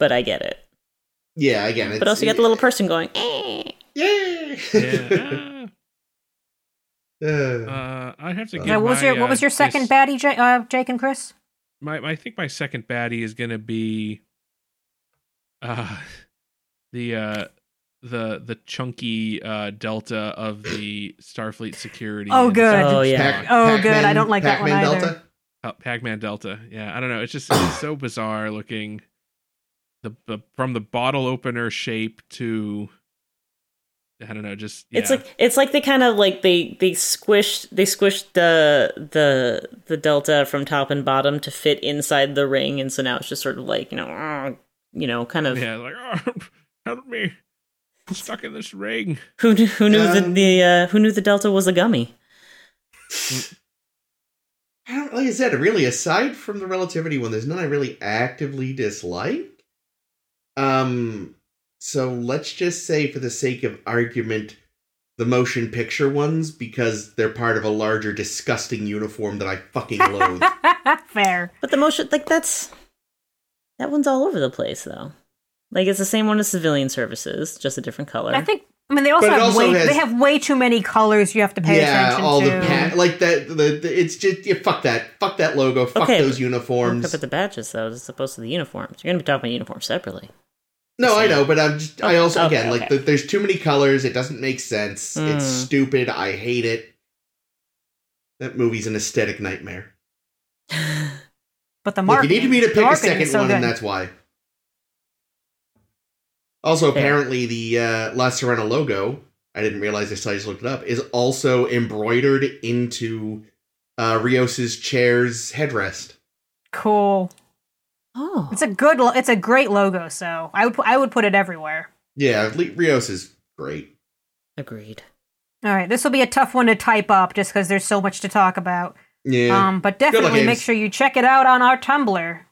S4: but I get it.
S2: Yeah, again. It's,
S4: But also, you got the little person going. Eh.
S2: Yeah.
S1: Yeah.
S2: Uh,
S1: Uh, I have to
S2: Yeah,
S1: give
S3: Yeah, what was
S1: my,
S3: your what
S1: uh,
S3: was your second
S1: this-
S3: baddie, Jake, uh, Jake and Chris?
S1: my, my- I think my second baddie is gonna be uh the uh the the chunky uh delta of the Starfleet security.
S3: Oh,
S1: and
S3: good.
S1: Star
S4: Oh,
S1: Trek
S4: yeah.
S1: Log.
S3: Oh, good. I don't like that one
S2: Pac-Man
S3: either.
S2: Delta?
S1: Pa- uh, Pac-Man Delta. Yeah, I don't know. It's just it's so bizarre looking. The, the from the bottle opener shape to I don't know, just yeah.
S4: It's like it's like they kind of like they they squished they squished the the the delta from top and bottom to fit inside the ring, and so now it's just sort of like you know "Argh," you know kind of
S1: yeah, like oh, help me, I'm stuck in this ring.
S4: who knew, who knew
S2: Um,
S4: that the uh, who knew the delta was a gummy.
S2: I don't, like I said, really, aside from the relativity one, there's none I really actively dislike. Um, so let's just say, for the sake of argument, the motion picture ones because they're part of a larger, disgusting uniform that I fucking loathe.
S3: Fair.
S4: But the motion like that's that one's all over the place though. Like it's the same one as civilian services, just a different color.
S3: I think. I mean, they also
S2: But it
S3: have
S2: also
S3: way
S2: has-
S3: they have way too many colors. You have to pay
S2: yeah,
S3: attention
S2: all
S3: to.
S2: the pa- like that. The, the it's just yeah, fuck that, fuck that logo, fuck
S4: Okay,
S2: those
S4: Okay,
S2: uniforms.
S4: but the badges though, as opposed to the uniforms. You're gonna be talking about uniforms separately.
S2: No, I know, but I'm just, I
S4: Okay,
S2: also
S4: okay,
S2: again like
S4: okay.
S2: the, there's too many colors. It doesn't make sense. It's
S4: Mm.
S2: stupid. I hate it. That movie's an aesthetic nightmare.
S3: But the
S2: Look,
S3: market.
S2: you need me to pick a second
S3: so
S2: one,
S3: good.
S2: and that's why. Also,
S4: Fair.
S2: apparently, the uh, La Serena logo. I didn't realize this. till I just looked it up. Is also embroidered into uh, Rios's chair's headrest.
S3: cool.
S4: Oh,
S3: It's a good. Lo- it's a great logo. So I would pu- I would put it everywhere.
S2: Yeah, Le- Rios is great.
S4: agreed.
S3: All right, this will be a tough one to type up just because there's so much to talk about.
S2: Yeah,
S3: Um, but
S2: luck,
S3: definitely make
S2: Ames.
S3: sure you check it out on our Tumblr,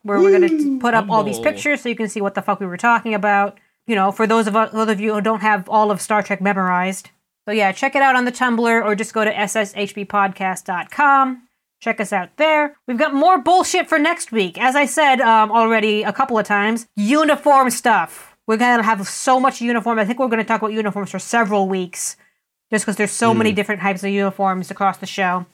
S3: where we're going to
S2: Woo!
S3: put up all these
S1: Tumblr.
S3: pictures so you can see what the fuck we were talking about. You know, for those of us, those of you who don't have all of Star Trek memorized. So yeah, check it out on the Tumblr or just go to sshbpodcast.com. Check us out there. We've got more bullshit for next week. As I said um, already a couple of times, uniform stuff. We're going to have so much uniform. I think we're going to talk about uniforms for several weeks just because there's so
S2: Mm.
S3: many different types of uniforms across the show.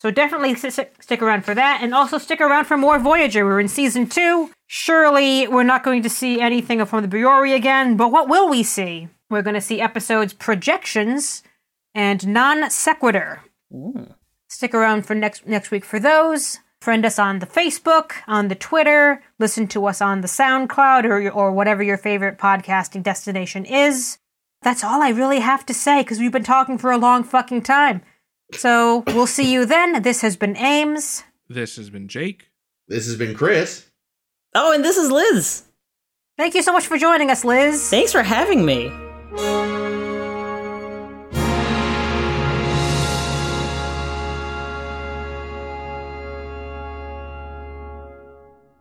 S3: So definitely s- s- stick around for that, and also stick around for more Voyager. We're in season two. Surely we're not going to see anything from the Briori again, but what will we see? We're going to see episodes projections and non sequitur. Stick around for next next week for those. Friend us on the Facebook, on the Twitter. Listen to us on the SoundCloud or your- or whatever your favorite podcasting destination is. That's all I really have to say because we've been talking for a long fucking time. So we'll see you then. This has been Ames.
S1: This has been Jake.
S2: this has been Chris.
S4: Oh, and this is Liz.
S3: Thank you so much for joining us, Liz.
S4: Thanks for having me.